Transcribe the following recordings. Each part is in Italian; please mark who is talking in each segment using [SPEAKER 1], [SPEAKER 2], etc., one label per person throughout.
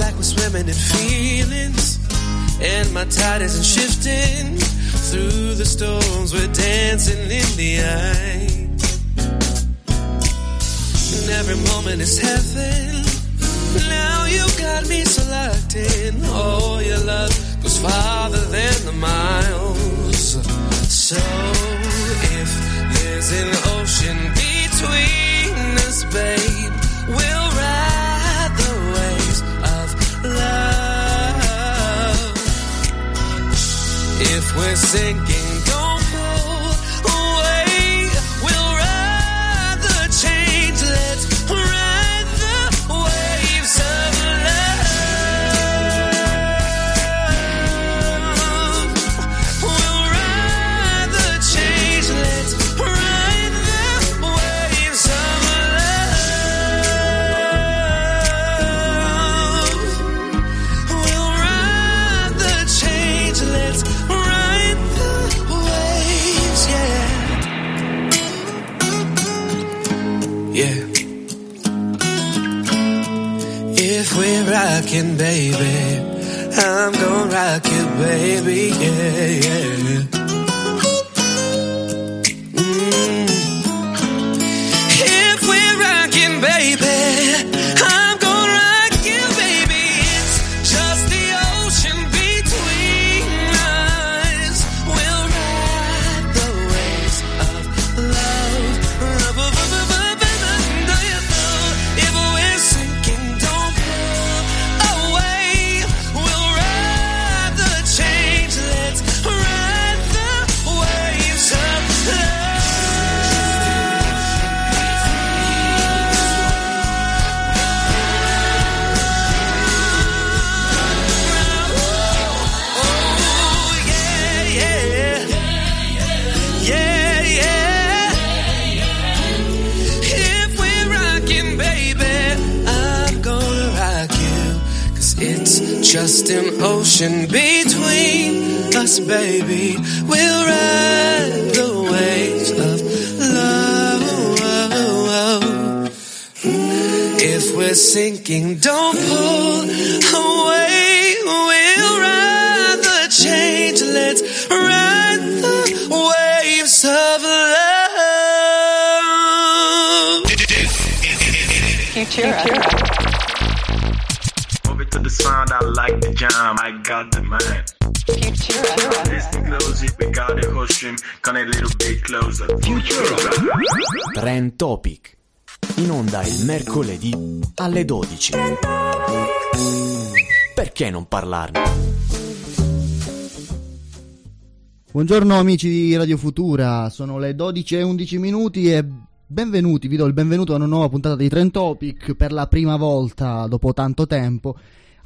[SPEAKER 1] tormented feelings, and my tide isn't shifting. Through the storms, we're dancing in the eye. And every moment is heaven. Now you got me so locked in. All your love goes farther than the miles. So if there's an ocean between us, babe, we'll ride the waves of love. If we're sinking, don't pull away. We'll ride the change. Let's ride the waves of love. We'll ride the change. Let's ride the waves of love. We'll ride the change. Let's ride the waves. Yeah. Yeah. If we're rocking, baby, I'm gonna rock you, baby. Yeah, yeah. Mm. If we're rocking, baby, I'm gonna rock you, baby. It's just the ocean between us. We'll ride the waves of love. Love, love, love, love, love. Do you know if we're sinking, don't pull away. We'll ride the change. Let's ride the waves of love. Just an ocean between us, baby. We'll ride the waves of love. If we're sinking, don't pull away. We'll ride the change. Let's ride the waves of love.
[SPEAKER 2] Move it to the sound, I like the jam, I got the mind. Listen close if we got the whole stream, come a little bit closer.
[SPEAKER 3] Trend Topic. In onda il mercoledì alle 12. Perché non parlarne?
[SPEAKER 4] Buongiorno amici di Radio Futura, sono le 12 e 11 minuti e benvenuti, vi do il benvenuto a una nuova puntata di Trend Topic per la prima volta dopo tanto tempo.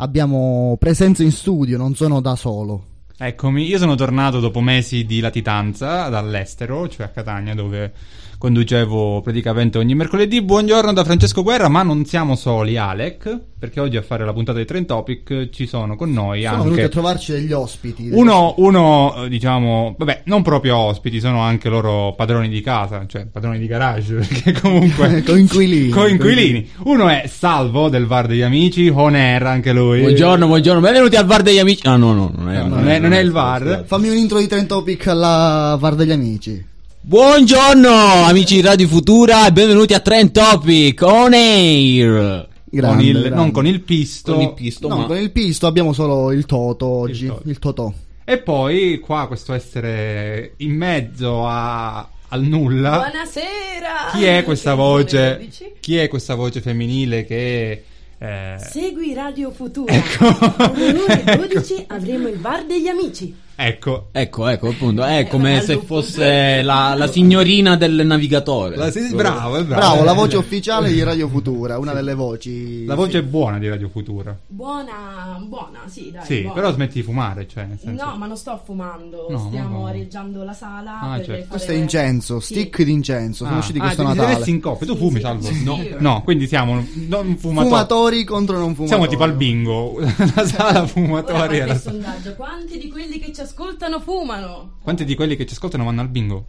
[SPEAKER 4] Abbiamo presenza in studio, non sono da solo.
[SPEAKER 5] Eccomi, io sono tornato dopo mesi di latitanza dall'estero, cioè a Catania, dove conducevo praticamente ogni mercoledì. Buongiorno da Francesco Guerra, ma non siamo soli, Alec, perché oggi a fare la puntata di Trend Topic ci sono con noi
[SPEAKER 4] Sono venuti a
[SPEAKER 5] anche
[SPEAKER 4] trovarci degli ospiti.
[SPEAKER 5] uno, uno, eh, diciamo, vabbè, non proprio ospiti, sono anche loro padroni di casa, cioè padroni di garage, perché comunque...
[SPEAKER 4] Coinquilini.
[SPEAKER 5] Coinquilini. Uno è Salvo del VAR degli Amici, On Air anche lui.
[SPEAKER 6] Buongiorno, buongiorno, benvenuti al bar degli amici. Ah, no, no, non è.
[SPEAKER 5] No, non è, non è il VAR.
[SPEAKER 4] Fammi un intro di Trend Topic alla VAR degli amici.
[SPEAKER 6] Buongiorno, amici di Radio Futura, e benvenuti a Trend Topic on air.
[SPEAKER 4] Grande,
[SPEAKER 5] con il-
[SPEAKER 4] grande.
[SPEAKER 5] Non con il pisto.
[SPEAKER 6] Con il pisto,
[SPEAKER 4] No,
[SPEAKER 6] ma-
[SPEAKER 4] con il pisto abbiamo solo il Toto oggi, il,
[SPEAKER 5] Toto.
[SPEAKER 4] Totò.
[SPEAKER 5] E poi qua questo essere in mezzo a- al nulla.
[SPEAKER 7] Buonasera!
[SPEAKER 5] Ah. Chi è questa
[SPEAKER 7] Sono le
[SPEAKER 5] voce? Eh.
[SPEAKER 7] 12.
[SPEAKER 5] Chi è questa voce femminile che... eh,
[SPEAKER 7] Segui Radio Futura.
[SPEAKER 5] Ecco.
[SPEAKER 7] Alle ore 12 avremo il bar degli amici. Eh,
[SPEAKER 5] ecco.
[SPEAKER 6] Ecco, ecco, appunto,
[SPEAKER 5] Eh,
[SPEAKER 6] è come se fosse la, la signorina del navigatore.
[SPEAKER 5] La- sì, bravo, è bravo.
[SPEAKER 4] Bravo, la voce
[SPEAKER 5] Eh,
[SPEAKER 4] ufficiale di Radio Futura, una delle voci.
[SPEAKER 5] La voce buona di Radio Futura.
[SPEAKER 7] Buona, buona, sì, dai.
[SPEAKER 5] sì,
[SPEAKER 7] Eh, buona.
[SPEAKER 5] però smetti di fumare, cioè, nel senso-
[SPEAKER 7] No, ma non sto fumando,
[SPEAKER 5] No, ma
[SPEAKER 7] stiamo
[SPEAKER 5] no.
[SPEAKER 7] areggiando la sala.
[SPEAKER 5] Ah,
[SPEAKER 7] per
[SPEAKER 5] certo.
[SPEAKER 7] fare-
[SPEAKER 4] Questo è incenso,
[SPEAKER 7] Sì.
[SPEAKER 4] stick d'incenso, sono
[SPEAKER 5] Ah,
[SPEAKER 4] usciti
[SPEAKER 5] ah,
[SPEAKER 4] questo
[SPEAKER 5] ti- ti
[SPEAKER 4] Natale.
[SPEAKER 5] vederesti in coppia. Tu fumi, Salvo? No,
[SPEAKER 7] Sì.
[SPEAKER 5] no, quindi siamo non fumatori.
[SPEAKER 4] Fumatori contro non fumatori.
[SPEAKER 5] Siamo tipo al bingo. La sala
[SPEAKER 7] Ora
[SPEAKER 5] fumatori.
[SPEAKER 7] guarda
[SPEAKER 5] è la
[SPEAKER 7] il
[SPEAKER 5] sala-
[SPEAKER 7] sondaggio. Quanti di quelli che ci ascoltano fumano?
[SPEAKER 5] Quanti di quelli che ci ascoltano vanno al bingo?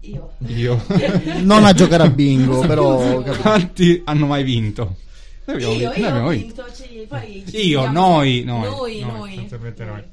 [SPEAKER 7] Io.
[SPEAKER 5] Io.
[SPEAKER 4] Non a giocare a bingo, però. capito.
[SPEAKER 5] Quanti hanno mai vinto? Noi
[SPEAKER 8] Io,
[SPEAKER 5] abbiamo
[SPEAKER 8] io,
[SPEAKER 5] vinto- noi abbiamo
[SPEAKER 8] ho
[SPEAKER 5] vinto.
[SPEAKER 8] vinto, ci- poi ci
[SPEAKER 5] Io,
[SPEAKER 8] vediamo.
[SPEAKER 5] noi, noi,
[SPEAKER 8] Noi,
[SPEAKER 5] noi,
[SPEAKER 8] noi.
[SPEAKER 5] sostanzialmente noi.
[SPEAKER 8] Noi.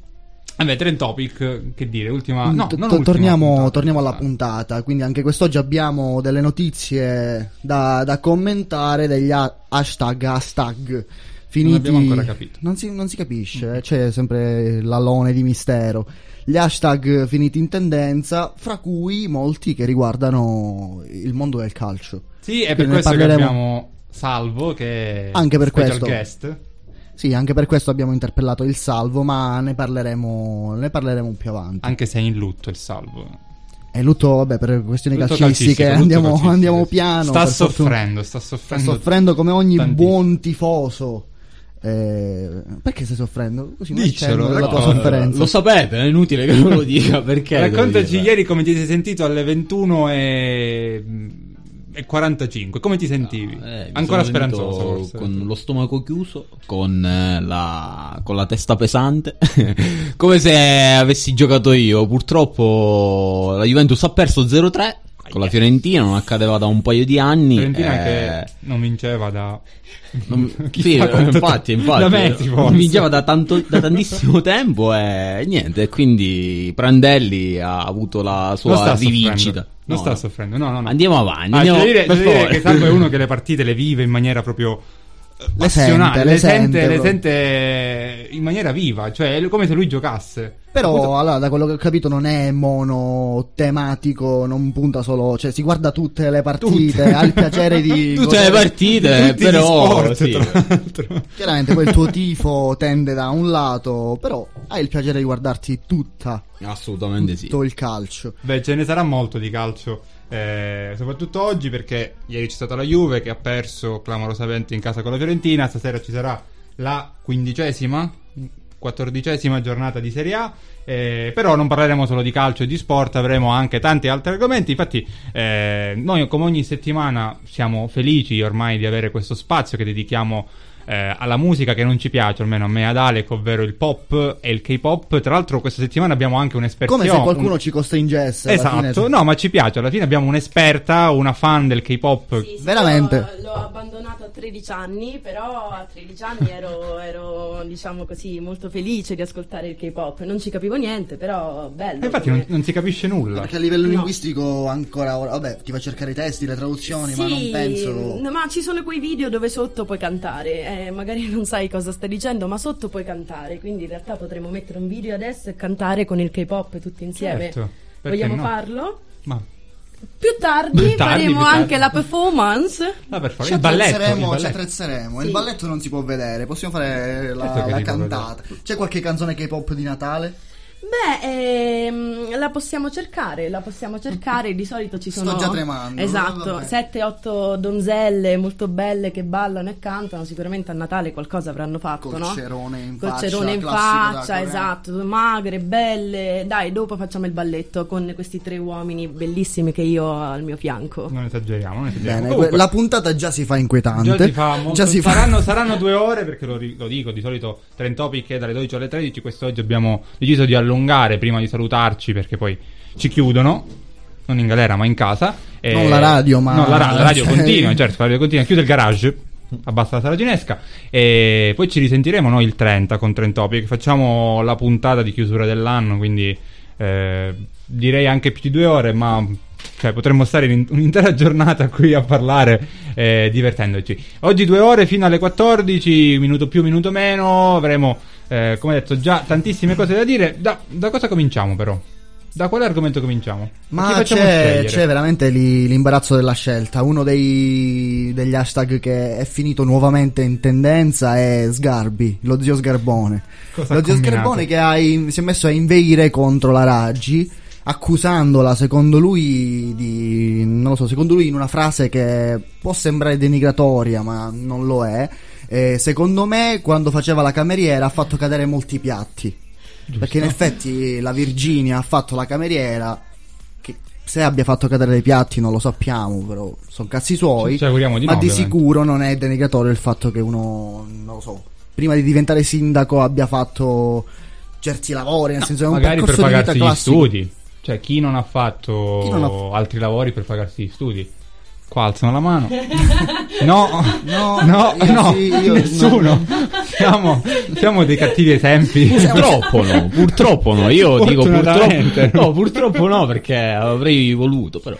[SPEAKER 5] Vabbè, Trend Topic, che dire, ultima...
[SPEAKER 4] Mm,
[SPEAKER 5] Ah, No,
[SPEAKER 4] to-
[SPEAKER 5] non
[SPEAKER 4] to-
[SPEAKER 5] ultima
[SPEAKER 4] torniamo,
[SPEAKER 5] puntata.
[SPEAKER 4] torniamo alla puntata, quindi anche quest'oggi abbiamo delle notizie da, da commentare, degli ha- hashtag, hashtag finiti.
[SPEAKER 5] abbiamo ancora capito. Mm.
[SPEAKER 4] Non si, non si capisce, eh, c'è sempre l'alone di mistero. Gli hashtag finiti in tendenza, fra cui molti che riguardano il mondo del calcio.
[SPEAKER 5] Sì,
[SPEAKER 4] Quindi
[SPEAKER 5] è per
[SPEAKER 4] ne
[SPEAKER 5] questo che
[SPEAKER 4] parleremo.
[SPEAKER 5] abbiamo Salvo, che è
[SPEAKER 4] Anche per
[SPEAKER 5] special
[SPEAKER 4] questo.
[SPEAKER 5] guest.
[SPEAKER 4] Sì, anche per questo abbiamo interpellato il salvo, ma ne parleremo, ne parleremo più avanti.
[SPEAKER 5] Anche se è in lutto il Salvo.
[SPEAKER 4] È lutto, vabbè, per questioni
[SPEAKER 5] Lutto
[SPEAKER 4] calcistiche,
[SPEAKER 5] calcistico, lutto
[SPEAKER 4] andiamo,
[SPEAKER 5] calcistico.
[SPEAKER 4] andiamo piano.
[SPEAKER 5] Sta
[SPEAKER 4] per fortuna.
[SPEAKER 5] soffrendo, sta
[SPEAKER 4] Sta
[SPEAKER 5] soffrendo.
[SPEAKER 4] soffrendo come ogni
[SPEAKER 5] tantissimo.
[SPEAKER 4] buon tifoso. Eh, perché stai soffrendo? Così mi
[SPEAKER 5] Diccelo,
[SPEAKER 4] accendo della tua
[SPEAKER 5] racconta.
[SPEAKER 4] sofferenza.
[SPEAKER 6] Lo sapete, è inutile che non lo dica perché.
[SPEAKER 5] Raccontaci
[SPEAKER 6] devo dire.
[SPEAKER 5] ieri come ti sei sentito alle 21 e... e 45. Come ti sentivi?
[SPEAKER 6] Eh, mi
[SPEAKER 5] Ancora
[SPEAKER 6] sono sentito
[SPEAKER 5] speranzoso. forse.
[SPEAKER 6] Con lo stomaco chiuso, con, eh, la, con la testa pesante, come se avessi giocato io. Purtroppo la Juventus ha perso 0-3 con la Fiorentina, non accadeva da un paio di anni.
[SPEAKER 5] Fiorentina
[SPEAKER 6] eh,
[SPEAKER 5] che non vinceva da...
[SPEAKER 6] non-
[SPEAKER 5] Chissà
[SPEAKER 6] sì,
[SPEAKER 5] quanto
[SPEAKER 6] infatti,
[SPEAKER 5] tempo.
[SPEAKER 6] infatti,
[SPEAKER 5] Da mesi,
[SPEAKER 6] non
[SPEAKER 5] forse.
[SPEAKER 6] vinceva da, tanto- da tantissimo tempo e niente. Quindi Prandelli ha avuto la
[SPEAKER 5] Non
[SPEAKER 6] sua
[SPEAKER 5] sta
[SPEAKER 6] rivincita.
[SPEAKER 5] soffrendo. Non
[SPEAKER 6] No,
[SPEAKER 5] sta
[SPEAKER 6] no.
[SPEAKER 5] soffrendo, no, no, no.
[SPEAKER 6] Andiamo avanti.
[SPEAKER 5] Ah,
[SPEAKER 6] andiamo-
[SPEAKER 5] c'è da dire,
[SPEAKER 6] per
[SPEAKER 5] c'è da dire
[SPEAKER 6] favore.
[SPEAKER 5] che Salvo è uno che le partite le vive in maniera proprio eh,
[SPEAKER 4] Le
[SPEAKER 5] passionale,
[SPEAKER 4] sente, le sente,
[SPEAKER 5] le
[SPEAKER 4] proprio.
[SPEAKER 5] sente in maniera viva, cioè è come se lui giocasse.
[SPEAKER 4] Però,
[SPEAKER 5] Appunto-
[SPEAKER 4] allora, da quello che ho capito, non è monotematico, non punta solo. cioè, si guarda tutte le partite,
[SPEAKER 5] Tutte.
[SPEAKER 4] ha il piacere di.
[SPEAKER 6] Tutte
[SPEAKER 4] godere-
[SPEAKER 6] le partite,
[SPEAKER 5] Tutti gli
[SPEAKER 6] però.
[SPEAKER 5] sport,
[SPEAKER 6] sì.
[SPEAKER 5] tra l'altro.
[SPEAKER 4] Chiaramente quel tuo tifo tende da un lato, però hai il piacere di guardarti tutta,
[SPEAKER 6] Assolutamente sì.
[SPEAKER 4] tutto il calcio.
[SPEAKER 5] Beh, ce ne sarà molto di calcio, eh, soprattutto oggi perché ieri c'è stata la Juve che ha perso clamorosamente in casa con la Fiorentina, stasera ci sarà la quindicesima, quattordicesima giornata di Serie A, eh, però non parleremo solo di calcio e di sport, avremo anche tanti altri argomenti, infatti eh, noi come ogni settimana siamo felici ormai di avere questo spazio che dedichiamo eh, alla musica che non ci piace, almeno a me e ad Alec, ovvero il pop e il K-pop. Tra l'altro questa settimana abbiamo anche un'esperzione.
[SPEAKER 4] Come se qualcuno
[SPEAKER 5] un-
[SPEAKER 4] ci costringesse. alla fine,
[SPEAKER 5] Esatto, no, ma ci piace. Alla fine abbiamo un'esperta, una fan del K-pop.
[SPEAKER 8] Sì, sì,
[SPEAKER 4] Veramente.
[SPEAKER 8] L'ho, l'ho abbandonato a 13 anni, però a 13 anni ero, ero, diciamo così, molto felice di ascoltare il K-pop. Non ci capivo niente, però bello.
[SPEAKER 5] E Eh, infatti
[SPEAKER 8] come-
[SPEAKER 5] non, non si capisce nulla.
[SPEAKER 4] Perché a livello
[SPEAKER 8] No.
[SPEAKER 4] linguistico ancora ora, vabbè, ti va a cercare i testi, le traduzioni, ma non
[SPEAKER 8] Sì,
[SPEAKER 4] penso.
[SPEAKER 8] no, ma ci sono quei video dove sotto puoi cantare. Eh, magari non sai cosa stai dicendo, ma sotto puoi cantare. Quindi in realtà potremmo mettere un video adesso e cantare con il K-pop tutti insieme.
[SPEAKER 5] Certo, perché no?
[SPEAKER 8] Vogliamo farlo?
[SPEAKER 5] Ma
[SPEAKER 8] Più tardi,
[SPEAKER 5] Più tardi,
[SPEAKER 8] faremo
[SPEAKER 5] più tardi.
[SPEAKER 8] anche la performance.
[SPEAKER 5] no, per favore,
[SPEAKER 4] Ci
[SPEAKER 5] il balletto, il
[SPEAKER 4] attrezzeremo, ci
[SPEAKER 5] balletto.
[SPEAKER 4] attrezzeremo.
[SPEAKER 8] Sì.
[SPEAKER 4] Il balletto non si può vedere, possiamo fare la,
[SPEAKER 5] Certo che
[SPEAKER 4] la
[SPEAKER 5] si può
[SPEAKER 4] cantata. C'è qualche canzone K-pop di Natale?
[SPEAKER 8] Beh, ehm, la possiamo cercare, la possiamo cercare, di solito ci
[SPEAKER 4] Sto
[SPEAKER 8] sono...
[SPEAKER 4] già tremando,
[SPEAKER 8] Esatto,
[SPEAKER 4] vabbè.
[SPEAKER 8] 7-8 donzelle molto belle che ballano e cantano, sicuramente a Natale qualcosa avranno fatto,
[SPEAKER 4] Col
[SPEAKER 8] no?
[SPEAKER 4] cerone in
[SPEAKER 8] Col
[SPEAKER 4] faccia,
[SPEAKER 8] cerone in
[SPEAKER 4] classico da
[SPEAKER 8] faccia,
[SPEAKER 4] coreano.
[SPEAKER 8] esatto, magre, belle. Dai, dopo facciamo il balletto con questi tre uomini bellissimi che io ho al mio fianco.
[SPEAKER 5] Non esageriamo, non esageriamo.
[SPEAKER 4] Bene,
[SPEAKER 5] Comunque,
[SPEAKER 4] la puntata già si fa inquietante.
[SPEAKER 5] già si fa molto-
[SPEAKER 4] Già si fa-
[SPEAKER 5] saranno, saranno due ore perché lo, ri- lo dico di solito Trend Topic è dalle 12 alle 13 quest'oggi abbiamo deciso di allungare prima di salutarci perché poi ci chiudono non in galera ma in casa E-
[SPEAKER 4] Non la radio, ma-
[SPEAKER 5] Eh, no, la, ra- la radio
[SPEAKER 4] Sì.
[SPEAKER 5] continua certo la radio continua chiude il garage abbassa la sala ginesca e poi ci risentiremo noi il 30 con Trend Topic facciamo la puntata di chiusura dell'anno quindi eh, direi anche più di due ore ma cioè, potremmo stare in- un'intera giornata qui a parlare eh, divertendoci. Oggi due ore fino alle 14, minuto più, minuto meno. Avremo, eh, come detto, già tantissime cose da dire. Da, da cosa cominciamo, però? Da quale argomento cominciamo? Chi
[SPEAKER 4] Ma
[SPEAKER 5] facciamo
[SPEAKER 4] c'è,
[SPEAKER 5] scegliere?
[SPEAKER 4] c'è veramente lì l'imbarazzo della scelta. Uno dei, degli hashtag che è finito nuovamente in tendenza è Sgarbi, lo zio Sgarbone.
[SPEAKER 5] Cosa ha
[SPEAKER 4] lo zio
[SPEAKER 5] combinato?
[SPEAKER 4] Sgarbone che ha in- si è messo a inveire contro la Raggi, accusandola, secondo lui, di. non lo so, secondo lui in una frase che può sembrare denigratoria, ma non lo è. Eh, secondo me, quando faceva la cameriera, ha fatto cadere molti piatti. Perché in effetti la Virginia ha fatto la cameriera. Che se abbia fatto cadere dei piatti non lo sappiamo, però sono cazzi suoi.
[SPEAKER 5] Ci- ci auguriamo certo, di
[SPEAKER 4] ma
[SPEAKER 5] no,
[SPEAKER 4] di
[SPEAKER 5] ovviamente.
[SPEAKER 4] sicuro non è denigratorio il fatto che uno, non lo so, prima di diventare sindaco abbia fatto certi lavori, nel senso è un
[SPEAKER 5] Magari per
[SPEAKER 4] percorso di vita
[SPEAKER 5] pagarsi gli
[SPEAKER 4] classico.
[SPEAKER 5] studi. Cioè, chi non ha fatto
[SPEAKER 4] Chi non ha-
[SPEAKER 5] altri lavori per pagarsi gli studi? Qua alzano la mano. No, no, no,
[SPEAKER 4] io
[SPEAKER 5] no,
[SPEAKER 4] sì, io-
[SPEAKER 5] nessuno. Siamo, siamo dei cattivi esempi.
[SPEAKER 6] Purtroppo no, purtroppo no, io dico
[SPEAKER 5] Fortunatamente.
[SPEAKER 6] purtroppo no, purtroppo no perché avrei voluto però.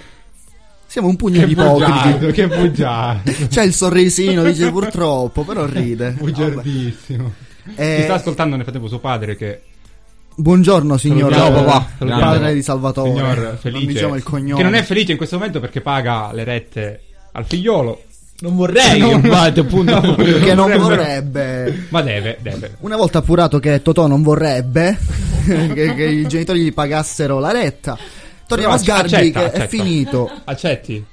[SPEAKER 4] Siamo un pugno di ipocriti.
[SPEAKER 5] Bugiardo, che bugiardo.
[SPEAKER 4] C'è il sorrisino, dice purtroppo, però ride. Vabbè.
[SPEAKER 5] Bugiardissimo.
[SPEAKER 4] Eh,
[SPEAKER 5] Ti sta ascoltando nel frattempo suo padre che
[SPEAKER 4] buongiorno signor
[SPEAKER 5] Salutiamo,
[SPEAKER 4] Ciao, papà.
[SPEAKER 5] salutiamo.
[SPEAKER 4] padre di Salvatore.
[SPEAKER 5] Signor
[SPEAKER 4] Non
[SPEAKER 5] felice,
[SPEAKER 4] diciamo il cognome.
[SPEAKER 5] Che non è felice in questo momento perché paga le rette al figliolo.
[SPEAKER 6] Non vorrei che fate appunto
[SPEAKER 4] Che non
[SPEAKER 5] Vorrebbe-
[SPEAKER 4] vorrebbe.
[SPEAKER 5] Ma deve, deve.
[SPEAKER 4] Una volta appurato che Totò non vorrebbe che, che i genitori gli pagassero la retta, torniamo a
[SPEAKER 5] Però ac-
[SPEAKER 4] Sgarbi
[SPEAKER 5] accetta,
[SPEAKER 4] che
[SPEAKER 5] accetta.
[SPEAKER 4] è finito.
[SPEAKER 5] Accetti?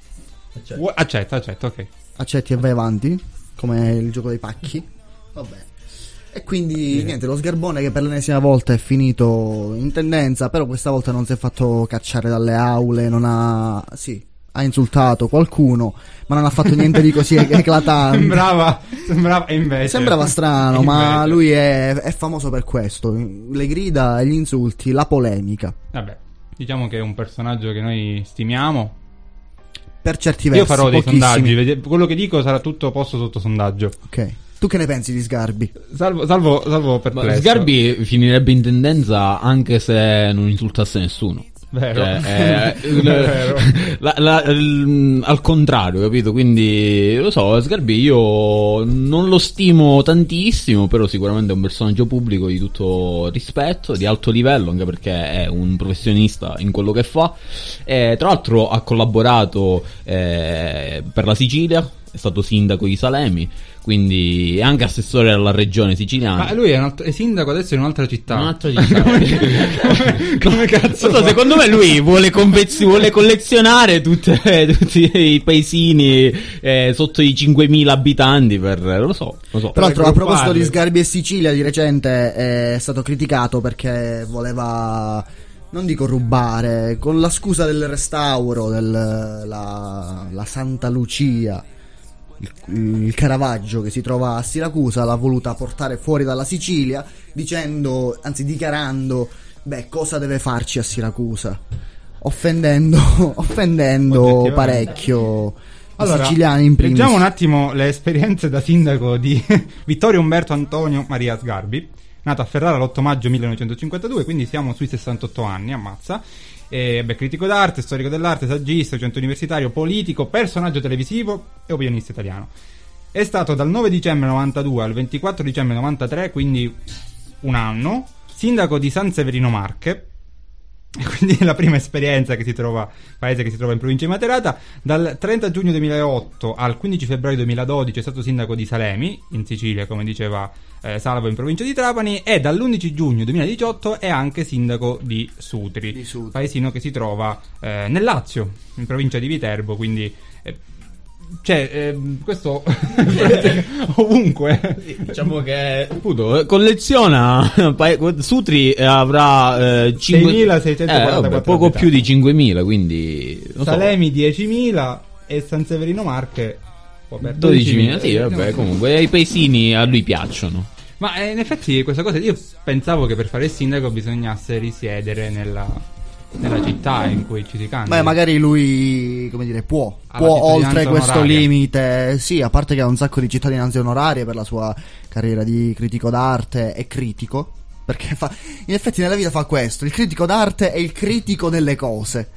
[SPEAKER 5] Vuoi- Accetta, accetta, ok.
[SPEAKER 4] Accetti e vai avanti, come il gioco dei pacchi. Vabbè. E quindi niente, lo sgarbone che per l'ennesima volta è finito in tendenza, però questa volta non si è fatto cacciare dalle aule, non ha... sì, ha insultato qualcuno, ma non ha fatto niente di così eclatante.
[SPEAKER 5] Sembrava, sembrava, e invece.
[SPEAKER 4] Sembrava strano,
[SPEAKER 5] E
[SPEAKER 4] ma
[SPEAKER 5] invece-
[SPEAKER 4] lui è, è famoso per questo. Le grida, gli insulti, la polemica.
[SPEAKER 5] Vabbè, diciamo che è un personaggio che noi stimiamo.
[SPEAKER 4] Per certi versi.
[SPEAKER 5] Io farò dei
[SPEAKER 4] pochissimi.
[SPEAKER 5] sondaggi, vede- quello che dico sarà tutto posto sotto sondaggio.
[SPEAKER 4] Ok. Tu che ne pensi di Sgarbi?
[SPEAKER 5] Salvo, salvo, salvo per
[SPEAKER 6] Ma Sgarbi finirebbe in tendenza anche se non insultasse nessuno.
[SPEAKER 5] Vero.
[SPEAKER 6] Cioè, eh, il-
[SPEAKER 5] Vero.
[SPEAKER 6] la- la- il- al contrario, capito? Quindi lo so, Sgarbi io non lo stimo tantissimo, però sicuramente è un personaggio pubblico di tutto rispetto, di alto livello, anche perché è un professionista in quello che fa. E, tra l'altro ha collaborato eh, per la Sicilia, è stato sindaco di Salemi, quindi è anche assessore alla regione siciliana.
[SPEAKER 5] Ma Ah, lui è, un alt- è sindaco adesso in un'altra città.
[SPEAKER 6] Un'altra città.
[SPEAKER 5] come, come cazzo?
[SPEAKER 6] Non so,
[SPEAKER 5] fa?
[SPEAKER 6] secondo me lui vuole, convez- vuole collezionare tutte- tutti i paesini eh, sotto i 5.000 abitanti per... lo so, lo so.
[SPEAKER 4] Tra l'altro, a
[SPEAKER 5] gruppale.
[SPEAKER 4] proposito di Sgarbi e Sicilia, di recente eh, è stato criticato perché voleva. Non dico rubare, con la scusa del restauro della Santa Lucia, il, il Caravaggio che si trova a Siracusa, l'ha voluta portare fuori dalla Sicilia, dicendo, anzi dichiarando, beh, cosa deve farci a Siracusa? Offendendo, offendendo
[SPEAKER 5] Oggettivamente.
[SPEAKER 4] parecchio
[SPEAKER 5] Allora,
[SPEAKER 4] i siciliani in primis.
[SPEAKER 5] Leggiamo un attimo le esperienze da sindaco di Vittorio Umberto Antonio Maria Sgarbi, nato a Ferrara l'8 maggio 1952, quindi siamo sui 68 anni, ammazza. E, beh, critico d'arte, storico dell'arte, saggista, docente universitario, politico, personaggio televisivo e opinionista italiano. È stato dal 9 dicembre 92 al 24 dicembre 93, quindi un anno, sindaco di San Severino Marche, e quindi è la prima esperienza che si trova, paese che si trova in provincia di Materata, dal 30 giugno 2008 al 15 febbraio 2012 è stato sindaco di Salemi, in Sicilia, come diceva eh, Salvo, in provincia di Trapani, e dall'11 giugno 2018 è anche sindaco di Sutri,
[SPEAKER 4] Di Sutri.
[SPEAKER 5] paesino che si trova eh, nel Lazio, in provincia di Viterbo, quindi... eh, cioè, ehm, questo ovunque.
[SPEAKER 6] Diciamo che appunto, eh, colleziona pa- Sutri eh, avrà eh, cinque-
[SPEAKER 5] 6.644
[SPEAKER 6] eh, vabbè, poco
[SPEAKER 5] abitanti.
[SPEAKER 6] più di 5.000 quindi non so,
[SPEAKER 5] Salemi 10.000 e San Severino Marche può per
[SPEAKER 6] 12.000 sì
[SPEAKER 5] 12.000.
[SPEAKER 6] vabbè comunque i paesini a lui piacciono
[SPEAKER 5] Ma eh, in effetti questa cosa io pensavo che per fare il sindaco bisognasse risiedere nella, nella città in cui ci si candida.
[SPEAKER 4] Beh, magari lui, come dire, può,
[SPEAKER 5] Ha la
[SPEAKER 4] può
[SPEAKER 5] cittadinanza
[SPEAKER 4] oltre questo
[SPEAKER 5] onoraria.
[SPEAKER 4] limite. Sì, a parte che ha un sacco di cittadinanze onorarie per la sua carriera di critico d'arte e critico. Perché fa, in effetti nella vita fa questo, il critico d'arte è il critico delle cose.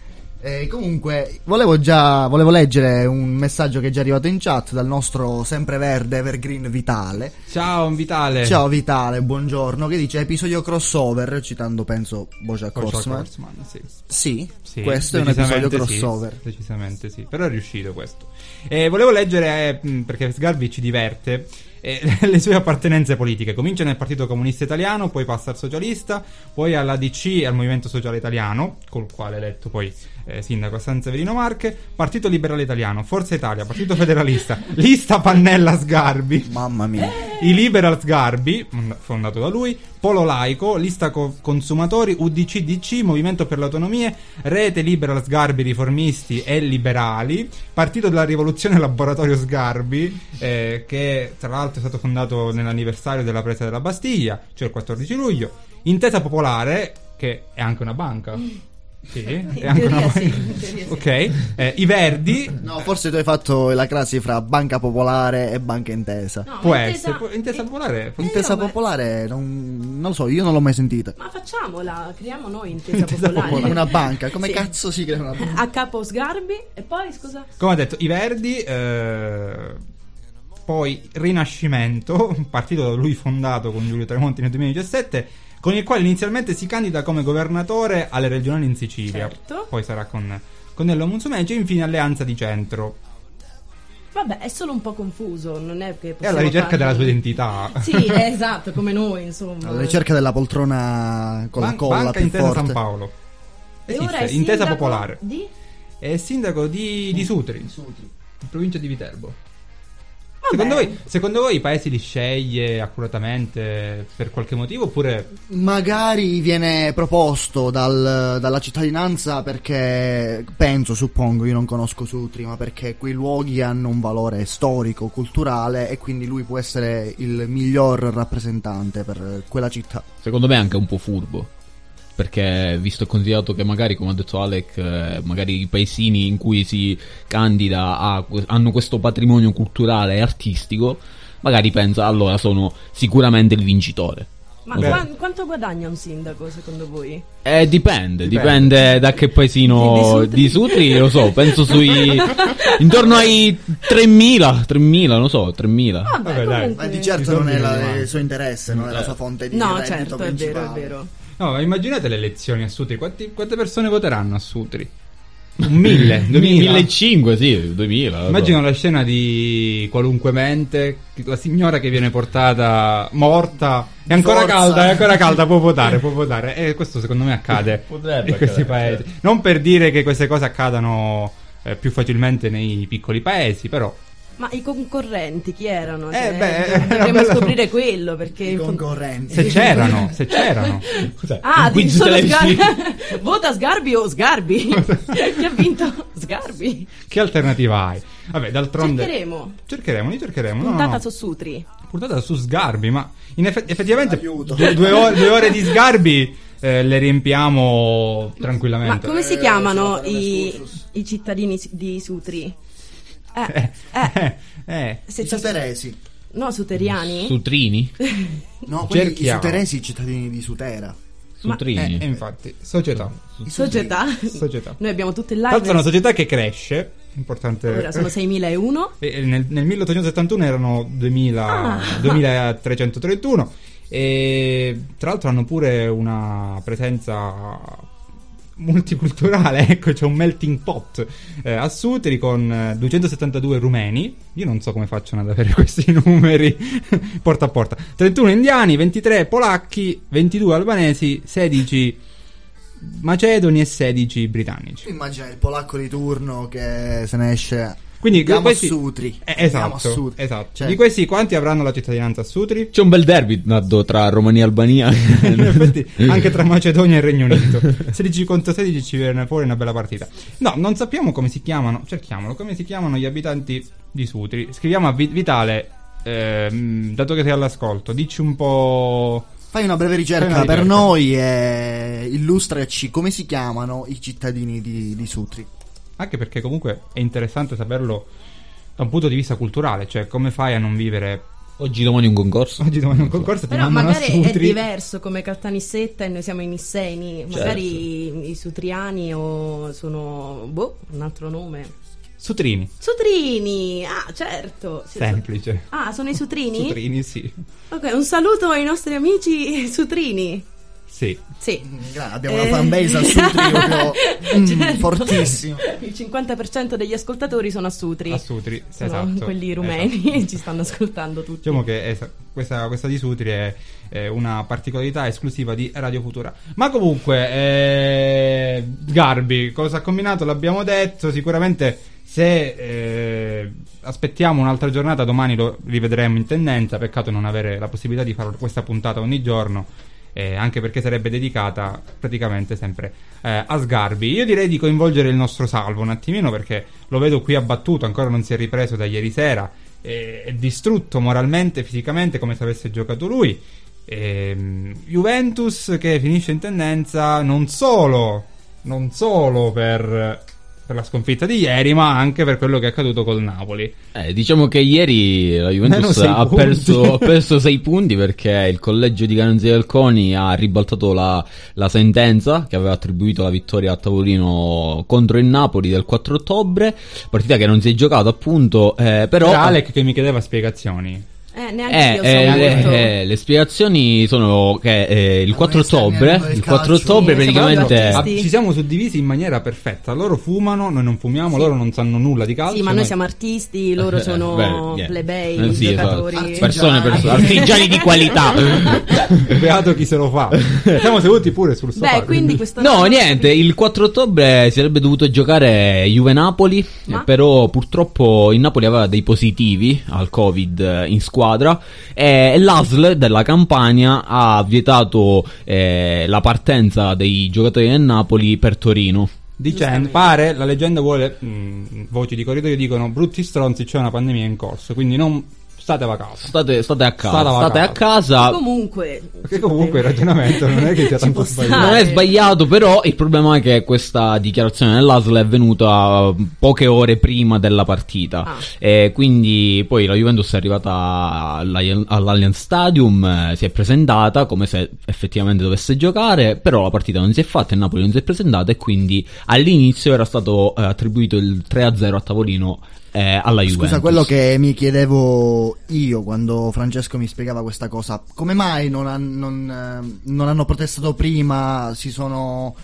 [SPEAKER 4] E comunque, volevo già, volevo leggere un messaggio che è già arrivato in chat dal nostro sempreverde Evergreen Vitale.
[SPEAKER 5] Ciao, un Vitale.
[SPEAKER 4] Ciao Vitale, buongiorno, che dice episodio crossover, citando penso Bojack
[SPEAKER 5] Con Chuck
[SPEAKER 4] Horseman.
[SPEAKER 5] Horseman, sì.
[SPEAKER 4] Sì,
[SPEAKER 5] Sì,
[SPEAKER 4] questo è un episodio
[SPEAKER 5] decisamente sì,
[SPEAKER 4] crossover.
[SPEAKER 5] decisamente sì, però è riuscito questo. Eh, volevo leggere, eh, mh, perché Sgarbi ci diverte, eh, le sue appartenenze politiche. Comincia nel Partito Comunista Italiano, poi passa al Socialista, poi alla DC e al Movimento Sociale Italiano, col quale è eletto poi eh, sindaco a San Severino Marche, Partito Liberale Italiano, Forza Italia, Partito Federalista, Lista Pannella Sgarbi.
[SPEAKER 4] Mamma mia.
[SPEAKER 5] I Liberal Sgarbi, mh, fondato da lui, Polo Laico, Lista Co- Consumatori, UDC DC, Movimento per l'Autonomia, Rete Liberal Sgarbi Riformisti e Liberali, Partito della Rivoluzione Laboratorio Sgarbi, eh, che tra l'altro è stato fondato nell'anniversario della presa della Bastiglia, cioè il 14 luglio, Intesa Popolare, che è anche una banca. Sì, è
[SPEAKER 8] In
[SPEAKER 5] anche
[SPEAKER 8] teoria
[SPEAKER 5] una-
[SPEAKER 8] sì, in teoria sì.
[SPEAKER 5] Ok, eh, i Verdi.
[SPEAKER 4] No, forse tu hai fatto la classe fra banca popolare e banca intesa.
[SPEAKER 8] No,
[SPEAKER 5] Può
[SPEAKER 8] ma
[SPEAKER 5] essere, può- intesa popolare. può-
[SPEAKER 4] Intesa
[SPEAKER 8] Eh, no, ma-
[SPEAKER 4] popolare, non, non lo so, io non l'ho mai sentita.
[SPEAKER 8] Ma facciamola, creiamo noi intesa popolare.
[SPEAKER 4] Una banca, come
[SPEAKER 8] Ah, Sì.
[SPEAKER 4] cazzo si crea una banca?
[SPEAKER 8] A capo Sgarbi e poi scusa.
[SPEAKER 5] Come ho detto, i Verdi. eh, poi Rinascimento, un partito da lui fondato con Giulio Tremonti nel 2017, con il quale inizialmente si candida come governatore alle regionali in Sicilia.
[SPEAKER 8] Certo.
[SPEAKER 5] Poi sarà con Nello Musumeci e infine Alleanza di Centro.
[SPEAKER 8] Vabbè, è solo un po' confuso, non è
[SPEAKER 5] È
[SPEAKER 8] che
[SPEAKER 5] alla
[SPEAKER 8] possiamo
[SPEAKER 5] ricerca
[SPEAKER 8] fare-
[SPEAKER 5] della sua identità.
[SPEAKER 8] Sì, eh, esatto, come noi, insomma.
[SPEAKER 4] Alla ricerca della poltrona con la
[SPEAKER 5] Ban-
[SPEAKER 4] colla
[SPEAKER 5] Banca
[SPEAKER 4] più
[SPEAKER 5] Intesa
[SPEAKER 4] forte.
[SPEAKER 5] San Paolo.
[SPEAKER 8] E ora
[SPEAKER 5] Esiste,
[SPEAKER 8] è
[SPEAKER 5] Intesa
[SPEAKER 8] sindaco
[SPEAKER 5] Popolare.
[SPEAKER 8] di-
[SPEAKER 5] È sindaco di, di Sutri, in provincia di Viterbo.
[SPEAKER 8] Vabbè,
[SPEAKER 5] Secondo voi, secondo voi i paesi li sceglie accuratamente per qualche motivo oppure
[SPEAKER 4] Magari viene proposto dal- dalla cittadinanza perché, penso, suppongo, io non conosco Sutri, ma perché quei luoghi hanno un valore storico, culturale e quindi lui può essere il miglior rappresentante per quella città.
[SPEAKER 6] Secondo me è anche un po' furbo. Perché visto e considerato che magari, come ha detto Alec, eh, magari i paesini in cui si candida ha- hanno questo patrimonio culturale e artistico, magari pensa allora sono sicuramente il vincitore.
[SPEAKER 8] ma
[SPEAKER 6] Beh.
[SPEAKER 8] qua- quanto guadagna un sindaco secondo voi?
[SPEAKER 6] Eh, dipende,
[SPEAKER 5] Dipende.
[SPEAKER 6] dipende, da che paesino
[SPEAKER 8] Di- di
[SPEAKER 6] di Sutri, lo so, penso sui... intorno ai 3.000, 3.000, non so, 3.000.
[SPEAKER 5] Vabbè, dai.
[SPEAKER 8] comunque-
[SPEAKER 4] Ma di certo
[SPEAKER 5] Bisogna
[SPEAKER 4] non è la-
[SPEAKER 5] rilevare.
[SPEAKER 4] il suo interesse, non è
[SPEAKER 5] Eh.
[SPEAKER 4] la sua fonte di
[SPEAKER 8] No,
[SPEAKER 4] reddito
[SPEAKER 8] certo, è vero,
[SPEAKER 4] principale.
[SPEAKER 8] è vero.
[SPEAKER 5] No, ma immaginate le elezioni a Sutri. Quanti- quante persone voteranno a Sutri? Un mille, duemila.
[SPEAKER 6] 1.500, sì, 2000. lo so.
[SPEAKER 5] Immagino la scena di qualunque mente, la signora che viene portata morta, è ancora
[SPEAKER 4] Forza.
[SPEAKER 5] calda, è ancora calda, può votare, può votare. E questo secondo me accade
[SPEAKER 6] Potrebbe
[SPEAKER 5] in questi
[SPEAKER 6] accadere,
[SPEAKER 5] paesi. Non per dire che queste cose accadano eh, più facilmente nei piccoli paesi, però...
[SPEAKER 8] Ma i concorrenti chi erano?
[SPEAKER 5] Eh,
[SPEAKER 8] Cioè,
[SPEAKER 5] beh,
[SPEAKER 8] do-
[SPEAKER 5] è una
[SPEAKER 8] dovremmo
[SPEAKER 5] bella-
[SPEAKER 8] scoprire quello perché
[SPEAKER 4] I concorrenti.
[SPEAKER 5] Se c'erano, se c'erano.
[SPEAKER 6] Cos'è?
[SPEAKER 8] Ah,
[SPEAKER 6] Un
[SPEAKER 8] ti
[SPEAKER 6] quiz
[SPEAKER 8] sono
[SPEAKER 6] televisivo?
[SPEAKER 8] Sgar- Vota Sgarbi o Sgarbi? Chi ha vinto? Sgarbi.
[SPEAKER 5] Che alternativa hai? Vabbè, d'altronde...
[SPEAKER 8] Cercheremo.
[SPEAKER 5] Cercheremo, li cercheremo. no, no,
[SPEAKER 8] Puntata
[SPEAKER 5] no.
[SPEAKER 8] su Sutri.
[SPEAKER 5] puntata su Sgarbi, ma in effe- effettivamente
[SPEAKER 4] Aiuto.
[SPEAKER 5] due, due ore, due ore di Sgarbi eh, le riempiamo
[SPEAKER 8] Ma
[SPEAKER 5] tranquillamente.
[SPEAKER 8] come si
[SPEAKER 4] Eh,
[SPEAKER 8] chiamano
[SPEAKER 4] sono
[SPEAKER 8] i,
[SPEAKER 4] Paranescursus.
[SPEAKER 8] i cittadini si- di Sutri? Eh,
[SPEAKER 5] Eh,
[SPEAKER 8] eh,
[SPEAKER 5] eh, eh.
[SPEAKER 8] se
[SPEAKER 4] I
[SPEAKER 8] c'è-
[SPEAKER 4] suteresi.
[SPEAKER 8] No, Suteriani?
[SPEAKER 6] Sutrini?
[SPEAKER 5] Eh,
[SPEAKER 4] No, quelli, i
[SPEAKER 5] Cerchiamo.
[SPEAKER 4] suteresi, i cittadini di Sutera.
[SPEAKER 5] Eh,
[SPEAKER 6] Sutrini.
[SPEAKER 5] e infatti, società.
[SPEAKER 4] I
[SPEAKER 8] Società?
[SPEAKER 5] Società.
[SPEAKER 8] Noi abbiamo tutte
[SPEAKER 5] Tra l'altro è
[SPEAKER 8] live.
[SPEAKER 5] una società che cresce, importante.
[SPEAKER 8] Ora sono 6001.
[SPEAKER 5] E nel, nel 1871 erano 2000,
[SPEAKER 8] Ah.
[SPEAKER 5] 2331 e tra l'altro hanno pure una presenza multiculturale, ecco c'è un melting pot eh, a Sutri con eh, 272 rumeni, io non so come facciano ad avere questi numeri porta a porta, 31 indiani, 23 polacchi, 22 albanesi, 16 macedoni e 16 britannici.
[SPEAKER 4] Immagina il polacco di turno che se ne esce.
[SPEAKER 5] Quindi
[SPEAKER 4] Andiamo
[SPEAKER 5] questi-
[SPEAKER 4] a Sutri.
[SPEAKER 5] Eh,
[SPEAKER 4] Andiamo
[SPEAKER 5] esatto,
[SPEAKER 4] a Sutri.
[SPEAKER 5] esatto.
[SPEAKER 4] Cioè,
[SPEAKER 5] Di questi quanti avranno la cittadinanza a Sutri?
[SPEAKER 6] C'è un bel derby Nardo, tra Romania e Albania.
[SPEAKER 5] In effetti anche tra Macedonia e Regno Unito. 16 contro 16 ci viene fuori una bella partita. No, non sappiamo come si chiamano, cerchiamolo, come si chiamano gli abitanti di Sutri. Scriviamo a Vi- Vitale, ehm, dato che sei all'ascolto, dici un po'...
[SPEAKER 4] Fai una breve ricerca,
[SPEAKER 5] Fai una
[SPEAKER 4] per
[SPEAKER 5] ricerca.
[SPEAKER 4] noi e illustraci come si chiamano i cittadini di, di Sutri.
[SPEAKER 5] Anche perché comunque è interessante saperlo da un punto di vista culturale, cioè come fai a non vivere
[SPEAKER 6] Oggi domani un concorso.
[SPEAKER 5] oggi
[SPEAKER 4] Esatto.
[SPEAKER 5] domani a un concorso e ti
[SPEAKER 8] Però
[SPEAKER 5] mandano a
[SPEAKER 8] magari è
[SPEAKER 5] Sutri.
[SPEAKER 8] diverso come Caltanissetta e noi siamo i Nisseni. Magari
[SPEAKER 5] Certo.
[SPEAKER 8] i, i Sutriani o sono. boh, un altro nome.
[SPEAKER 5] Sutrini,
[SPEAKER 8] Sutrini! Ah, certo! Sì,
[SPEAKER 5] semplice.
[SPEAKER 8] so- Ah, sono i Sutrini?
[SPEAKER 5] Sutrini, sì.
[SPEAKER 8] Ok, un saluto ai nostri amici Sutrini.
[SPEAKER 5] Sì.
[SPEAKER 8] Sì.
[SPEAKER 4] Mm, Gra- Abbiamo una
[SPEAKER 8] Eh.
[SPEAKER 4] fanbase a Sutri proprio mm,
[SPEAKER 8] Certo.
[SPEAKER 4] fortissima.
[SPEAKER 8] Il 50% degli ascoltatori sono a Sutri.
[SPEAKER 5] A Sutri, sì,
[SPEAKER 8] sono
[SPEAKER 5] esatto.
[SPEAKER 8] quelli rumeni
[SPEAKER 5] Esatto.
[SPEAKER 8] ci stanno ascoltando tutti.
[SPEAKER 5] Diciamo che esa- questa, questa di Sutri è, eh, una particolarità esclusiva di Radio Futura. Ma comunque, eh, Garbi, cosa ha combinato? L'abbiamo detto. Sicuramente, se eh, aspettiamo un'altra giornata, domani lo rivedremo in tendenza. Peccato non avere la possibilità di fare questa puntata ogni giorno. eh, anche perché sarebbe dedicata praticamente sempre eh, a Sgarbi. Io direi di coinvolgere il nostro salvo un attimino perché lo vedo qui abbattuto, ancora non si è ripreso da ieri sera eh, è distrutto moralmente, fisicamente, come se avesse giocato lui. Ehm, Juventus che finisce in tendenza non solo non solo per, per la sconfitta di ieri, ma anche per quello che è accaduto col Napoli.
[SPEAKER 6] Eh, diciamo che ieri la
[SPEAKER 4] Meno
[SPEAKER 6] Juventus
[SPEAKER 4] sei
[SPEAKER 6] ha
[SPEAKER 4] punti.
[SPEAKER 6] perso, ha perso 6 punti perché il collegio di Canonzia del Coni ha ribaltato la, la sentenza che aveva attribuito la vittoria a Tavolino contro il Napoli del 4 ottobre, partita che non si è giocata appunto, eh, però...
[SPEAKER 5] Era Alec che mi chiedeva spiegazioni.
[SPEAKER 8] Eh, neanche
[SPEAKER 6] Eh,
[SPEAKER 8] io
[SPEAKER 6] eh,
[SPEAKER 8] sono molto...
[SPEAKER 6] eh, eh, le spiegazioni sono che eh, il
[SPEAKER 4] Ma
[SPEAKER 6] 4
[SPEAKER 4] questa è la
[SPEAKER 6] ottobre,
[SPEAKER 4] mia
[SPEAKER 6] il
[SPEAKER 4] del
[SPEAKER 6] 4
[SPEAKER 4] calcio.
[SPEAKER 6] ottobre
[SPEAKER 8] Sì,
[SPEAKER 6] praticamente...
[SPEAKER 8] siamo
[SPEAKER 5] Ah,
[SPEAKER 8] Sì.
[SPEAKER 5] ci siamo suddivisi in maniera perfetta. Loro fumano, noi non fumiamo, loro non sanno nulla di calcio.
[SPEAKER 8] Sì, ma noi siamo artisti, loro
[SPEAKER 6] Eh,
[SPEAKER 8] sono
[SPEAKER 6] beh, yeah.
[SPEAKER 8] plebei,
[SPEAKER 6] Eh, sì, esatto.
[SPEAKER 8] giocatori.
[SPEAKER 6] Persone, persone, artigiani di qualità.
[SPEAKER 5] Beato chi se lo fa. siamo seduti pure sul sofà.
[SPEAKER 8] Beh, quindi questo
[SPEAKER 6] No, niente, il 4 ottobre si sarebbe dovuto giocare Juve-Napoli,
[SPEAKER 8] Ma?
[SPEAKER 6] eh, però purtroppo il Napoli aveva dei positivi al Covid eh, in squadra e l'ASL della Campania ha vietato eh, la partenza dei giocatori del Napoli per Torino.
[SPEAKER 5] Dicendo, pare, la leggenda vuole, mh, voci di corridoio dicono, brutti stronzi, c'è una pandemia in corso, quindi non state a vacanza.
[SPEAKER 6] State, state a casa,
[SPEAKER 5] State a
[SPEAKER 6] state a casa.
[SPEAKER 8] Comunque...
[SPEAKER 5] Perché comunque il ragionamento non è che sia
[SPEAKER 8] Ci
[SPEAKER 5] tanto
[SPEAKER 8] può
[SPEAKER 5] sbagliato.
[SPEAKER 8] stare.
[SPEAKER 6] Non è sbagliato, però il problema è che questa dichiarazione dell'ASL è venuta eh, poche ore prima della partita.
[SPEAKER 8] Ah.
[SPEAKER 6] E Eh, quindi poi la Juventus è arrivata alla- all'Allianz Stadium, eh, si è presentata come se effettivamente dovesse giocare, però la partita non si è fatta, il Napoli non si è presentata e quindi all'inizio era stato eh, attribuito il 3-0 a tavolino eh, alla Juventus.
[SPEAKER 4] Scusa, quello che mi chiedevo io quando Francesco mi spiegava questa cosa, come mai non, han- non, eh, non hanno protestato prima, si sono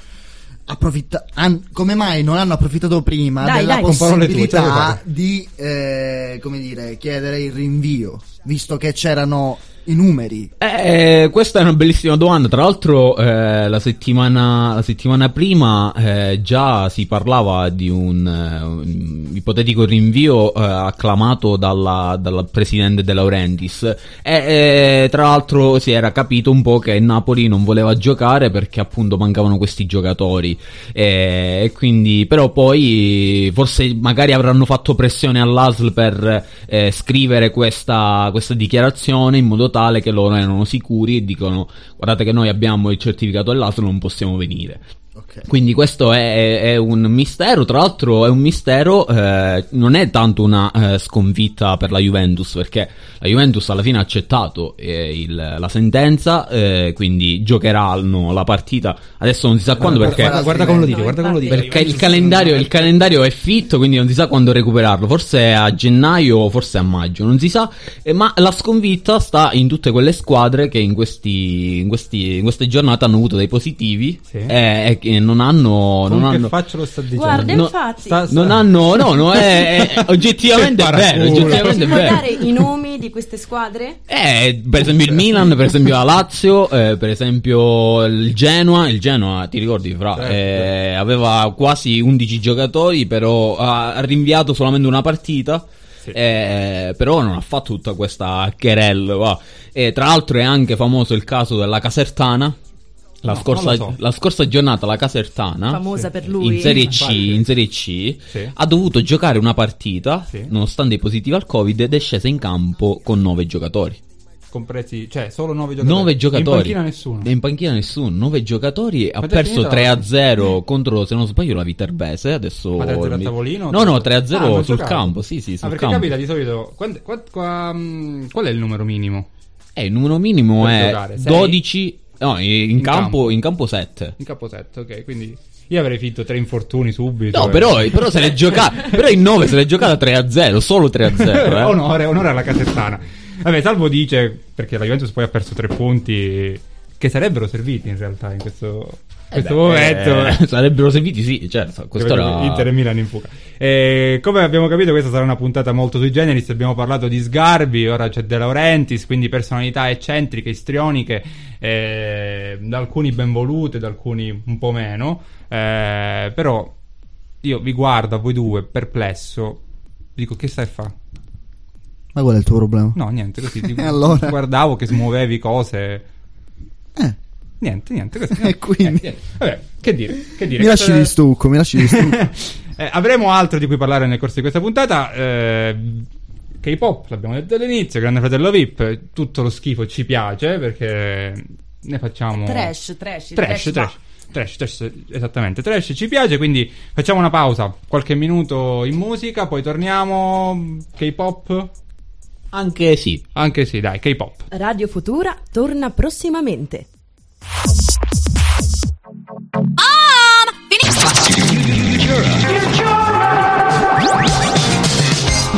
[SPEAKER 4] approfitta- han- come mai non hanno approfittato prima
[SPEAKER 8] Dai,
[SPEAKER 4] della
[SPEAKER 8] dai. Con
[SPEAKER 5] parole tue, ce le
[SPEAKER 4] possibilità
[SPEAKER 5] parla.
[SPEAKER 4] di eh, come dire, chiedere il rinvio, visto che c'erano i numeri?
[SPEAKER 6] Eh, questa è una bellissima domanda. Tra l'altro, eh, la, settimana, la settimana prima eh, già si parlava di un, eh, un ipotetico rinvio eh, acclamato dalla, dalla presidente De Laurentiis. E, eh, tra l'altro, si era capito un po' che il Napoli non voleva giocare perché appunto mancavano questi giocatori. Eh, E quindi, però, poi forse magari avranno fatto pressione all'ASL per eh, scrivere questa, questa dichiarazione in modo tale che loro erano sicuri e dicono: Guardate, che noi abbiamo il certificato dell'ASL, non possiamo venire.
[SPEAKER 4] Ok.
[SPEAKER 6] Quindi questo è, è un mistero, tra l'altro è un mistero, eh, non è tanto una eh, sconfitta per la Juventus, perché la Juventus alla fine ha accettato eh, il- la sentenza, eh, quindi giocheranno la partita, adesso non si sa quando
[SPEAKER 5] guarda,
[SPEAKER 6] perché...
[SPEAKER 5] guarda, guarda come lo dice,
[SPEAKER 8] No,
[SPEAKER 5] guarda come lo dice.
[SPEAKER 6] Perché il calendario, il calendario è fitto, quindi non si sa quando recuperarlo. Forse a gennaio, o forse a maggio, non si sa. Eh, ma la sconfitta sta in tutte quelle squadre che in, questi, in, questi- in queste giornate hanno avuto dei positivi
[SPEAKER 5] Sì.
[SPEAKER 6] eh, e che non hanno. Non
[SPEAKER 5] Con che
[SPEAKER 6] hanno
[SPEAKER 5] faccia lo sta dicendo?
[SPEAKER 8] Guarda,
[SPEAKER 6] No,
[SPEAKER 8] infatti,
[SPEAKER 5] sta-
[SPEAKER 6] non hanno, no, no, è, è- oggettivamente è
[SPEAKER 5] Che
[SPEAKER 6] vero.
[SPEAKER 5] paraculo.
[SPEAKER 8] cioè, ci
[SPEAKER 6] Oggettivamente è
[SPEAKER 8] puoi
[SPEAKER 6] vero.
[SPEAKER 8] dare i nomi di queste squadre?
[SPEAKER 6] Eh, per esempio il Milan, per esempio la Lazio, eh, per esempio il Genoa, il Genoa ti ricordi fra,
[SPEAKER 5] Certo.
[SPEAKER 6] eh, aveva quasi 11 giocatori però ha ha rinviato solamente una partita, eh, però non ha fatto tutta questa querella, va. E tra l'altro è anche famoso il caso della Casertana, la,
[SPEAKER 5] No,
[SPEAKER 6] scorsa,
[SPEAKER 5] non lo so.
[SPEAKER 6] la scorsa giornata la Casertana...
[SPEAKER 8] Famosa
[SPEAKER 5] Sì.
[SPEAKER 8] per lui.
[SPEAKER 6] In Serie C,
[SPEAKER 5] Infatti.
[SPEAKER 6] in Serie C
[SPEAKER 5] Sì.
[SPEAKER 6] ha dovuto giocare una partita
[SPEAKER 5] Sì.
[SPEAKER 6] nonostante i positivi al Covid ed è scesa in campo con 9 giocatori.
[SPEAKER 5] Compresi, cioè, solo 9 giocatori.
[SPEAKER 6] 9 giocatori.
[SPEAKER 5] In panchina nessuno.
[SPEAKER 6] E In panchina nessuno, 9 giocatori. Ha
[SPEAKER 5] Quanto è
[SPEAKER 6] perso
[SPEAKER 5] finita la
[SPEAKER 6] 3 a 0 contro, se non sbaglio, la Viterbese. Adesso.
[SPEAKER 5] Ma 3-0 a
[SPEAKER 6] mi-
[SPEAKER 5] tavolino?
[SPEAKER 6] No, no, 3 a 0
[SPEAKER 5] Ah, non
[SPEAKER 6] sul
[SPEAKER 5] giocava.
[SPEAKER 6] campo. Sì, sì,
[SPEAKER 5] Ah,
[SPEAKER 6] sul
[SPEAKER 5] perché
[SPEAKER 6] campo.
[SPEAKER 5] capita di solito. quant- qua- qua, mh, qual è il numero minimo?
[SPEAKER 6] Eh, il numero minimo
[SPEAKER 5] Per
[SPEAKER 6] è
[SPEAKER 5] giocare, sei?
[SPEAKER 6] 12. No, in, in
[SPEAKER 5] In
[SPEAKER 6] campo,
[SPEAKER 5] campo.
[SPEAKER 6] in campo 7.
[SPEAKER 5] In caposetto, ok. Quindi io avrei finito tre infortuni subito.
[SPEAKER 6] No,
[SPEAKER 5] eh.
[SPEAKER 6] però, però se l'è giocata. però il 9 se l'è giocata 3 a 0. Solo 3 a 0. Eh.
[SPEAKER 5] onore, onore alla Casertana. Vabbè, Salvo dice, perché la Juventus poi ha perso tre punti che sarebbero serviti in realtà in questo,
[SPEAKER 6] Eh
[SPEAKER 5] questo
[SPEAKER 6] beh,
[SPEAKER 5] momento.
[SPEAKER 6] eh, sarebbero serviti, sì, certo. a Quest'ora.
[SPEAKER 5] Inter e Milan in fuga. Eh, come abbiamo capito, questa sarà una puntata molto sui generis. Abbiamo parlato di Sgarbi, ora c'è De Laurentiis, quindi personalità eccentriche, istrioniche, eh, da alcuni ben volute, da alcuni un po' meno. Eh, però io vi guardo a voi due perplesso. Dico, che stai a fa?
[SPEAKER 4] Ma qual è il tuo problema?
[SPEAKER 5] No, niente, così ti
[SPEAKER 4] E allora?
[SPEAKER 5] guardavo che smuovevi cose.
[SPEAKER 4] Eh,
[SPEAKER 5] Niente, niente, così.
[SPEAKER 4] E quindi?
[SPEAKER 5] Eh, niente. Vabbè, che dire, che dire.
[SPEAKER 4] mi lasci
[SPEAKER 5] Questa-
[SPEAKER 4] di stucco, mi lasci di stucco.
[SPEAKER 5] Eh, avremo altro di cui parlare nel corso di questa puntata. eh, K-pop, l'abbiamo detto all'inizio, Grande Fratello VIP, tutto lo schifo ci piace perché ne facciamo...
[SPEAKER 8] Trash, trash,
[SPEAKER 5] Trash, trash.
[SPEAKER 8] trash. va.
[SPEAKER 5] Trash, trash, esattamente, trash ci piace, quindi facciamo una pausa, qualche minuto in musica, poi torniamo K-pop.
[SPEAKER 6] Anche sì.
[SPEAKER 5] Anche sì, dai, K-pop.
[SPEAKER 8] Radio Futura torna prossimamente.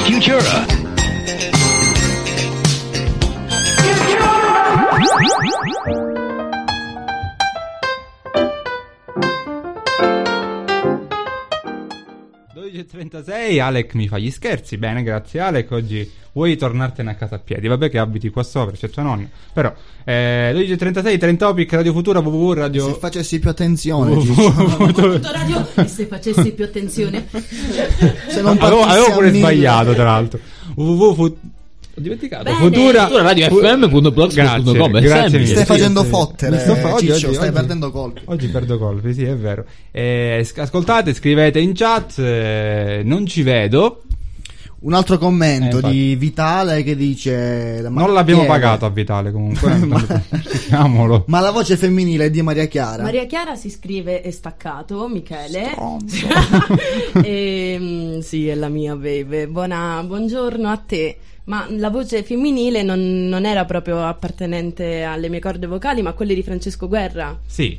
[SPEAKER 9] Futura.
[SPEAKER 5] e 36, Alec mi fa gli scherzi. Bene, grazie Alec. Oggi vuoi tornartene a casa a piedi? Vabbè che abiti qua sopra, c'è tua nonna. Però eh, 12 e 36, Trend Topic, Radio Futura, www,
[SPEAKER 4] Se
[SPEAKER 5] radio...
[SPEAKER 4] facessi più attenzione, diciamo,
[SPEAKER 5] Avevo,
[SPEAKER 7] Tutto radio e se facessi più attenzione
[SPEAKER 4] se non
[SPEAKER 5] avevo
[SPEAKER 4] partissi a
[SPEAKER 5] pure
[SPEAKER 4] mille.
[SPEAKER 5] sbagliato, tra l'altro. www. fu- Ho dimenticato.
[SPEAKER 7] Bene.
[SPEAKER 5] Futura...
[SPEAKER 6] Futura Radio
[SPEAKER 5] fu-
[SPEAKER 6] FM.blogspot.com, è
[SPEAKER 5] Grazie, grazie
[SPEAKER 6] semplice.
[SPEAKER 5] mille.
[SPEAKER 4] Stai
[SPEAKER 5] Sì,
[SPEAKER 4] facendo
[SPEAKER 5] sì.
[SPEAKER 4] fottere,
[SPEAKER 5] Mi sto fa- oggi-
[SPEAKER 4] Ciccio,
[SPEAKER 5] oggi-
[SPEAKER 4] stai
[SPEAKER 5] oggi-
[SPEAKER 4] perdendo colpi.
[SPEAKER 5] Oggi perdo colpi, sì, è vero. Eh, sc- ascoltate, scrivete in chat, eh, non ci vedo.
[SPEAKER 4] Un altro
[SPEAKER 5] Eh,
[SPEAKER 4] commento
[SPEAKER 5] infatti.
[SPEAKER 4] di Vitale che dice: ma
[SPEAKER 5] non l'abbiamo
[SPEAKER 4] chi è?
[SPEAKER 5] pagato a Vitale comunque.
[SPEAKER 4] Ma-
[SPEAKER 5] Diciamolo.
[SPEAKER 4] Ma la voce femminile è di Maria Chiara.
[SPEAKER 8] Maria Chiara si scrive e staccato, Michele. Ehm, sì, è la mia baby. Buona- buongiorno a te. Ma la voce femminile non, non era proprio appartenente alle mie corde vocali, ma a quelle di Francesco Guerra,
[SPEAKER 5] Sì.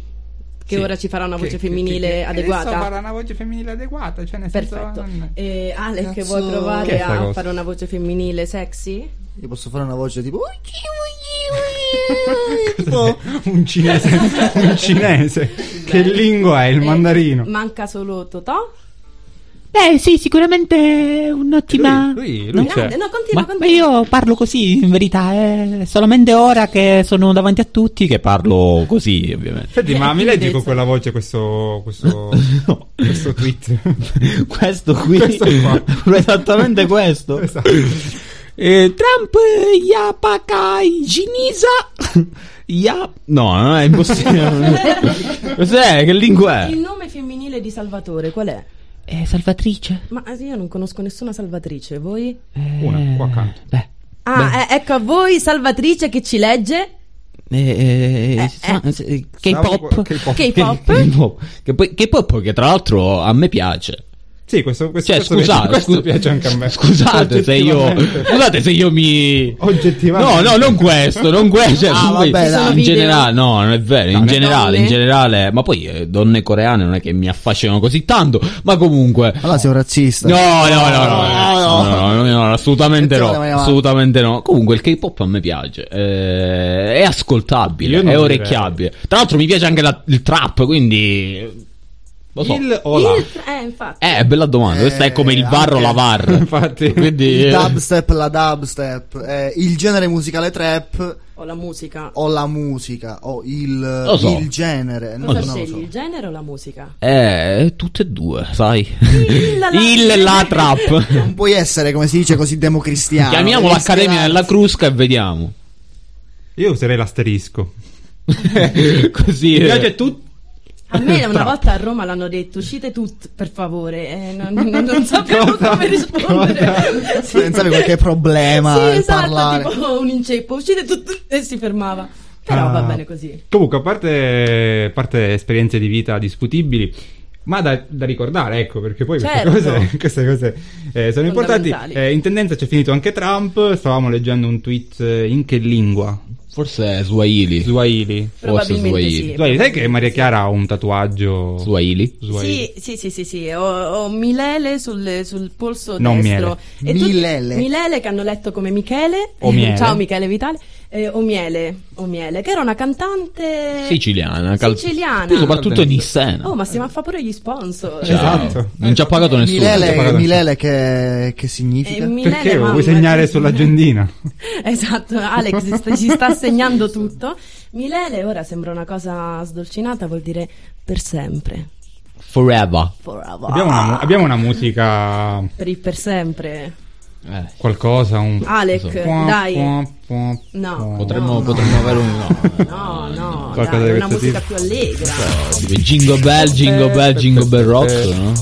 [SPEAKER 8] che
[SPEAKER 5] Sì.
[SPEAKER 8] ora ci farà una voce
[SPEAKER 5] Che- che-
[SPEAKER 8] femminile
[SPEAKER 5] che- che
[SPEAKER 8] adeguata.
[SPEAKER 5] Adesso farà una voce femminile adeguata, cioè nel
[SPEAKER 8] Perfetto.
[SPEAKER 5] senso... non-
[SPEAKER 8] E Alec,
[SPEAKER 4] Cazzo.
[SPEAKER 8] vuoi
[SPEAKER 5] Che è
[SPEAKER 8] provare
[SPEAKER 5] sta
[SPEAKER 8] a
[SPEAKER 5] cosa?
[SPEAKER 8] fare una voce femminile sexy?
[SPEAKER 4] Io posso fare una voce tipo.
[SPEAKER 5] Cos'è? un cinese, un cinese. che lingua è il
[SPEAKER 8] Eh,
[SPEAKER 5] mandarino?
[SPEAKER 8] manca solo Totò.
[SPEAKER 10] Beh, sì, sicuramente è un'ottima.
[SPEAKER 5] Lui, lui, lui c'è.
[SPEAKER 8] Grande, no, continua,
[SPEAKER 6] Ma, ma
[SPEAKER 8] continua.
[SPEAKER 6] io parlo così, in verità, eh, è solamente ora che sono davanti a tutti che parlo così, ovviamente.
[SPEAKER 5] Senti,
[SPEAKER 8] eh,
[SPEAKER 5] ma mi leggi con
[SPEAKER 8] Timidezza.
[SPEAKER 5] quella voce questo, questo,
[SPEAKER 6] No.
[SPEAKER 5] questo
[SPEAKER 6] Eh.
[SPEAKER 5] tweet?
[SPEAKER 6] questo qui
[SPEAKER 5] Questo qua.
[SPEAKER 6] esattamente questo
[SPEAKER 5] Esatto.
[SPEAKER 6] Eh, Trump eh, Yapakai Ginisa Yap no no è impossibile cos'è che lingua
[SPEAKER 5] Eh.
[SPEAKER 8] Il
[SPEAKER 6] è
[SPEAKER 8] nome femminile di Salvatore qual è?
[SPEAKER 10] Eh, salvatrice.
[SPEAKER 8] Ma eh, io non conosco nessuna salvatrice, voi?
[SPEAKER 10] Eh,
[SPEAKER 5] Una, qua accanto.
[SPEAKER 6] beh
[SPEAKER 8] Ah, eh, ecco a voi salvatrice che ci legge.
[SPEAKER 6] eh, eh,
[SPEAKER 8] Eh,
[SPEAKER 6] sa-
[SPEAKER 8] eh.
[SPEAKER 6] se-
[SPEAKER 5] Stavo-
[SPEAKER 6] K-pop
[SPEAKER 5] K-pop.
[SPEAKER 6] Che-
[SPEAKER 8] K-pop.
[SPEAKER 6] K-pop. che poi K-pop che tra l'altro a me piace
[SPEAKER 5] Sì, questo, questo,
[SPEAKER 6] cioè
[SPEAKER 5] questo
[SPEAKER 6] scusate
[SPEAKER 5] piace, questo
[SPEAKER 6] scu-
[SPEAKER 5] piace anche a me.
[SPEAKER 6] scusate se io
[SPEAKER 5] Oggettivamente.
[SPEAKER 6] scusate se io mi
[SPEAKER 5] Oggettivamente.
[SPEAKER 6] No, no, non questo, non questo. cioè,
[SPEAKER 4] Ah,
[SPEAKER 6] comunque,
[SPEAKER 4] vabbè, dai.
[SPEAKER 6] in generale, no, non è vero. in
[SPEAKER 8] le
[SPEAKER 6] generale, in
[SPEAKER 8] donne?
[SPEAKER 6] generale, ma poi eh, donne coreane non è che mi affascinano così tanto. Ma comunque,
[SPEAKER 4] Allora sei un razzista.
[SPEAKER 6] no, no, no, no, no,
[SPEAKER 4] No, no.
[SPEAKER 6] no, no, no, no, assolutamente
[SPEAKER 4] Attenzione,
[SPEAKER 6] no,
[SPEAKER 4] vai avanti.
[SPEAKER 6] assolutamente no. Comunque, il K-pop a me piace, eh, è ascoltabile,
[SPEAKER 5] Io non
[SPEAKER 6] è
[SPEAKER 5] lo
[SPEAKER 6] orecchiabile. Tra l'altro, mi piace anche la- il trap, quindi eh, lo so.
[SPEAKER 5] Il o la?
[SPEAKER 8] Il- eh, infatti.
[SPEAKER 6] Eh, bella domanda. Questa è come il VAR o la
[SPEAKER 4] anche-
[SPEAKER 6] VAR.
[SPEAKER 5] Infatti.
[SPEAKER 6] quindi,
[SPEAKER 4] Il
[SPEAKER 6] eh,
[SPEAKER 4] dubstep, la dubstep, eh, il genere musicale trap
[SPEAKER 8] O la musica.
[SPEAKER 4] o la musica o il,
[SPEAKER 6] Lo so.
[SPEAKER 4] il genere. No,
[SPEAKER 8] Cosa
[SPEAKER 4] non lo
[SPEAKER 8] scegli,
[SPEAKER 4] so.
[SPEAKER 8] il genere o la musica?
[SPEAKER 6] Eh, tutte e due, sai.
[SPEAKER 8] Il, la-
[SPEAKER 6] Il la trap.
[SPEAKER 4] Non puoi essere, come si dice, così democristiano.
[SPEAKER 6] Chiamiamo
[SPEAKER 4] Devi
[SPEAKER 6] l'Accademia
[SPEAKER 4] schierarti.
[SPEAKER 6] della Crusca e vediamo.
[SPEAKER 5] Io userei l'asterisco.
[SPEAKER 6] Così.
[SPEAKER 5] Mi
[SPEAKER 6] eh.
[SPEAKER 5] piace tutto.
[SPEAKER 8] A me una volta a Roma l'hanno detto, uscite tutti, per favore. Eh, non, non- non sapevo
[SPEAKER 5] Cosa?
[SPEAKER 8] come rispondere. Sì.
[SPEAKER 4] Senza avere qualche problema
[SPEAKER 8] Sì,
[SPEAKER 4] nel
[SPEAKER 8] esatto,
[SPEAKER 4] parlare.
[SPEAKER 8] tipo un inceppo, uscite tutti e si fermava. Però
[SPEAKER 5] Ah.
[SPEAKER 8] va bene così.
[SPEAKER 5] Comunque, a parte, a parte esperienze di vita discutibili, ma da, da ricordare, ecco, perché poi
[SPEAKER 8] Certo.
[SPEAKER 5] queste cose, queste cose, eh, sono importanti.
[SPEAKER 8] Fondamentali.
[SPEAKER 5] Eh, in tendenza c'è finito anche Trump, stavamo leggendo un tweet eh, in che lingua?
[SPEAKER 6] Forse è Swahili.
[SPEAKER 5] Swahili.
[SPEAKER 8] Probabilmente
[SPEAKER 6] Swahili.
[SPEAKER 8] sì.
[SPEAKER 5] Swahili, sai che Maria Chiara ha un tatuaggio
[SPEAKER 6] Swahili.
[SPEAKER 5] Swahili?
[SPEAKER 8] Sì, sì, sì, sì, sì, ho, ho Milele sul, sul polso
[SPEAKER 5] Non
[SPEAKER 8] destro.
[SPEAKER 4] miele.
[SPEAKER 8] E tutti-
[SPEAKER 4] Milele.
[SPEAKER 8] Milele che hanno letto come Michele. Eh,
[SPEAKER 5] O miele.
[SPEAKER 8] Ciao Michele Vitale. Eh, o Miele, o Miele, che era una cantante
[SPEAKER 6] Siciliana. cal-
[SPEAKER 8] Siciliana.
[SPEAKER 6] Poi soprattutto in Issena.
[SPEAKER 8] Oh, ma stiamo a fa pure gli sponsor.
[SPEAKER 6] Ciao.
[SPEAKER 5] Esatto.
[SPEAKER 6] Non ci ha pagato nessuno.
[SPEAKER 5] Ci ha
[SPEAKER 4] Milele,
[SPEAKER 5] pagato
[SPEAKER 4] Milele che, che
[SPEAKER 8] Eh,
[SPEAKER 4] significa?
[SPEAKER 8] Milele,
[SPEAKER 5] Perché lo
[SPEAKER 8] mamma,
[SPEAKER 5] vuoi segnare
[SPEAKER 8] sì.
[SPEAKER 5] sull'agendina?
[SPEAKER 8] Esatto, Alex ci sta- ci sta segnando tutto. Milele ora sembra una cosa sdolcinata, vuol dire per sempre.
[SPEAKER 6] Forever.
[SPEAKER 8] Forever.
[SPEAKER 5] Abbiamo una, mu- abbiamo una musica,
[SPEAKER 8] Per il per sempre.
[SPEAKER 6] Eh.
[SPEAKER 5] qualcosa, un...
[SPEAKER 8] Alec,
[SPEAKER 5] Puah,
[SPEAKER 8] Ah, dai.
[SPEAKER 5] puah, puah,
[SPEAKER 8] No.
[SPEAKER 5] puah.
[SPEAKER 6] Potremmo,
[SPEAKER 8] No, no.
[SPEAKER 6] potremmo avere un. No.
[SPEAKER 8] No, no,
[SPEAKER 5] Qualcosa
[SPEAKER 8] dai,
[SPEAKER 5] di
[SPEAKER 8] una
[SPEAKER 5] questo
[SPEAKER 8] musica
[SPEAKER 5] tipo.
[SPEAKER 8] più allegra.
[SPEAKER 6] Tipo Jingle bell, jingle bell, jingle bell rock. No?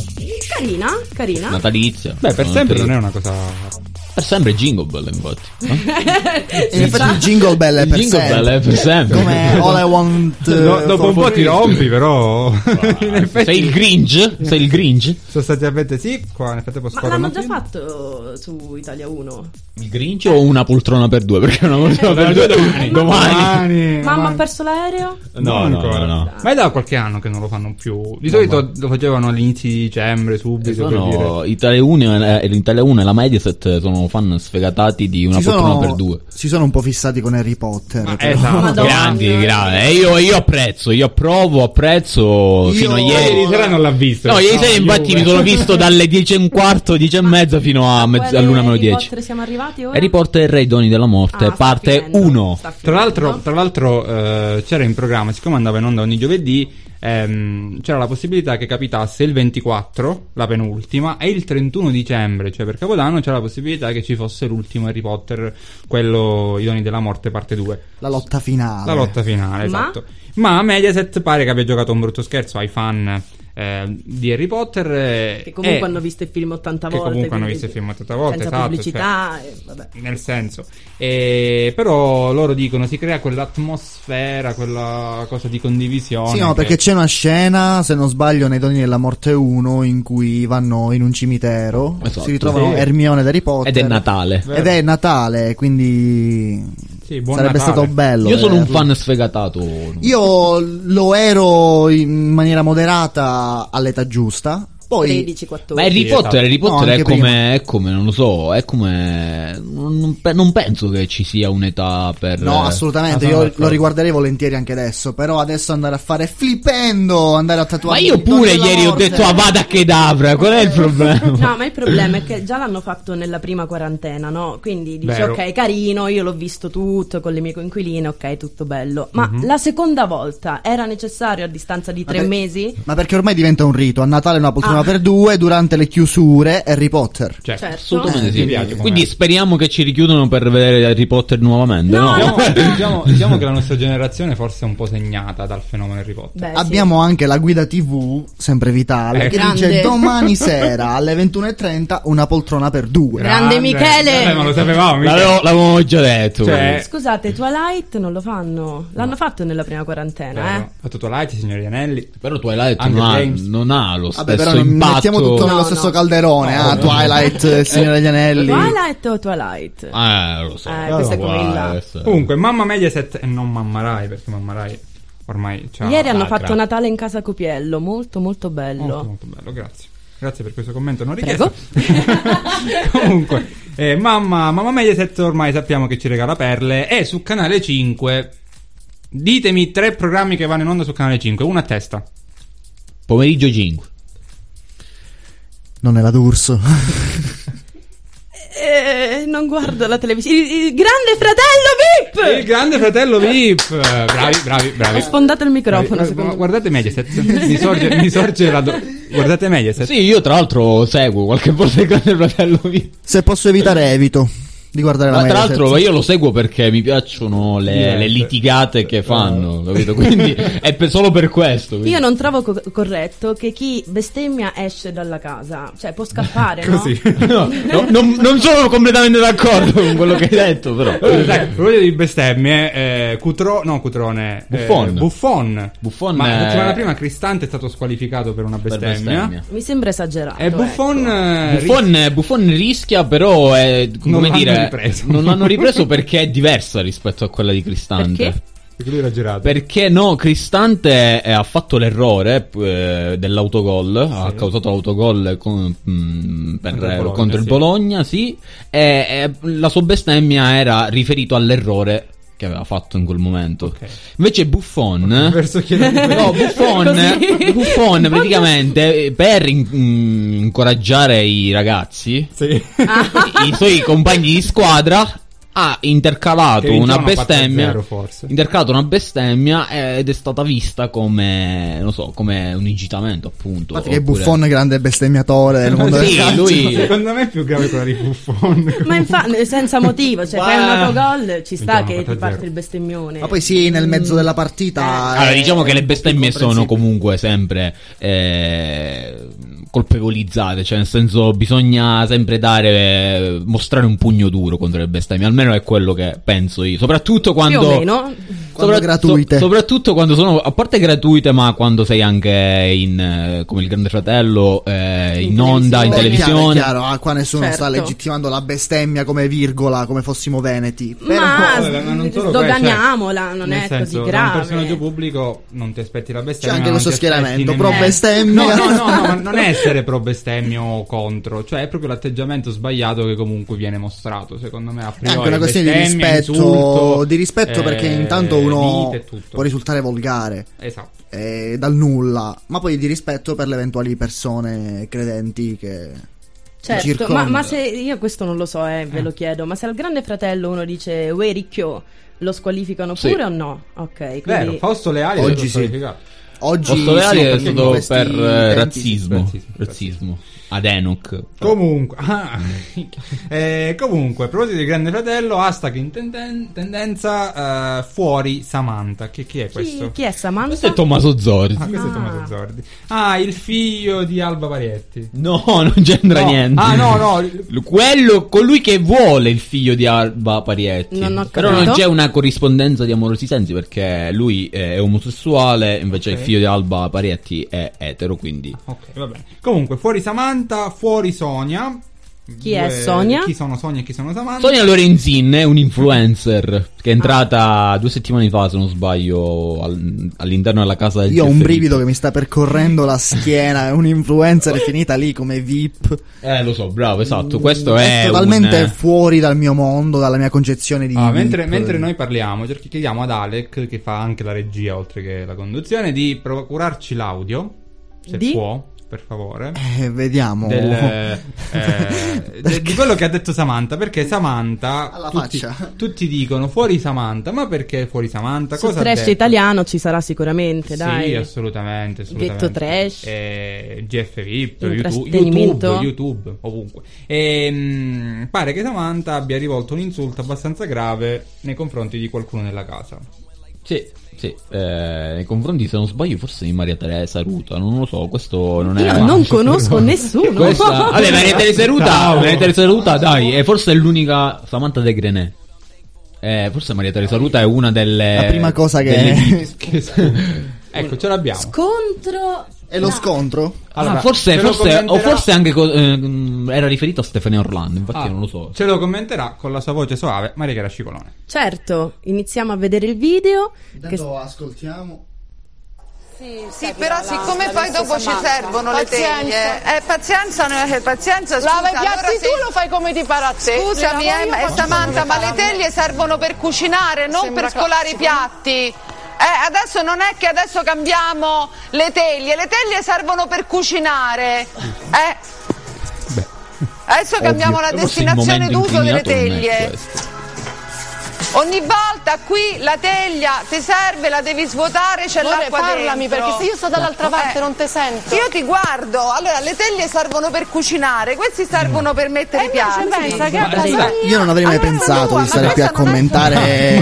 [SPEAKER 8] Carina, carina.
[SPEAKER 6] Natalizia.
[SPEAKER 5] Beh, per
[SPEAKER 6] No,
[SPEAKER 5] sempre
[SPEAKER 6] per-
[SPEAKER 5] non è una cosa
[SPEAKER 6] Per sempre Jingle Bell, infatti. no?
[SPEAKER 4] In
[SPEAKER 8] Esatto.
[SPEAKER 4] effetti Eh, il jingle bell è
[SPEAKER 6] Il
[SPEAKER 4] per
[SPEAKER 6] Jingle Bell
[SPEAKER 4] sempre.
[SPEAKER 6] è per sempre.
[SPEAKER 4] Come All I Want. eh,
[SPEAKER 5] Do- dopo
[SPEAKER 4] for
[SPEAKER 5] un po' ti
[SPEAKER 4] Christmas.
[SPEAKER 5] rompi, però. in effetti,
[SPEAKER 6] Sei il Gringe? Sei il Gringe?
[SPEAKER 5] sostanzialmente sì. Qua nel frattempo
[SPEAKER 8] Ma
[SPEAKER 5] scorre
[SPEAKER 8] l'hanno
[SPEAKER 5] un
[SPEAKER 8] già
[SPEAKER 5] attimo.
[SPEAKER 8] fatto su Italia 1.
[SPEAKER 6] Il Gringe o una poltrona per due? Perché una poltrona per due domani. domani.
[SPEAKER 5] Domani.
[SPEAKER 8] Mamma ha perso l'aereo?
[SPEAKER 6] No, no, no, no.
[SPEAKER 5] Ma è da qualche anno che non lo fanno più. Di solito lo facevano all'inizio di dicembre, subito. per dire.
[SPEAKER 6] Eh, Sono Italia eh, 1 e Italia 1 e la Mediaset eh, sono fan sfegatati di una
[SPEAKER 4] Si
[SPEAKER 6] poltrona
[SPEAKER 4] sono,
[SPEAKER 6] per due. eh,
[SPEAKER 4] si sono un po' fissati con Harry Potter. però.
[SPEAKER 5] Esatto.
[SPEAKER 8] Madonna.
[SPEAKER 6] Grandi, grandi. E io, io apprezzo, io approvo, apprezzo. fino
[SPEAKER 5] Ma
[SPEAKER 6] a ieri.
[SPEAKER 5] Ieri sera non l'ha visto.
[SPEAKER 6] No, ieri sera
[SPEAKER 5] Juve.
[SPEAKER 6] infatti mi sono visto dalle 10 e un quarto, 10 e mezza fino a mezz-
[SPEAKER 8] Guerre
[SPEAKER 6] all'una meno
[SPEAKER 8] Harry
[SPEAKER 6] 10.
[SPEAKER 8] Potter siamo arrivati ora?
[SPEAKER 6] Harry Potter e il re, i doni della morte,
[SPEAKER 8] Ah, sta
[SPEAKER 6] parte
[SPEAKER 8] finendo,
[SPEAKER 6] 1.
[SPEAKER 8] sta finendo.
[SPEAKER 5] Tra l'altro, tra l'altro, eh, c'era in programma, siccome andava in onda ogni giovedì, ehm, c'era la possibilità che capitasse il 24, la penultima, e il 31 dicembre, cioè per Capodanno, c'era la possibilità che ci fosse l'ultimo Harry Potter, quello I doni della morte, parte 2.
[SPEAKER 4] La lotta finale.
[SPEAKER 5] La lotta finale,
[SPEAKER 8] Ma?
[SPEAKER 5] esatto. Ma Mediaset pare che abbia giocato un brutto scherzo ai fan eh, di Harry Potter. eh,
[SPEAKER 8] Che comunque
[SPEAKER 5] e-
[SPEAKER 8] hanno visto il film 80
[SPEAKER 5] che
[SPEAKER 8] volte.
[SPEAKER 5] comunque hanno
[SPEAKER 8] quindi
[SPEAKER 5] visto il film 80 volte,
[SPEAKER 8] Senza
[SPEAKER 5] esatto,
[SPEAKER 8] pubblicità, e vabbè.
[SPEAKER 5] Nel senso, Eh, però loro dicono si crea quell'atmosfera, quella cosa di condivisione.
[SPEAKER 4] Sì, no,
[SPEAKER 5] che-
[SPEAKER 4] perché c'è una scena, se non sbaglio, nei Doni della Morte 1 in cui vanno in un cimitero,
[SPEAKER 6] Esatto.
[SPEAKER 4] si ritrovano
[SPEAKER 5] Sì.
[SPEAKER 4] Hermione ed Harry Potter.
[SPEAKER 6] Ed è Natale.
[SPEAKER 4] Ed è Natale, quindi
[SPEAKER 5] Sì, buon
[SPEAKER 4] sarebbe
[SPEAKER 5] Natale.
[SPEAKER 4] stato bello.
[SPEAKER 6] Io sono un
[SPEAKER 4] vederlo.
[SPEAKER 6] fan sfegatato.
[SPEAKER 4] Io lo ero in maniera moderata all'età giusta. Poi
[SPEAKER 8] 13, 14.
[SPEAKER 6] Ma Harry
[SPEAKER 5] Sì,
[SPEAKER 6] Potter,
[SPEAKER 5] esatto.
[SPEAKER 6] Harry Potter
[SPEAKER 4] No,
[SPEAKER 6] è,
[SPEAKER 4] anche
[SPEAKER 6] come, è come, non lo so, è come... Non, non pe- non penso che ci sia un'età per... Esatto.
[SPEAKER 4] No, assolutamente,
[SPEAKER 5] Ah, sono
[SPEAKER 4] io
[SPEAKER 5] d'accordo.
[SPEAKER 4] lo riguarderei volentieri anche adesso, però adesso andare a fare flippendo, andare a
[SPEAKER 6] Ma
[SPEAKER 4] tatuare
[SPEAKER 6] io pure ieri ho detto a Vada che d'Avra, qual è il problema?
[SPEAKER 8] Eh, No, ma il problema è che già l'hanno fatto nella prima quarantena, no? Quindi dici,
[SPEAKER 5] Vero.
[SPEAKER 8] ok, carino, io l'ho visto tutto con le mie coinquiline, ok, tutto bello. Ma
[SPEAKER 5] Mhm.
[SPEAKER 8] la seconda volta era necessario a distanza di tre
[SPEAKER 4] Vabbè.
[SPEAKER 8] mesi?
[SPEAKER 4] Ma perché ormai diventa un rito, a Natale una poltrona
[SPEAKER 8] Ah.
[SPEAKER 4] per due, durante le chiusure Harry Potter.
[SPEAKER 5] Cioè,
[SPEAKER 8] Certo.
[SPEAKER 6] Assolutamente
[SPEAKER 5] Eh,
[SPEAKER 6] sì.
[SPEAKER 5] mi piace come-
[SPEAKER 6] Quindi speriamo che ci richiudano per vedere Harry Potter nuovamente.
[SPEAKER 8] No, eh,
[SPEAKER 6] No,
[SPEAKER 8] no.
[SPEAKER 5] Diciamo, diciamo- diciamo che la nostra generazione forse è un po' segnata dal fenomeno Harry Potter.
[SPEAKER 8] Beh, Eh, sì.
[SPEAKER 4] Abbiamo anche la guida TV, sempre vitale,
[SPEAKER 5] Eh.
[SPEAKER 4] che
[SPEAKER 8] Grande.
[SPEAKER 4] dice domani sera alle 21.30 una poltrona per due.
[SPEAKER 8] Grande Michele!
[SPEAKER 5] Vabbè, ma lo sapevamo, Michele.
[SPEAKER 6] L'avevo, l'avevo già detto.
[SPEAKER 5] Cioè,
[SPEAKER 8] Scusate, Twilight non lo fanno. L'hanno fatto nella prima quarantena,
[SPEAKER 5] vero.
[SPEAKER 8] eh?
[SPEAKER 5] Ha tutto light, signori Anelli.
[SPEAKER 6] Però Twilight
[SPEAKER 5] Hunger
[SPEAKER 6] non ha,
[SPEAKER 5] Games.
[SPEAKER 6] non ha lo stesso
[SPEAKER 4] Vabbè, però non
[SPEAKER 6] impatto.
[SPEAKER 4] mettiamo tutto
[SPEAKER 8] No,
[SPEAKER 4] nello
[SPEAKER 8] no. Eh.
[SPEAKER 4] stesso calderone, ah, Twilight, il Signore degli Anelli.
[SPEAKER 8] Twilight o
[SPEAKER 5] Ah,
[SPEAKER 8] Twilight?
[SPEAKER 6] Eh, lo so.
[SPEAKER 8] Eh, questo è come il là.
[SPEAKER 6] Questo è-
[SPEAKER 5] Comunque, mamma Mediaset e non mamma Rai, perché mamma Rai ormai c'ha...
[SPEAKER 8] Ieri hanno
[SPEAKER 6] ah,
[SPEAKER 8] fatto
[SPEAKER 6] grazie.
[SPEAKER 8] Natale in casa Copiello, molto molto bello.
[SPEAKER 5] Molto, molto bello, grazie. Grazie per questo commento non
[SPEAKER 8] Prego.
[SPEAKER 5] richiesto. Comunque, eh, mamma, mamma Mediaset ormai sappiamo che ci regala perle. E su canale 5, ditemi tre programmi che vanno in onda su canale 5, uno a testa.
[SPEAKER 6] Pomeriggio 5.
[SPEAKER 4] Non è la d'Urso.
[SPEAKER 8] Eh, non guardo la televisione. Il, il grande fratello
[SPEAKER 5] Il
[SPEAKER 8] VIP!
[SPEAKER 5] grande fratello VIP. Bravi, bravi, bravi.
[SPEAKER 8] Ho sfondato il microfono,
[SPEAKER 5] Bravi.
[SPEAKER 8] secondo me.
[SPEAKER 5] Guardate Mediaset. Mi sorge, mi sorge la do- Guardate Mediaset.
[SPEAKER 6] Sì, io tra l'altro seguo qualche volta il grande fratello VIP.
[SPEAKER 4] Se posso evitare, evito di guardare la
[SPEAKER 6] Eh. Ma tra
[SPEAKER 4] Mediaset.
[SPEAKER 6] l'altro io lo seguo perché mi piacciono le,
[SPEAKER 5] Sì,
[SPEAKER 6] le
[SPEAKER 5] eh.
[SPEAKER 6] litigate che fanno, capito? Quindi è per- solo per questo. quindi.
[SPEAKER 8] Io non trovo co- corretto che chi bestemmia esce dalla casa, cioè può scappare, no?
[SPEAKER 5] Così.
[SPEAKER 6] No, no, non, non sono completamente d'accordo con quello che hai detto, però.
[SPEAKER 5] Allora, Oh, dai, a proposito di bestemmie, eh, Cutro, no, Cutrone, eh,
[SPEAKER 6] Buffon.
[SPEAKER 5] Buffon.
[SPEAKER 6] Buffon
[SPEAKER 5] Ma la
[SPEAKER 6] è-
[SPEAKER 5] settimana prima Cristante è stato squalificato per una
[SPEAKER 6] Per
[SPEAKER 5] bestemmia.
[SPEAKER 6] bestemmia.
[SPEAKER 8] Mi sembra esagerato.
[SPEAKER 5] E Buffon,
[SPEAKER 8] ecco.
[SPEAKER 5] eh, ris-
[SPEAKER 6] Buffon, Buffon rischia, però è,
[SPEAKER 5] Non
[SPEAKER 6] come
[SPEAKER 5] l'hanno
[SPEAKER 6] dire,
[SPEAKER 5] ripreso.
[SPEAKER 6] non l'hanno ripreso perché è diversa rispetto a quella di Cristante.
[SPEAKER 8] Perché?
[SPEAKER 5] perché lui era girato.
[SPEAKER 6] Perché no, Cristante eh, ha fatto l'errore eh, dell'autogol, ha causato l'autogol con- mm, per-
[SPEAKER 5] Contro il Bologna,
[SPEAKER 6] contro il
[SPEAKER 5] sì.
[SPEAKER 6] Bologna, sì, e, e la sua bestemmia era riferito all'errore che aveva fatto in quel momento.
[SPEAKER 5] Ok.
[SPEAKER 6] Invece Buffon...
[SPEAKER 5] Verso chi era
[SPEAKER 6] Eh? No, Buffon,
[SPEAKER 8] Così.
[SPEAKER 6] Buffon praticamente eh, per in- mm, incoraggiare i ragazzi,
[SPEAKER 5] Sì.
[SPEAKER 8] Ah.
[SPEAKER 6] i suoi compagni di squadra ha intercalato
[SPEAKER 5] Che vincevano
[SPEAKER 6] una bestemmia
[SPEAKER 5] 4-0 forse.
[SPEAKER 6] intercalato una bestemmia eh, ed è stata vista come non so come un incitamento appunto
[SPEAKER 4] Infatti che
[SPEAKER 6] oppure-
[SPEAKER 4] Buffon è grande bestemmiatore del mondo del
[SPEAKER 6] Sì,
[SPEAKER 4] calcio.
[SPEAKER 6] lui-
[SPEAKER 5] Secondo me è più grave quella di Buffon.
[SPEAKER 8] Ma infatti, senza motivo, cioè fai un
[SPEAKER 6] Wow.
[SPEAKER 8] autogol, ci sta
[SPEAKER 5] Minchia,
[SPEAKER 8] che
[SPEAKER 5] ma
[SPEAKER 8] ti
[SPEAKER 5] 4-0.
[SPEAKER 8] parte il bestemmione.
[SPEAKER 4] Ma poi sì, nel mezzo della partita...
[SPEAKER 6] Ah,
[SPEAKER 4] eh,
[SPEAKER 6] diciamo allora diciamo che le bestemmie sono
[SPEAKER 4] comprensibile.
[SPEAKER 6] comunque sempre eh, colpevolizzate, cioè nel senso bisogna sempre dare, eh, mostrare un pugno duro contro le bestemmie, almeno è quello che penso io, soprattutto quando...
[SPEAKER 8] Più o meno.
[SPEAKER 4] Quando gratuite.
[SPEAKER 6] soprattutto quando sono, a parte gratuite, ma quando sei anche in, eh, come il Grande Fratello, eh, in,
[SPEAKER 8] In
[SPEAKER 6] onda, in
[SPEAKER 4] È
[SPEAKER 8] televisione.
[SPEAKER 4] chiaro, è
[SPEAKER 6] televisione.
[SPEAKER 4] chiaro, ah, qua nessuno sta
[SPEAKER 8] Certo.
[SPEAKER 4] legittimando la bestemmia come virgola, come fossimo veneti. Però
[SPEAKER 8] Ma,
[SPEAKER 5] Vabbè, ma non solo
[SPEAKER 8] sdoganiamola,
[SPEAKER 5] questo, cioè,
[SPEAKER 8] non
[SPEAKER 5] nel
[SPEAKER 8] è
[SPEAKER 5] senso, da
[SPEAKER 8] così
[SPEAKER 5] un personaggio
[SPEAKER 8] grave.
[SPEAKER 5] pubblico non ti aspetti la
[SPEAKER 4] c'è
[SPEAKER 5] bestemmia.
[SPEAKER 4] anche
[SPEAKER 5] ma non
[SPEAKER 4] questo
[SPEAKER 5] ti aspetti
[SPEAKER 4] schieramento,
[SPEAKER 5] nemmeno-
[SPEAKER 4] pro bestemmia.
[SPEAKER 5] No, no, no, no, ma non è essere pro bestemmio o contro, cioè è proprio l'atteggiamento sbagliato che comunque viene mostrato, secondo me a
[SPEAKER 4] È
[SPEAKER 5] priori.
[SPEAKER 4] anche una questione di
[SPEAKER 5] bestemmia,
[SPEAKER 4] rispetto,
[SPEAKER 5] insulto,
[SPEAKER 4] di rispetto
[SPEAKER 5] eh,
[SPEAKER 4] perché intanto uno
[SPEAKER 5] lite e tutto.
[SPEAKER 4] può risultare volgare
[SPEAKER 5] Esatto.
[SPEAKER 4] eh, dal nulla, ma poi di rispetto per le eventuali persone credenti che ti
[SPEAKER 8] Certo, ma,
[SPEAKER 4] circondano.
[SPEAKER 8] ma se io questo non lo so, eh, ve lo chiedo, ma se al grande fratello uno dice uè ricchio, lo squalificano
[SPEAKER 6] Sì.
[SPEAKER 8] pure o no? Ok, quindi
[SPEAKER 5] Vero, Fausto Leali
[SPEAKER 4] Oggi
[SPEAKER 5] è stato
[SPEAKER 4] sì.
[SPEAKER 5] qualificato.
[SPEAKER 4] oggi
[SPEAKER 6] Posto Leali
[SPEAKER 4] sì,
[SPEAKER 6] è
[SPEAKER 4] perché con
[SPEAKER 6] stato
[SPEAKER 4] questi
[SPEAKER 6] per eh,
[SPEAKER 4] intenti si-
[SPEAKER 6] razzismo,
[SPEAKER 5] Razzismo,
[SPEAKER 6] razzismo, ad Enoch.
[SPEAKER 5] Comunque, ah, eh, comunque, a proposito di Grande Fratello, hashtag in tenden- tendenza eh, fuori Samantha. Che chi è
[SPEAKER 8] chi,
[SPEAKER 5] questo?
[SPEAKER 8] chi è Samantha?
[SPEAKER 6] Questo è Tommaso Zorzi.
[SPEAKER 5] Ah, questo è
[SPEAKER 8] Ah.
[SPEAKER 5] Tommaso Zordi. Ah, il figlio di Alba Parietti.
[SPEAKER 6] No, non c'entra
[SPEAKER 5] No.
[SPEAKER 6] niente.
[SPEAKER 5] Ah, no, no.
[SPEAKER 6] Quello, colui che vuole il figlio di Alba Parietti.
[SPEAKER 8] Non ho
[SPEAKER 6] Però non
[SPEAKER 8] capito.
[SPEAKER 6] c'è una corrispondenza di amorosi sensi perché lui è omosessuale, invece
[SPEAKER 5] Ok.
[SPEAKER 6] il figlio di Alba Parietti è etero, quindi...
[SPEAKER 5] Ok, va bene. Comunque, fuori Samantha, fuori Sonia.
[SPEAKER 8] Chi è Sonia?
[SPEAKER 5] Chi sono Sonia e chi sono Samantha?
[SPEAKER 6] Sonia Lorenzin è un influencer
[SPEAKER 8] Ah.
[SPEAKER 6] che è entrata due settimane fa, se non sbaglio, al- all'interno della casa del
[SPEAKER 4] Io ho un
[SPEAKER 6] CFP.
[SPEAKER 4] brivido che mi sta percorrendo la schiena, è un influencer è finita lì come VIP.
[SPEAKER 6] Eh, lo so, bravo, esatto. Questo è...
[SPEAKER 4] Mm, totalmente
[SPEAKER 6] un-
[SPEAKER 4] fuori dal mio mondo, dalla mia concezione di
[SPEAKER 5] Ah, mentre,
[SPEAKER 4] VIP.
[SPEAKER 5] mentre noi parliamo, cerchi- chiediamo ad Alec, che fa anche la regia oltre che la conduzione, di procurarci l'audio, se
[SPEAKER 8] Di?
[SPEAKER 5] può, per favore.
[SPEAKER 4] Eh, vediamo.
[SPEAKER 5] del, eh, eh, de- di quello che ha detto Samantha perché Samantha
[SPEAKER 4] Alla
[SPEAKER 5] tutti,
[SPEAKER 4] faccia.
[SPEAKER 5] tutti dicono fuori Samantha ma perché fuori Samantha
[SPEAKER 8] Su
[SPEAKER 5] cosa ha
[SPEAKER 8] trash
[SPEAKER 5] detto?
[SPEAKER 8] italiano ci sarà sicuramente,
[SPEAKER 5] sì
[SPEAKER 8] dai.
[SPEAKER 5] assolutamente, assolutamente.
[SPEAKER 8] Detto trash.
[SPEAKER 5] Eh, GF VIP YouTube,
[SPEAKER 8] Intrattenimento.
[SPEAKER 5] YouTube, YouTube, ovunque Ehm, pare che Samantha abbia rivolto un insulto abbastanza grave nei confronti di qualcuno nella casa
[SPEAKER 6] Sì, sì. eh, nei confronti, se non sbaglio, forse di Maria Teresa Ruta, non lo so, questo non è...
[SPEAKER 8] Io
[SPEAKER 6] ma-
[SPEAKER 8] non conosco nessuno.
[SPEAKER 6] Questa... Vabbè, Maria Teresa Ruta,
[SPEAKER 5] Bravo.
[SPEAKER 6] Maria Teresa Ruta, dai, è forse è l'unica Samantha De Grenet. Eh, forse Maria Teresa Ruta è una delle...
[SPEAKER 4] La prima cosa che-
[SPEAKER 6] eh, delle-
[SPEAKER 5] Che scusa. ecco ce l'abbiamo
[SPEAKER 8] Contro
[SPEAKER 4] È lo scontro?
[SPEAKER 5] Allora,
[SPEAKER 6] Ah, forse,
[SPEAKER 5] ce lo
[SPEAKER 6] forse- o
[SPEAKER 5] commenterà-
[SPEAKER 6] forse anche co- ehm, era riferito a Stefania Orlando, infatti
[SPEAKER 5] Ah,
[SPEAKER 6] io non lo so.
[SPEAKER 5] ce lo commenterà con la sua voce soave Maria Chiara Scivolone
[SPEAKER 8] Certo, iniziamo a vedere il video. Che...
[SPEAKER 4] Intanto ascoltiamo.
[SPEAKER 9] Sì, Eh, però siccome poi dopo ci servono le teglie, eh, pazienza, no, eh, pazienza, scusa,
[SPEAKER 11] Lava i piatti
[SPEAKER 9] allora se-
[SPEAKER 11] tu, lo fai come ti pare a te.
[SPEAKER 9] Scusami,
[SPEAKER 11] Lavo
[SPEAKER 9] eh,
[SPEAKER 11] io,
[SPEAKER 9] ma- eh,
[SPEAKER 11] faccio
[SPEAKER 9] Samantha,
[SPEAKER 11] come
[SPEAKER 9] ma
[SPEAKER 11] mi pare
[SPEAKER 9] le
[SPEAKER 11] a me.
[SPEAKER 9] teglie servono per cucinare, non
[SPEAKER 11] Sembra
[SPEAKER 9] per scolare i piatti. Eh, adesso non è che adesso cambiamo le teglie, le teglie servono per cucinare. Eh, adesso cambiamo la
[SPEAKER 6] Ovvio. Forse il
[SPEAKER 9] destinazione
[SPEAKER 6] momento
[SPEAKER 9] d'uso delle
[SPEAKER 6] incriminato non è
[SPEAKER 9] teglie.
[SPEAKER 6] questo.
[SPEAKER 9] Ogni volta qui la teglia ti serve, la devi svuotare, c'è
[SPEAKER 11] Amore,
[SPEAKER 9] l'acqua
[SPEAKER 11] parlami
[SPEAKER 9] dentro.
[SPEAKER 11] perché se io sto dall'altra parte
[SPEAKER 9] Eh.
[SPEAKER 11] non te sento.
[SPEAKER 9] Io ti guardo, allora le teglie servono per cucinare, questi servono per mettere i piatti.
[SPEAKER 11] invece pensa che
[SPEAKER 5] Ma
[SPEAKER 11] alla
[SPEAKER 5] scusa,
[SPEAKER 11] fine
[SPEAKER 4] Io non avrei mai
[SPEAKER 9] Allora,
[SPEAKER 4] pensato
[SPEAKER 9] tua,
[SPEAKER 4] di
[SPEAKER 9] Ah, ma
[SPEAKER 4] stare qui a
[SPEAKER 9] questa non è-
[SPEAKER 4] commentare.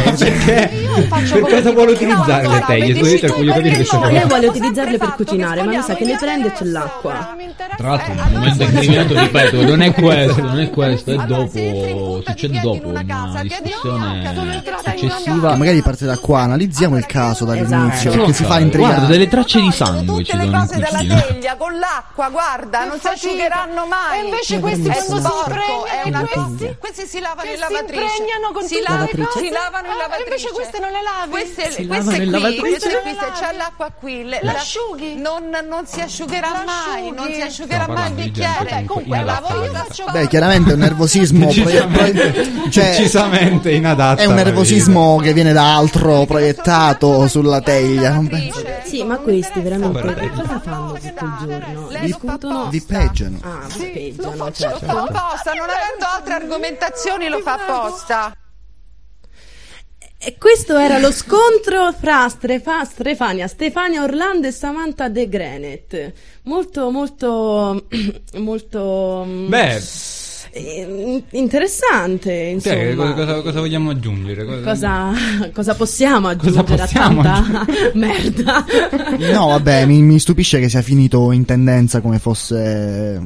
[SPEAKER 11] io faccio
[SPEAKER 5] Per
[SPEAKER 11] come
[SPEAKER 5] cosa
[SPEAKER 11] ti-
[SPEAKER 5] vuole
[SPEAKER 11] No,
[SPEAKER 5] utilizzare
[SPEAKER 11] allora,
[SPEAKER 5] le teglie?
[SPEAKER 11] vedi,
[SPEAKER 5] Tu hai
[SPEAKER 11] tu
[SPEAKER 5] detto che voglio
[SPEAKER 11] perché
[SPEAKER 5] capire questa
[SPEAKER 11] no?
[SPEAKER 5] cosa.
[SPEAKER 8] Lei
[SPEAKER 11] Abbiamo
[SPEAKER 8] vuole
[SPEAKER 11] sempre
[SPEAKER 8] utilizzarle per
[SPEAKER 11] fatto che
[SPEAKER 8] cucinare, ma mi sa che
[SPEAKER 11] scogliamo
[SPEAKER 8] ne prende e ce
[SPEAKER 11] il
[SPEAKER 8] l'acqua.
[SPEAKER 11] mi interessa.
[SPEAKER 6] Tra l'altro,
[SPEAKER 11] Eh,
[SPEAKER 6] il
[SPEAKER 11] allora
[SPEAKER 6] momento
[SPEAKER 11] sono-
[SPEAKER 6] incriminato, ripeto, non è questo, non è
[SPEAKER 11] Allora,
[SPEAKER 6] questo, è
[SPEAKER 11] se entri in
[SPEAKER 6] dopo,
[SPEAKER 11] punta di
[SPEAKER 6] succede
[SPEAKER 11] piedi in
[SPEAKER 6] dopo
[SPEAKER 11] una
[SPEAKER 6] una
[SPEAKER 11] casa, che addio, sono
[SPEAKER 6] discussione
[SPEAKER 11] entrata in una
[SPEAKER 6] successiva.
[SPEAKER 11] casa.
[SPEAKER 4] Magari parte da qua, analizziamo il caso dall'inizio,
[SPEAKER 8] Esatto.
[SPEAKER 4] perché si fa
[SPEAKER 6] Guarda,
[SPEAKER 4] intrigare.
[SPEAKER 6] delle tracce di sangue ci
[SPEAKER 9] Tutte le
[SPEAKER 6] sono in
[SPEAKER 9] cose dalla
[SPEAKER 6] cucina.
[SPEAKER 9] teglia con l'acqua, guarda,
[SPEAKER 11] Che
[SPEAKER 9] non si
[SPEAKER 11] fatica.
[SPEAKER 9] asciugheranno mai.
[SPEAKER 11] E invece questi
[SPEAKER 9] è
[SPEAKER 11] quando si
[SPEAKER 9] sporco,
[SPEAKER 11] impregnano
[SPEAKER 9] è
[SPEAKER 11] in
[SPEAKER 9] una
[SPEAKER 11] questi-
[SPEAKER 9] questi si lavano
[SPEAKER 11] che si
[SPEAKER 9] in lavatrice.
[SPEAKER 11] impregnano con
[SPEAKER 9] si
[SPEAKER 11] tutte
[SPEAKER 9] lavano,
[SPEAKER 11] le cose.
[SPEAKER 9] si lavano in
[SPEAKER 11] Ah,
[SPEAKER 9] lavatrice.
[SPEAKER 11] invece queste non le lavi?
[SPEAKER 9] Queste,
[SPEAKER 11] Si
[SPEAKER 9] queste
[SPEAKER 10] lavano in
[SPEAKER 9] qui,
[SPEAKER 10] lavatrice.
[SPEAKER 9] queste qui,
[SPEAKER 11] Non le
[SPEAKER 9] se c'è
[SPEAKER 11] lavi.
[SPEAKER 9] l'acqua qui, le,
[SPEAKER 11] Le asciughi?
[SPEAKER 9] Non, non si asciugherà mai,
[SPEAKER 11] L'asciughi?
[SPEAKER 9] non si asciugherà
[SPEAKER 6] Stiamo
[SPEAKER 9] mai il
[SPEAKER 6] parlando di gente
[SPEAKER 9] bicchiere.
[SPEAKER 6] che
[SPEAKER 11] Comunque,
[SPEAKER 6] Quella
[SPEAKER 11] lavo io
[SPEAKER 6] fatica.
[SPEAKER 11] faccio
[SPEAKER 4] Beh, chiaramente è un nervosismo. pro- cioè,
[SPEAKER 5] decisamente inadatta
[SPEAKER 4] è un
[SPEAKER 5] alla
[SPEAKER 4] nervosismo che viene da altro proiettato sulla teglia. non penso.
[SPEAKER 8] Sì, ma questi veramente
[SPEAKER 5] Guarda,
[SPEAKER 8] che
[SPEAKER 5] ecco.
[SPEAKER 9] eh,
[SPEAKER 8] cosa fanno tutto il giorno?
[SPEAKER 9] Lei lo fa
[SPEAKER 8] Discutono.
[SPEAKER 4] Vi peggiano.
[SPEAKER 8] Ah,
[SPEAKER 9] Lo certo.
[SPEAKER 8] speggiano.
[SPEAKER 9] faccio
[SPEAKER 8] Cioè.
[SPEAKER 9] lo fa apposta, non avendo altre argomentazioni lo fa apposta.
[SPEAKER 8] E questo era lo scontro fra Strefa- Stefania, Stefania Orlando e Samantha De Grenet. Molto, molto, molto. mm,
[SPEAKER 5] Beh,
[SPEAKER 8] eh, interessante,
[SPEAKER 5] Te,
[SPEAKER 8] insomma.
[SPEAKER 5] cosa, cosa- Cioè, cosa vogliamo aggiungere?
[SPEAKER 8] Cosa, cosa possiamo aggiungere
[SPEAKER 5] Cosa possiamo
[SPEAKER 8] a tanta merda?
[SPEAKER 4] No, vabbè, mi, mi stupisce che sia finito in tendenza come fosse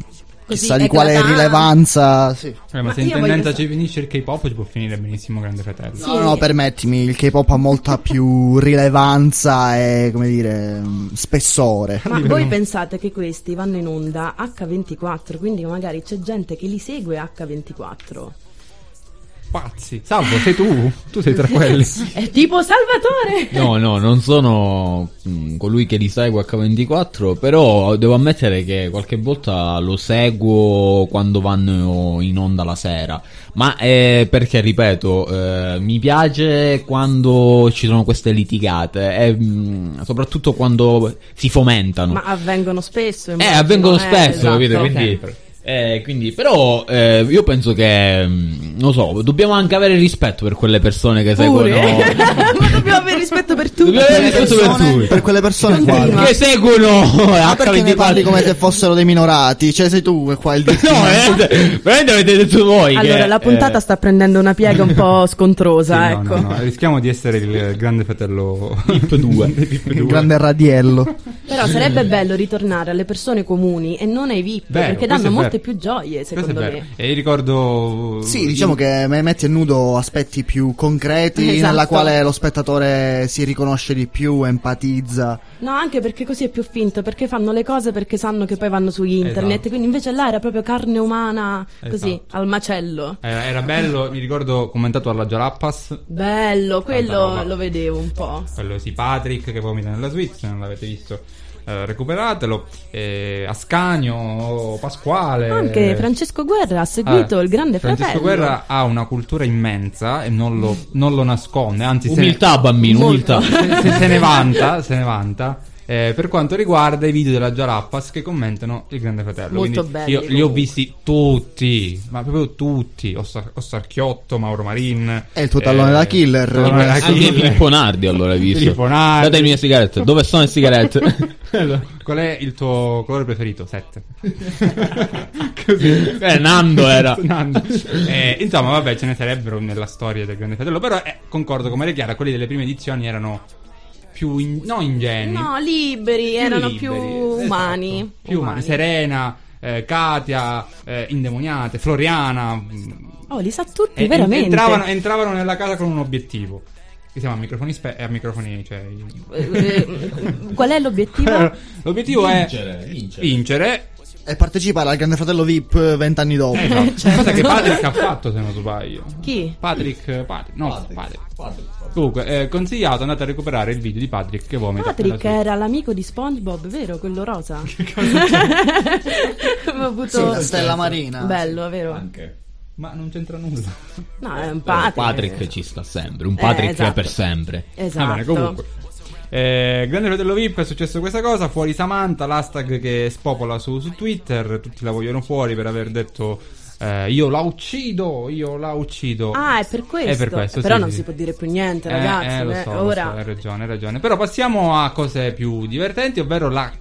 [SPEAKER 8] Così,
[SPEAKER 4] chissà di quale
[SPEAKER 8] eclatante.
[SPEAKER 4] rilevanza. Sì.
[SPEAKER 5] Eh, ma, se in tendenza ci finisce il K-pop ci può finire benissimo Grande Fratello.
[SPEAKER 4] No, no, permettimi, il K-pop ha molta più rilevanza e, come dire, mh, spessore.
[SPEAKER 8] Ma voi pensate che questi vanno in onda H24, quindi magari c'è gente che li segue H24.
[SPEAKER 5] Pazzi. Salvo, sei tu? Tu sei tra quelli.
[SPEAKER 8] È tipo Salvatore!
[SPEAKER 6] No, no, non sono mm, colui che li segue H24, però devo ammettere che qualche volta lo seguo quando vanno in onda la sera. Ma eh, perché, ripeto, eh, mi piace quando ci sono queste litigate, e, mm, soprattutto quando si fomentano.
[SPEAKER 8] Ma avvengono spesso.
[SPEAKER 6] Eh,
[SPEAKER 8] immagino,
[SPEAKER 6] avvengono
[SPEAKER 8] eh,
[SPEAKER 6] spesso,
[SPEAKER 8] esatto,
[SPEAKER 6] capito?
[SPEAKER 8] ok.
[SPEAKER 6] Quindi, eh, quindi, però, eh, io penso che, mm, non lo so, dobbiamo anche avere rispetto per quelle persone che
[SPEAKER 8] Pure.
[SPEAKER 6] seguono.
[SPEAKER 8] Ma dobbiamo avere rispetto Eh, per tutti.
[SPEAKER 6] Dobbiamo avere rispetto per
[SPEAKER 4] Persone-
[SPEAKER 6] tutti.
[SPEAKER 4] per quelle persone qua.
[SPEAKER 6] Continua. Che seguono
[SPEAKER 4] Ma perché ne
[SPEAKER 6] H24?
[SPEAKER 4] parli come se fossero dei minorati? Cioè, sei tu che qua il destino.
[SPEAKER 6] eh. cioè, Veramente avete detto voi. eh,
[SPEAKER 8] Allora,
[SPEAKER 5] che, eh,
[SPEAKER 8] la puntata sta prendendo una piega un po' scontrosa,
[SPEAKER 5] Sì, no,
[SPEAKER 8] ecco.
[SPEAKER 5] no, no, rischiamo di essere il grande fratello
[SPEAKER 6] Pip 2.
[SPEAKER 4] Il grande radiello.
[SPEAKER 8] Però sarebbe bello ritornare alle persone comuni e non ai VIP,
[SPEAKER 5] Vero,
[SPEAKER 8] perché
[SPEAKER 5] questo è
[SPEAKER 8] danno molte
[SPEAKER 5] vero.
[SPEAKER 8] più gioie,
[SPEAKER 5] Questo è
[SPEAKER 8] secondo
[SPEAKER 5] vero.
[SPEAKER 8] me.
[SPEAKER 5] E ricordo.
[SPEAKER 4] Sì, diciamo che me- metti a nudo aspetti più concreti
[SPEAKER 8] Esatto.
[SPEAKER 4] nella quale lo spettatore si riconosce di più, empatizza.
[SPEAKER 8] No, anche perché così è più finto, perché fanno le cose perché sanno che poi vanno su internet,
[SPEAKER 5] Esatto.
[SPEAKER 8] quindi invece là era proprio carne umana, così,
[SPEAKER 5] Esatto.
[SPEAKER 8] al macello.
[SPEAKER 5] Era, era bello, mi ricordo commentato alla Jalappas.
[SPEAKER 8] Bello,
[SPEAKER 5] Tanta
[SPEAKER 8] quello
[SPEAKER 5] roba.
[SPEAKER 8] lo vedevo un po'.
[SPEAKER 5] Quello sì, Patrick che vomita nella Svizzera, non l'avete visto. eh, recuperatelo. Eh, Ascanio, Pasquale.
[SPEAKER 8] Anche Francesco Guerra ha seguito
[SPEAKER 5] Eh, Ah,
[SPEAKER 8] il grande
[SPEAKER 5] Francesco
[SPEAKER 8] fratello.
[SPEAKER 5] Guerra ha una cultura immensa e non lo, non lo nasconde, anzi se ne-
[SPEAKER 6] Umiltà, bambino, Molto. umiltà.
[SPEAKER 5] Se, se ne vanta, se ne vanta. eh, per quanto riguarda i video della Jalappas che commentano il Grande Fratello,
[SPEAKER 8] Molto
[SPEAKER 5] Quindi
[SPEAKER 8] belli,
[SPEAKER 5] io li ho
[SPEAKER 8] comunque.
[SPEAKER 5] visti tutti, ma proprio tutti: Ossar- Ossarchiotto, Mauro Marin, eh,
[SPEAKER 4] È il tuo tallone da killer.
[SPEAKER 5] tallone da
[SPEAKER 6] Anche
[SPEAKER 5] killer.
[SPEAKER 6] Filippo Nardi allora hai visto.
[SPEAKER 5] Ecco. Filippo Nardi.
[SPEAKER 6] Datemi le sigarette. Dove sono le sigarette?
[SPEAKER 5] Qual è il tuo colore preferito? 7.
[SPEAKER 6] Eh, Nando era.
[SPEAKER 5] Eh, insomma, vabbè, ce ne sarebbero nella storia del Grande Fratello. Però eh, concordo con Maria Chiara, quelli delle prime edizioni erano più in- no ingenui.
[SPEAKER 8] No, liberi, erano
[SPEAKER 5] eh, liberi,
[SPEAKER 8] più
[SPEAKER 5] esatto.
[SPEAKER 8] umani.
[SPEAKER 5] Più umani. Serena, eh, Katia, eh, Indemoniate, Floriana. mh,
[SPEAKER 8] Oh, li sa tutti,
[SPEAKER 5] e-
[SPEAKER 8] veramente.
[SPEAKER 5] Eh, Entravano, entravano nella casa con un obiettivo. Che si chiama microfoni spe- eh, microfoni, cioè,
[SPEAKER 8] Eh, Qual è l'obiettivo?
[SPEAKER 5] L'obiettivo
[SPEAKER 6] Vincere,
[SPEAKER 5] è
[SPEAKER 6] vincere.
[SPEAKER 5] vincere
[SPEAKER 4] E partecipare al Grande Fratello VIP vent'anni dopo.
[SPEAKER 5] Esatto. Cosa che Patrick ha fatto, se non sbaglio.
[SPEAKER 8] Eh, certo. Chi?
[SPEAKER 5] Patrick, Patrick, no, Patrick. Comunque, eh, consigliato andate a recuperare il video di Patrick che vomita.
[SPEAKER 8] Patrick
[SPEAKER 5] nella sua-
[SPEAKER 8] era l'amico di SpongeBob, vero? Quello rosa. Mi ho
[SPEAKER 4] Sì,
[SPEAKER 8] avuto...
[SPEAKER 4] la Stella Marina.
[SPEAKER 8] Bello,
[SPEAKER 5] Eh,
[SPEAKER 8] vero?
[SPEAKER 5] Ma non c'entra nulla.
[SPEAKER 8] No, è un
[SPEAKER 6] Patrick.
[SPEAKER 8] Patrick.
[SPEAKER 6] ci sta sempre. Un
[SPEAKER 8] Eh,
[SPEAKER 6] Patrick
[SPEAKER 8] esatto.
[SPEAKER 6] per sempre.
[SPEAKER 8] Esatto.
[SPEAKER 5] Va bene, Ah, comunque. Eh, Grande fratello VIP è successo questa cosa. Fuori Samantha, l'hashtag che spopola su, su Twitter. Tutti la vogliono fuori per aver detto eh, io la uccido, io la uccido.
[SPEAKER 8] Ah, è per questo.
[SPEAKER 5] È per questo,
[SPEAKER 8] Però
[SPEAKER 5] sì,
[SPEAKER 8] non
[SPEAKER 5] sì.
[SPEAKER 8] si può dire più niente,
[SPEAKER 5] Eh,
[SPEAKER 8] ragazzi.
[SPEAKER 5] eh, lo
[SPEAKER 8] eh.
[SPEAKER 5] so, lo so, hai
[SPEAKER 8] Ora,
[SPEAKER 5] ragione, hai ragione. Però passiamo a cose più divertenti, ovvero la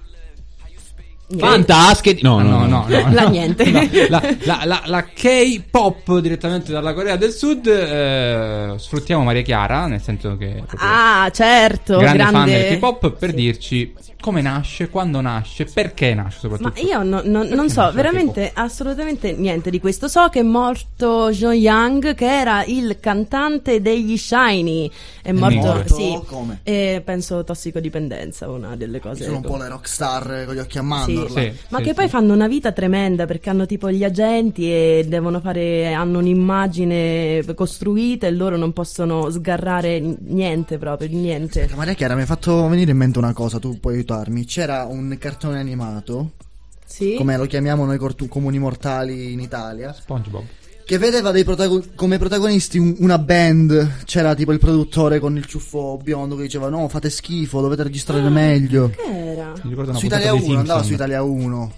[SPEAKER 6] Fantastico. No,
[SPEAKER 5] Ah,
[SPEAKER 6] no, no.
[SPEAKER 8] La niente.
[SPEAKER 5] No, la, la- la- la K-pop direttamente dalla Corea del Sud. eh, sfruttiamo Maria Chiara, nel senso che. è proprio
[SPEAKER 8] ah, certo,
[SPEAKER 5] grande,
[SPEAKER 8] grande.
[SPEAKER 5] fan del K-pop per dirci come nasce, quando nasce, perché nasce
[SPEAKER 8] Ma
[SPEAKER 5] soprattutto.
[SPEAKER 8] io no- no- non so,
[SPEAKER 5] nasce
[SPEAKER 8] veramente assolutamente niente di questo. So che è morto Jo Young, che era il cantante degli Shiny. È morto,
[SPEAKER 5] morto?
[SPEAKER 8] sì.
[SPEAKER 4] Oh, Come?
[SPEAKER 8] E penso tossicodipendenza, una delle cose.
[SPEAKER 4] Sono un po' le rockstar eh, con gli occhi a
[SPEAKER 8] Sì.
[SPEAKER 4] mandorla.
[SPEAKER 5] Sì,
[SPEAKER 8] Ma
[SPEAKER 5] sì,
[SPEAKER 8] che
[SPEAKER 5] sì.
[SPEAKER 8] poi fanno una vita tremenda perché hanno tipo gli agenti e devono fare, hanno un'immagine costruita e loro non possono sgarrare n- niente proprio, niente.
[SPEAKER 4] Maria Chiara, mi hai fatto venire in mente una cosa, tu puoi aiutarmi. C'era un cartone animato,
[SPEAKER 8] Sì?
[SPEAKER 4] come lo chiamiamo noi cortu- comuni mortali in Italia,
[SPEAKER 5] SpongeBob.
[SPEAKER 4] che vedeva dei protago- come protagonisti un- una band. C'era tipo il produttore con il ciuffo biondo che diceva no, fate
[SPEAKER 8] Ah.
[SPEAKER 4] schifo, dovete registrare meglio.
[SPEAKER 8] Che era?
[SPEAKER 5] Mi ricordo una
[SPEAKER 4] Su
[SPEAKER 5] puntata
[SPEAKER 4] Italia
[SPEAKER 5] dei
[SPEAKER 4] 1, andava
[SPEAKER 5] Simpson.
[SPEAKER 4] su Italia 1.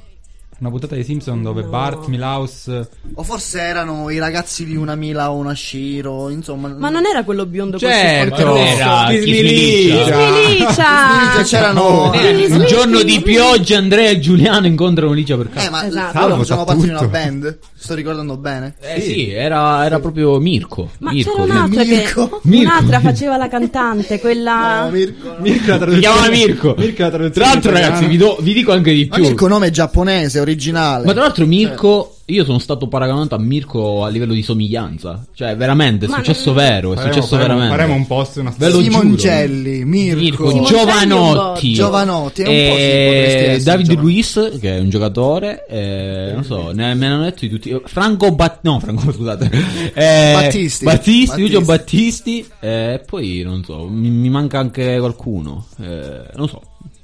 [SPEAKER 5] Una puntata dei Simpson dove Bart, Milhouse...
[SPEAKER 4] O forse erano i ragazzi di una Mila o una Shiro, insomma.
[SPEAKER 8] Ma non era quello biondo
[SPEAKER 6] Certo,
[SPEAKER 8] col
[SPEAKER 6] non era
[SPEAKER 8] Chi
[SPEAKER 6] chi smiliccia.
[SPEAKER 8] Smilicia!
[SPEAKER 4] c'erano-
[SPEAKER 6] Eh,
[SPEAKER 4] Eh,
[SPEAKER 6] Un giorno di pioggia Andrea e Giuliano incontrano Licia per caso.
[SPEAKER 4] Eh, ma
[SPEAKER 8] Esatto.
[SPEAKER 4] loro non
[SPEAKER 6] Salvo,
[SPEAKER 4] sono
[SPEAKER 6] sa
[SPEAKER 4] parte di
[SPEAKER 6] tutto.
[SPEAKER 4] una band? Sto ricordando bene?
[SPEAKER 6] Eh sì, era, era proprio Mirko.
[SPEAKER 8] Ma
[SPEAKER 6] Mirko.
[SPEAKER 8] c'era un'altra
[SPEAKER 4] Mirko.
[SPEAKER 8] che un'altra faceva la cantante, quella
[SPEAKER 5] Mirko la
[SPEAKER 6] Si chiamava Mirko.
[SPEAKER 5] Mirko la
[SPEAKER 6] Tra
[SPEAKER 5] traduzione
[SPEAKER 6] l'altro,
[SPEAKER 5] italiana.
[SPEAKER 6] ragazzi, vi, do- vi dico anche di
[SPEAKER 4] Ma
[SPEAKER 6] più.
[SPEAKER 4] Mirko nome è giapponese, originale.
[SPEAKER 6] Ma tra l'altro, Mirko,
[SPEAKER 5] Eh.
[SPEAKER 6] io sono stato paragonato a Mirko a livello di somiglianza. Cioè, veramente, è
[SPEAKER 8] Ma-
[SPEAKER 6] successo vero. È
[SPEAKER 5] Faremo-
[SPEAKER 6] successo
[SPEAKER 5] faremo-
[SPEAKER 6] veramente.
[SPEAKER 5] Faremo un post, una
[SPEAKER 6] Ve lo giuro.
[SPEAKER 4] Simoncelli, Mirko.
[SPEAKER 6] Mirko
[SPEAKER 8] Simoncelli
[SPEAKER 6] Giovanotti,
[SPEAKER 8] è un botto.
[SPEAKER 4] Giovanotti, è un po' sì, potresti
[SPEAKER 6] eh,
[SPEAKER 4] essere,
[SPEAKER 6] Davide
[SPEAKER 4] Giovanotti.
[SPEAKER 6] Luis, che è un giocatore, eh, non so, ne, me ne hanno detto di tutti. Franco Bat- no, Franco, scusate, Eh,
[SPEAKER 4] Battisti.
[SPEAKER 6] Battisti, Giulio
[SPEAKER 4] Battisti.
[SPEAKER 6] Battisti, eh, e poi non so, mi, mi manca anche qualcuno, eh, non so.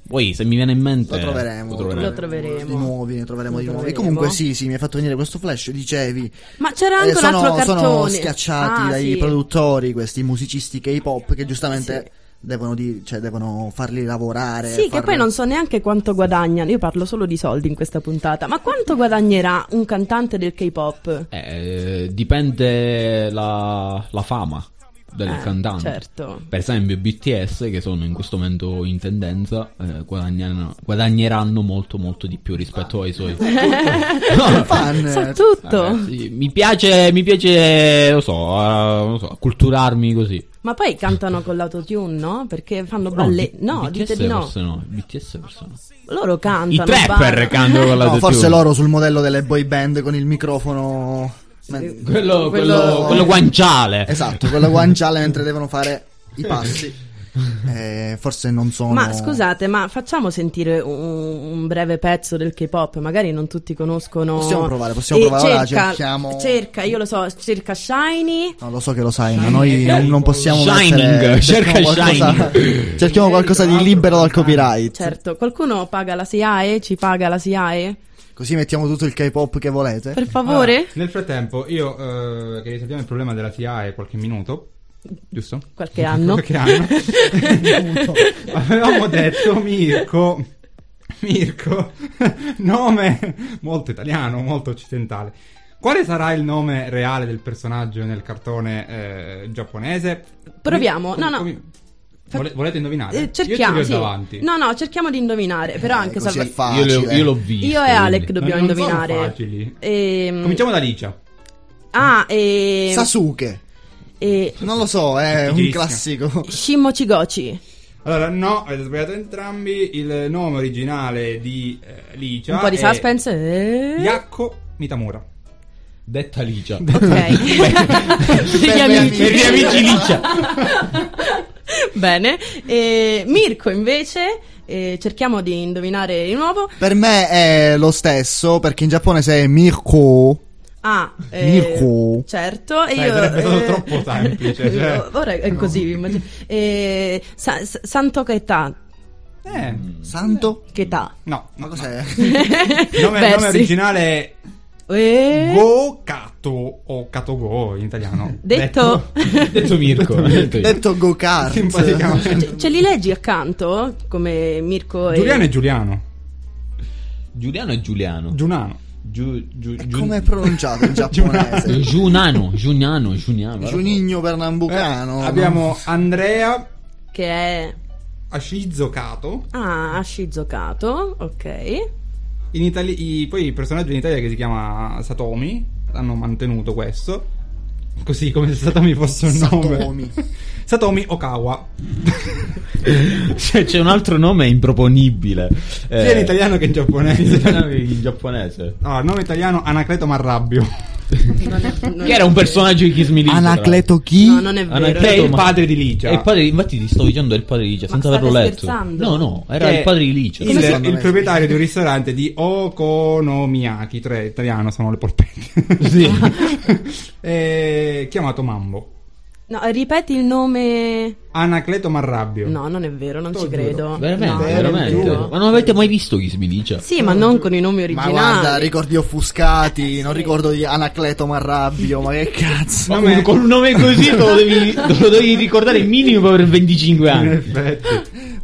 [SPEAKER 6] Poi se mi viene in mente
[SPEAKER 4] Lo troveremo,
[SPEAKER 6] Eh, lo
[SPEAKER 8] Lo
[SPEAKER 4] Di
[SPEAKER 8] troveremo.
[SPEAKER 4] nuovi, ne troveremo
[SPEAKER 8] Lo
[SPEAKER 4] di nuovi. E
[SPEAKER 8] troveremo.
[SPEAKER 4] comunque sì, sì, mi hai fatto venire questo flash, dicevi.
[SPEAKER 8] Ma c'era
[SPEAKER 4] Eh,
[SPEAKER 8] anche un altro
[SPEAKER 4] sono, sono
[SPEAKER 8] cartone.
[SPEAKER 4] schiacciati
[SPEAKER 8] Ah,
[SPEAKER 4] dai
[SPEAKER 8] sì.
[SPEAKER 4] produttori, questi musicisti K-pop che giustamente
[SPEAKER 8] Sì.
[SPEAKER 4] devono, di- cioè, devono farli lavorare.
[SPEAKER 8] Sì, che
[SPEAKER 4] farli-
[SPEAKER 8] poi non so neanche quanto guadagnano. Io parlo solo di soldi in questa puntata. Ma quanto guadagnerà un cantante del K-pop?
[SPEAKER 6] Eh, dipende la, la fama del
[SPEAKER 8] Eh,
[SPEAKER 6] cantante.
[SPEAKER 8] certo.
[SPEAKER 6] Per esempio, i BTS, che sono in questo momento in tendenza, eh, guadagnano- guadagneranno molto, molto di più rispetto ai suoi. No,
[SPEAKER 4] Fan. Ah,
[SPEAKER 8] Sa tutto.
[SPEAKER 6] eh, sì, mi piace, mi piace, lo so, eh, non so, acculturarmi così.
[SPEAKER 8] Ma poi cantano con l'autotune, no? Perché fanno
[SPEAKER 6] No,
[SPEAKER 8] balle.
[SPEAKER 6] B-
[SPEAKER 8] No,
[SPEAKER 6] BTS
[SPEAKER 8] dite di no.
[SPEAKER 6] forse no. BTS forse no.
[SPEAKER 8] Loro
[SPEAKER 6] I
[SPEAKER 8] cantano.
[SPEAKER 6] trapper
[SPEAKER 8] ballano.
[SPEAKER 6] cantano con la
[SPEAKER 4] No,
[SPEAKER 6] autotune.
[SPEAKER 4] forse loro sul modello delle boy band con il microfono. men-
[SPEAKER 6] Quello, quello, quello guanciale.
[SPEAKER 4] Esatto, quello guanciale mentre devono fare i passi. Eh, forse non sono.
[SPEAKER 8] Ma scusate, ma facciamo sentire un, un breve pezzo del K-pop, magari non tutti conoscono.
[SPEAKER 4] Possiamo provare, possiamo
[SPEAKER 8] E
[SPEAKER 4] provare, ora
[SPEAKER 8] cerca-
[SPEAKER 4] cerchiamo-
[SPEAKER 8] Cerca, io lo so, cerca Shiny.
[SPEAKER 4] No, lo so che lo sai, ma noi non, non possiamo.
[SPEAKER 6] Shining,
[SPEAKER 4] mettere-
[SPEAKER 6] cerca
[SPEAKER 4] cerchiamo qualcosa- cerchiamo qualcosa di libero dal copyright.
[SPEAKER 8] Certo, qualcuno paga la SIAE? Ci paga la SIAE?
[SPEAKER 4] Così mettiamo tutto il K-pop che volete.
[SPEAKER 8] Per favore?
[SPEAKER 5] Allora, nel frattempo, io eh, che risolviamo il problema della TIA è qualche minuto, giusto?
[SPEAKER 8] Qualche anno.
[SPEAKER 5] Qualche anno. Avevamo detto Mirko. Mirko, nome molto italiano, molto occidentale. Quale sarà il nome reale del personaggio nel cartone eh, giapponese?
[SPEAKER 8] Proviamo,
[SPEAKER 5] Come-
[SPEAKER 8] no, no.
[SPEAKER 5] come- vole- volete indovinare?
[SPEAKER 8] Eh,
[SPEAKER 5] Io
[SPEAKER 8] cerchiamo,
[SPEAKER 5] ci
[SPEAKER 8] sì.
[SPEAKER 5] vedo davanti.
[SPEAKER 8] No, no, cerchiamo di indovinare, però
[SPEAKER 4] Eh,
[SPEAKER 8] anche
[SPEAKER 4] così
[SPEAKER 8] Salva-
[SPEAKER 4] è facile.
[SPEAKER 6] Io, l'ho- io l'ho visto.
[SPEAKER 8] Io e Alec
[SPEAKER 6] quindi.
[SPEAKER 8] dobbiamo
[SPEAKER 5] non sono
[SPEAKER 8] indovinare.
[SPEAKER 5] facili.
[SPEAKER 8] Ehm,
[SPEAKER 5] Cominciamo da Licia.
[SPEAKER 8] Ah, e
[SPEAKER 4] Sasuke.
[SPEAKER 8] e
[SPEAKER 4] Non lo so, è un
[SPEAKER 5] Fighissimo.
[SPEAKER 4] classico.
[SPEAKER 8] Shimochigochi.
[SPEAKER 5] Allora, no, avete sbagliato entrambi. Il nome originale di eh, Licia.
[SPEAKER 8] Un po' di
[SPEAKER 5] è
[SPEAKER 8] suspense. eh?
[SPEAKER 5] Yakko Mitamura.
[SPEAKER 6] Detta Licia.
[SPEAKER 8] Ok. Per gli amici.
[SPEAKER 6] Per gli amici Licia.
[SPEAKER 8] Bene. E Mirko invece eh, cerchiamo di indovinare di nuovo.
[SPEAKER 4] Per me è lo stesso, perché in giapponese è Mirko.
[SPEAKER 8] Ah,
[SPEAKER 4] Mirko.
[SPEAKER 8] Certo, e
[SPEAKER 5] Dai,
[SPEAKER 8] io
[SPEAKER 5] sarebbe stato troppo semplice, cioè.
[SPEAKER 8] Ora è così, vi immagino. Eh, sa- sa- Santo Chetà.
[SPEAKER 5] Eh,
[SPEAKER 4] Santo?
[SPEAKER 8] Chetà.
[SPEAKER 5] no.
[SPEAKER 4] Mm. Ma cos'è?
[SPEAKER 5] Il nome, il
[SPEAKER 8] Versi.
[SPEAKER 5] nome originale è
[SPEAKER 8] Eh,
[SPEAKER 5] Go Kato o Kato Go in italiano.
[SPEAKER 8] Detto,
[SPEAKER 6] Detto Mirko. detto io.
[SPEAKER 4] Detto go-kart.
[SPEAKER 5] simpaticamente.
[SPEAKER 8] ce, ce li leggi accanto come Mirko e
[SPEAKER 5] Giuliano e Giuliano.
[SPEAKER 6] Giuliano e Giuliano.
[SPEAKER 5] Giunano.
[SPEAKER 6] Giu, giu,
[SPEAKER 4] E
[SPEAKER 6] giu-
[SPEAKER 4] Come è pronunciato in giapponese?
[SPEAKER 6] Giunano, Giuliano, Giuliano.
[SPEAKER 4] Giunigno
[SPEAKER 6] Eh,
[SPEAKER 4] Pernambucano.
[SPEAKER 5] Abbiamo Andrea
[SPEAKER 8] che è
[SPEAKER 5] Ashizo Kato.
[SPEAKER 8] ah, Shizukato, ok.
[SPEAKER 5] In Itali- i- poi il personaggio in Italia che si chiama Satomi. Hanno mantenuto questo. Così come se Satomi fosse un nome.
[SPEAKER 4] Satomi.
[SPEAKER 5] Satomi Okawa.
[SPEAKER 6] C'è, c'è un altro nome improponibile. Eh,
[SPEAKER 5] Sia in italiano che in
[SPEAKER 6] in italiano
[SPEAKER 5] giapponese.
[SPEAKER 6] che in giapponese.
[SPEAKER 5] Allora, nome italiano Anacleto Marrabbio.
[SPEAKER 6] Che era un personaggio di Kiss Me Licia,
[SPEAKER 4] Anacleto
[SPEAKER 8] No,
[SPEAKER 4] chi?
[SPEAKER 8] non è vero.
[SPEAKER 6] Anacleto-
[SPEAKER 5] Che è il
[SPEAKER 6] ma-
[SPEAKER 5] padre di
[SPEAKER 6] tra
[SPEAKER 5] Licia.
[SPEAKER 6] l'altro. È il padre, infatti ti sto dicendo è il padre di Licia,
[SPEAKER 8] Ma
[SPEAKER 6] senza
[SPEAKER 8] state
[SPEAKER 6] averlo letto.
[SPEAKER 8] scherzando?
[SPEAKER 6] No, no, era
[SPEAKER 5] Che
[SPEAKER 6] il padre di Licia.
[SPEAKER 5] Il,
[SPEAKER 4] Come si-
[SPEAKER 5] il proprietario di un ristorante di Okonomiyaki, tre italiano sono le polpette. Eh, chiamato Mambo.
[SPEAKER 8] No, ripeti il nome.
[SPEAKER 5] Anacleto Marrabbio.
[SPEAKER 8] No, non è vero, non
[SPEAKER 5] Te
[SPEAKER 8] ci
[SPEAKER 5] lo giuro.
[SPEAKER 8] credo.
[SPEAKER 6] Veramente,
[SPEAKER 8] No.
[SPEAKER 6] veramente.
[SPEAKER 5] giuro.
[SPEAKER 6] Ma non avete mai visto Kiss Me Licia?
[SPEAKER 8] Sì, ma non con i nomi
[SPEAKER 4] Ma
[SPEAKER 8] originali.
[SPEAKER 4] guarda, ricordi offuscati, non ricordo di Anacleto Marrabbio, ma che cazzo.
[SPEAKER 6] Ma con- con un nome così te lo, devi, te lo devi ricordare minimo per 25
[SPEAKER 5] In
[SPEAKER 6] anni.
[SPEAKER 5] effetti.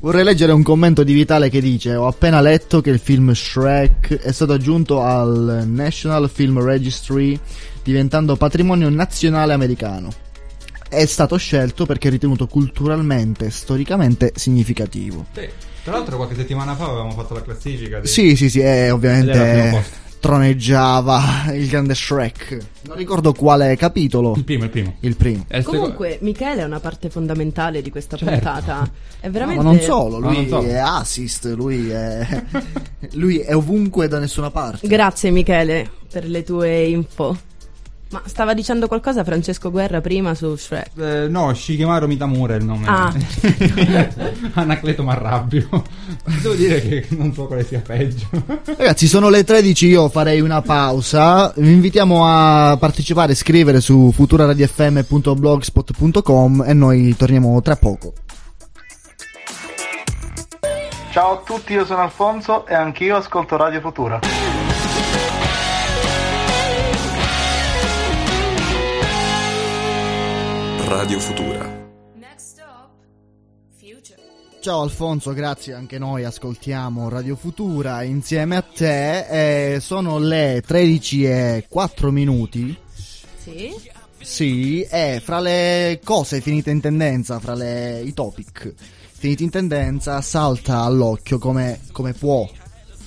[SPEAKER 4] Vorrei leggere un commento di Vitale che dice: Ho appena letto che il film Shrek è stato aggiunto al National Film Registry, diventando patrimonio nazionale americano. È stato scelto perché è ritenuto culturalmente e storicamente significativo.
[SPEAKER 5] Tra l'altro qualche settimana fa avevamo fatto la classifica. dei-
[SPEAKER 4] Sì, sì, sì, è
[SPEAKER 5] Ed era al primo
[SPEAKER 4] ovviamente eh,
[SPEAKER 5] posto.
[SPEAKER 4] troneggiava il grande Shrek. Non ricordo quale capitolo. Il primo, il primo. Il primo.
[SPEAKER 5] Eh,
[SPEAKER 8] Comunque, Michele è una parte fondamentale di questa
[SPEAKER 4] Certo.
[SPEAKER 8] puntata. È veramente.
[SPEAKER 4] No, ma non solo, lui
[SPEAKER 8] non solo.
[SPEAKER 4] è assist, lui è, lui è ovunque e da nessuna parte.
[SPEAKER 8] Grazie, Michele, per le tue info. Ma stava dicendo qualcosa Francesco Guerra prima su Shrek.
[SPEAKER 5] Eh, no, Shigemaru Mitamura è il nome.
[SPEAKER 8] Ah.
[SPEAKER 5] Anacleto Marrabbio. Devo dire che non so quale sia peggio.
[SPEAKER 4] Ragazzi, sono le 13, io farei una pausa. Vi invitiamo a partecipare e scrivere su futuraradiofm.blogspot.com e noi torniamo tra poco.
[SPEAKER 12] Ciao a tutti, io sono Alfonso e anch'io ascolto Radio Futura.
[SPEAKER 13] Radio Futura.
[SPEAKER 4] Ciao Alfonso, grazie anche noi ascoltiamo Radio Futura insieme a te. Eh, sono le 13 e 4 minuti.
[SPEAKER 8] Sì?
[SPEAKER 4] Sì, è fra le cose finite in tendenza, fra le- i topic finiti in tendenza, salta all'occhio come, come può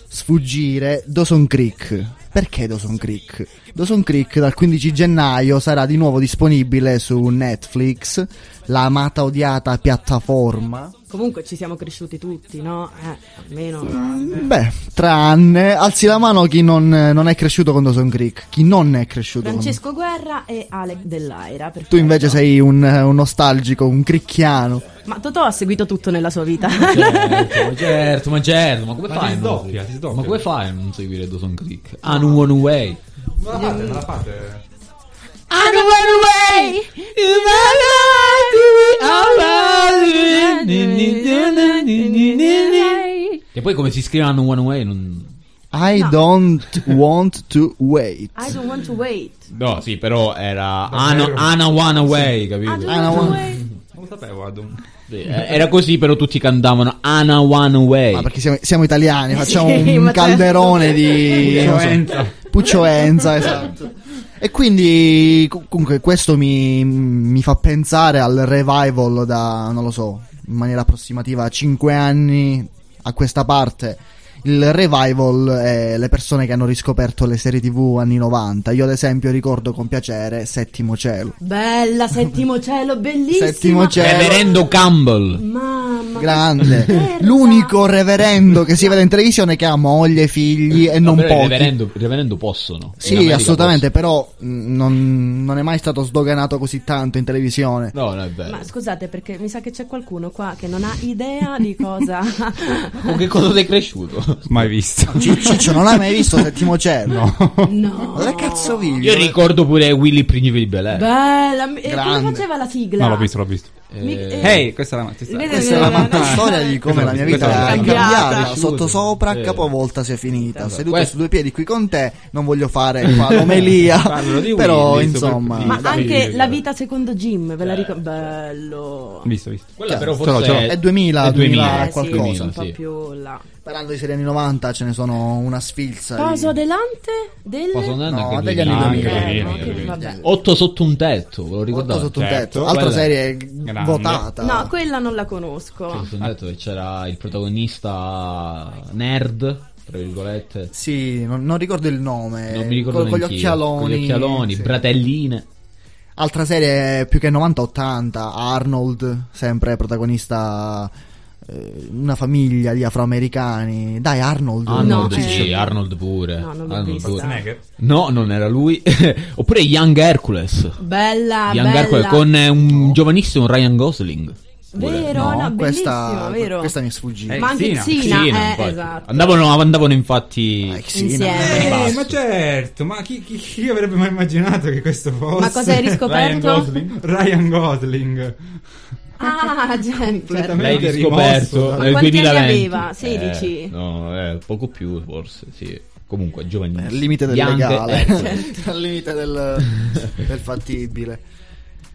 [SPEAKER 4] sfuggire Dawson Creek. Perché Dawson Creek? Dawson Creek dal 15 gennaio sarà di nuovo disponibile su Netflix, la amata odiata piattaforma.
[SPEAKER 8] Comunque ci siamo cresciuti tutti, no? Eh, almeno.
[SPEAKER 4] Beh, tranne, alzi la mano chi non, non è cresciuto con Dawson Creek, chi non è cresciuto con
[SPEAKER 8] Francesco Guerra e Alec Dell'Aira. perfetto.
[SPEAKER 4] Tu invece sei un, un nostalgico, un cricchiano.
[SPEAKER 8] Ma Totò ha seguito tutto nella sua vita.
[SPEAKER 6] Ma certo, ma certo, ma come
[SPEAKER 5] Ma
[SPEAKER 6] fai?
[SPEAKER 5] si
[SPEAKER 6] a non
[SPEAKER 5] sdoppia,
[SPEAKER 6] seguire?
[SPEAKER 5] si sdoppia.
[SPEAKER 6] Ma come fai a non seguire Dawson Creek? Un One Way.
[SPEAKER 5] Ma la fate, ma la fate.
[SPEAKER 1] I don't run away. In my life, do it all right.
[SPEAKER 6] E poi come si scrive un One Way? Non...
[SPEAKER 4] I
[SPEAKER 8] No.
[SPEAKER 4] don't want to wait.
[SPEAKER 8] I don't want to wait.
[SPEAKER 6] No, sì, però era Ah,
[SPEAKER 5] Davvero?
[SPEAKER 6] Anna, Anna One Away, capito?
[SPEAKER 8] I don't want to wait.
[SPEAKER 5] Non lo sapevo, Adam.
[SPEAKER 6] Eh, Era così, però tutti cantavano Anna One Away. Ma
[SPEAKER 4] perché siamo, siamo italiani, facciamo
[SPEAKER 6] Sì,
[SPEAKER 4] un
[SPEAKER 6] ma certo.
[SPEAKER 4] calderone di
[SPEAKER 6] Puccio
[SPEAKER 4] non so,
[SPEAKER 6] Enza.
[SPEAKER 4] Puccio Enza, esatto. E quindi co- comunque questo mi, mi fa pensare al revival da, non lo so, in maniera approssimativa, 5 anni a questa parte. Il revival è le persone che hanno riscoperto le serie tv anni 90. Io ad esempio ricordo con piacere Settimo Cielo.
[SPEAKER 8] Bella, settimo cielo, bellissima.
[SPEAKER 4] Settimo Cielo.
[SPEAKER 6] Reverendo Campbell.
[SPEAKER 8] Mamma.
[SPEAKER 4] Grande. L'unico reverendo che si vede in televisione che ha moglie, figli e non
[SPEAKER 6] Ah, Però il
[SPEAKER 4] pochi.
[SPEAKER 6] reverendo, il reverendo possono. In
[SPEAKER 4] Sì,
[SPEAKER 6] America
[SPEAKER 4] assolutamente, però mh, non, non è mai stato sdoganato così tanto in televisione.
[SPEAKER 6] No, no, è vero.
[SPEAKER 8] Ma scusate perché mi sa che c'è qualcuno qua che non ha idea di cosa.
[SPEAKER 6] possono. Con che cosa sei cresciuto?
[SPEAKER 5] Mai visto.
[SPEAKER 4] Ciccio, non l'hai mai visto Settimo Cielo? No.
[SPEAKER 8] no.
[SPEAKER 4] Ma che cazzo vivi?
[SPEAKER 6] Io ricordo pure Willy Principe di Bel Air.
[SPEAKER 8] Bella. E come
[SPEAKER 6] Grande.
[SPEAKER 8] faceva la sigla?
[SPEAKER 5] No, l'ho visto, l'ho visto.
[SPEAKER 8] Mi-
[SPEAKER 5] Ehi,
[SPEAKER 8] eh.
[SPEAKER 5] questa è la questa-
[SPEAKER 8] Vedi-
[SPEAKER 4] Questa è la matta
[SPEAKER 8] Eh,
[SPEAKER 4] storia di come la mia
[SPEAKER 5] questa
[SPEAKER 4] vita
[SPEAKER 5] è
[SPEAKER 4] è
[SPEAKER 5] cambiata.
[SPEAKER 4] cambiata,
[SPEAKER 5] Cresciuto.
[SPEAKER 4] sotto sopra,
[SPEAKER 5] Eh.
[SPEAKER 4] capovolta si è finita. Seduto
[SPEAKER 5] questo-
[SPEAKER 4] su due piedi qui con te, non voglio fare qua l'omelia,
[SPEAKER 5] Parlo di
[SPEAKER 4] però
[SPEAKER 5] Willy,
[SPEAKER 4] insomma...
[SPEAKER 5] super-
[SPEAKER 8] Ma
[SPEAKER 5] Dai,
[SPEAKER 8] anche
[SPEAKER 5] dai.
[SPEAKER 8] la vita secondo Jim, ve la ricordo. Bello.
[SPEAKER 5] Visto, visto.
[SPEAKER 6] Quella però
[SPEAKER 4] Certo,
[SPEAKER 6] forse
[SPEAKER 4] ce l'ho, ce l'ho. È 2000, 2000
[SPEAKER 8] Eh,
[SPEAKER 4] qualcosa.
[SPEAKER 8] Sì, un po'
[SPEAKER 4] sì.
[SPEAKER 8] più là.
[SPEAKER 4] Parlando di serie anni 90 ce ne sono una sfilza. di-
[SPEAKER 8] Paso adelante del...
[SPEAKER 6] Posso andare
[SPEAKER 4] No,
[SPEAKER 6] anche
[SPEAKER 4] degli
[SPEAKER 6] lui.
[SPEAKER 4] anni
[SPEAKER 8] Ah,
[SPEAKER 6] Anche
[SPEAKER 4] 2000,
[SPEAKER 6] lui,
[SPEAKER 4] no,
[SPEAKER 6] anche lui.
[SPEAKER 8] vabbè.
[SPEAKER 6] Otto sotto un tetto, ve lo ricordate? Certo.
[SPEAKER 4] sotto un tetto, altra serie votata.
[SPEAKER 8] No, quella non la conosco.
[SPEAKER 6] Sotto un tetto che c'era il protagonista nerd, tra virgolette.
[SPEAKER 4] Sì, non, non ricordo il nome.
[SPEAKER 6] Non mi ricordo
[SPEAKER 4] Eh, con, con gli
[SPEAKER 6] neanch'io.
[SPEAKER 4] occhialoni.
[SPEAKER 6] Con gli occhialoni,
[SPEAKER 4] sì.
[SPEAKER 6] bratelline.
[SPEAKER 4] Altra serie più che 90-80, Arnold, sempre protagonista eh, una famiglia di afroamericani. Dai Arnold.
[SPEAKER 6] Arnold,
[SPEAKER 4] Ciccio.
[SPEAKER 8] eh,
[SPEAKER 6] sì, Arnold pure.
[SPEAKER 8] No, non l'ho
[SPEAKER 6] Arnold
[SPEAKER 8] vista.
[SPEAKER 6] pure.
[SPEAKER 8] Schwarzenegger?
[SPEAKER 6] No, non era lui. Oppure Young Hercules.
[SPEAKER 8] Ah, Bella,
[SPEAKER 6] Young Hercules
[SPEAKER 8] bella.
[SPEAKER 6] con eh, un giovanissimo Ryan Gosling.
[SPEAKER 8] Vero,
[SPEAKER 6] No,
[SPEAKER 8] no,
[SPEAKER 4] questa,
[SPEAKER 8] bellissima, vero.
[SPEAKER 4] questa mi è sfuggita.
[SPEAKER 8] Ma anche Xena,
[SPEAKER 6] Eh, Xena,
[SPEAKER 8] eh,
[SPEAKER 6] infatti.
[SPEAKER 8] esatto.
[SPEAKER 6] Andavano, andavano infatti
[SPEAKER 8] Insieme.
[SPEAKER 5] Eh, ma certo, ma chi, chi- chi avrebbe mai immaginato che questo fosse?
[SPEAKER 8] Ma cosa hai
[SPEAKER 5] Ryan
[SPEAKER 8] riscoperto?
[SPEAKER 5] Gosling. Ryan Gosling.
[SPEAKER 8] Ah, gente.
[SPEAKER 6] L'hai
[SPEAKER 5] Veramente
[SPEAKER 6] riscoperto eh,
[SPEAKER 5] rimosso.
[SPEAKER 6] nel
[SPEAKER 8] Ma quanti anni
[SPEAKER 6] 2020.
[SPEAKER 8] aveva? 16?
[SPEAKER 6] Eh, no, eh, poco più forse, sì. Comunque, giovanissimo. eh,
[SPEAKER 4] Al limite del Cioè,
[SPEAKER 6] Young
[SPEAKER 4] legale.
[SPEAKER 6] Hercules.
[SPEAKER 4] Al limite del, del fattibile.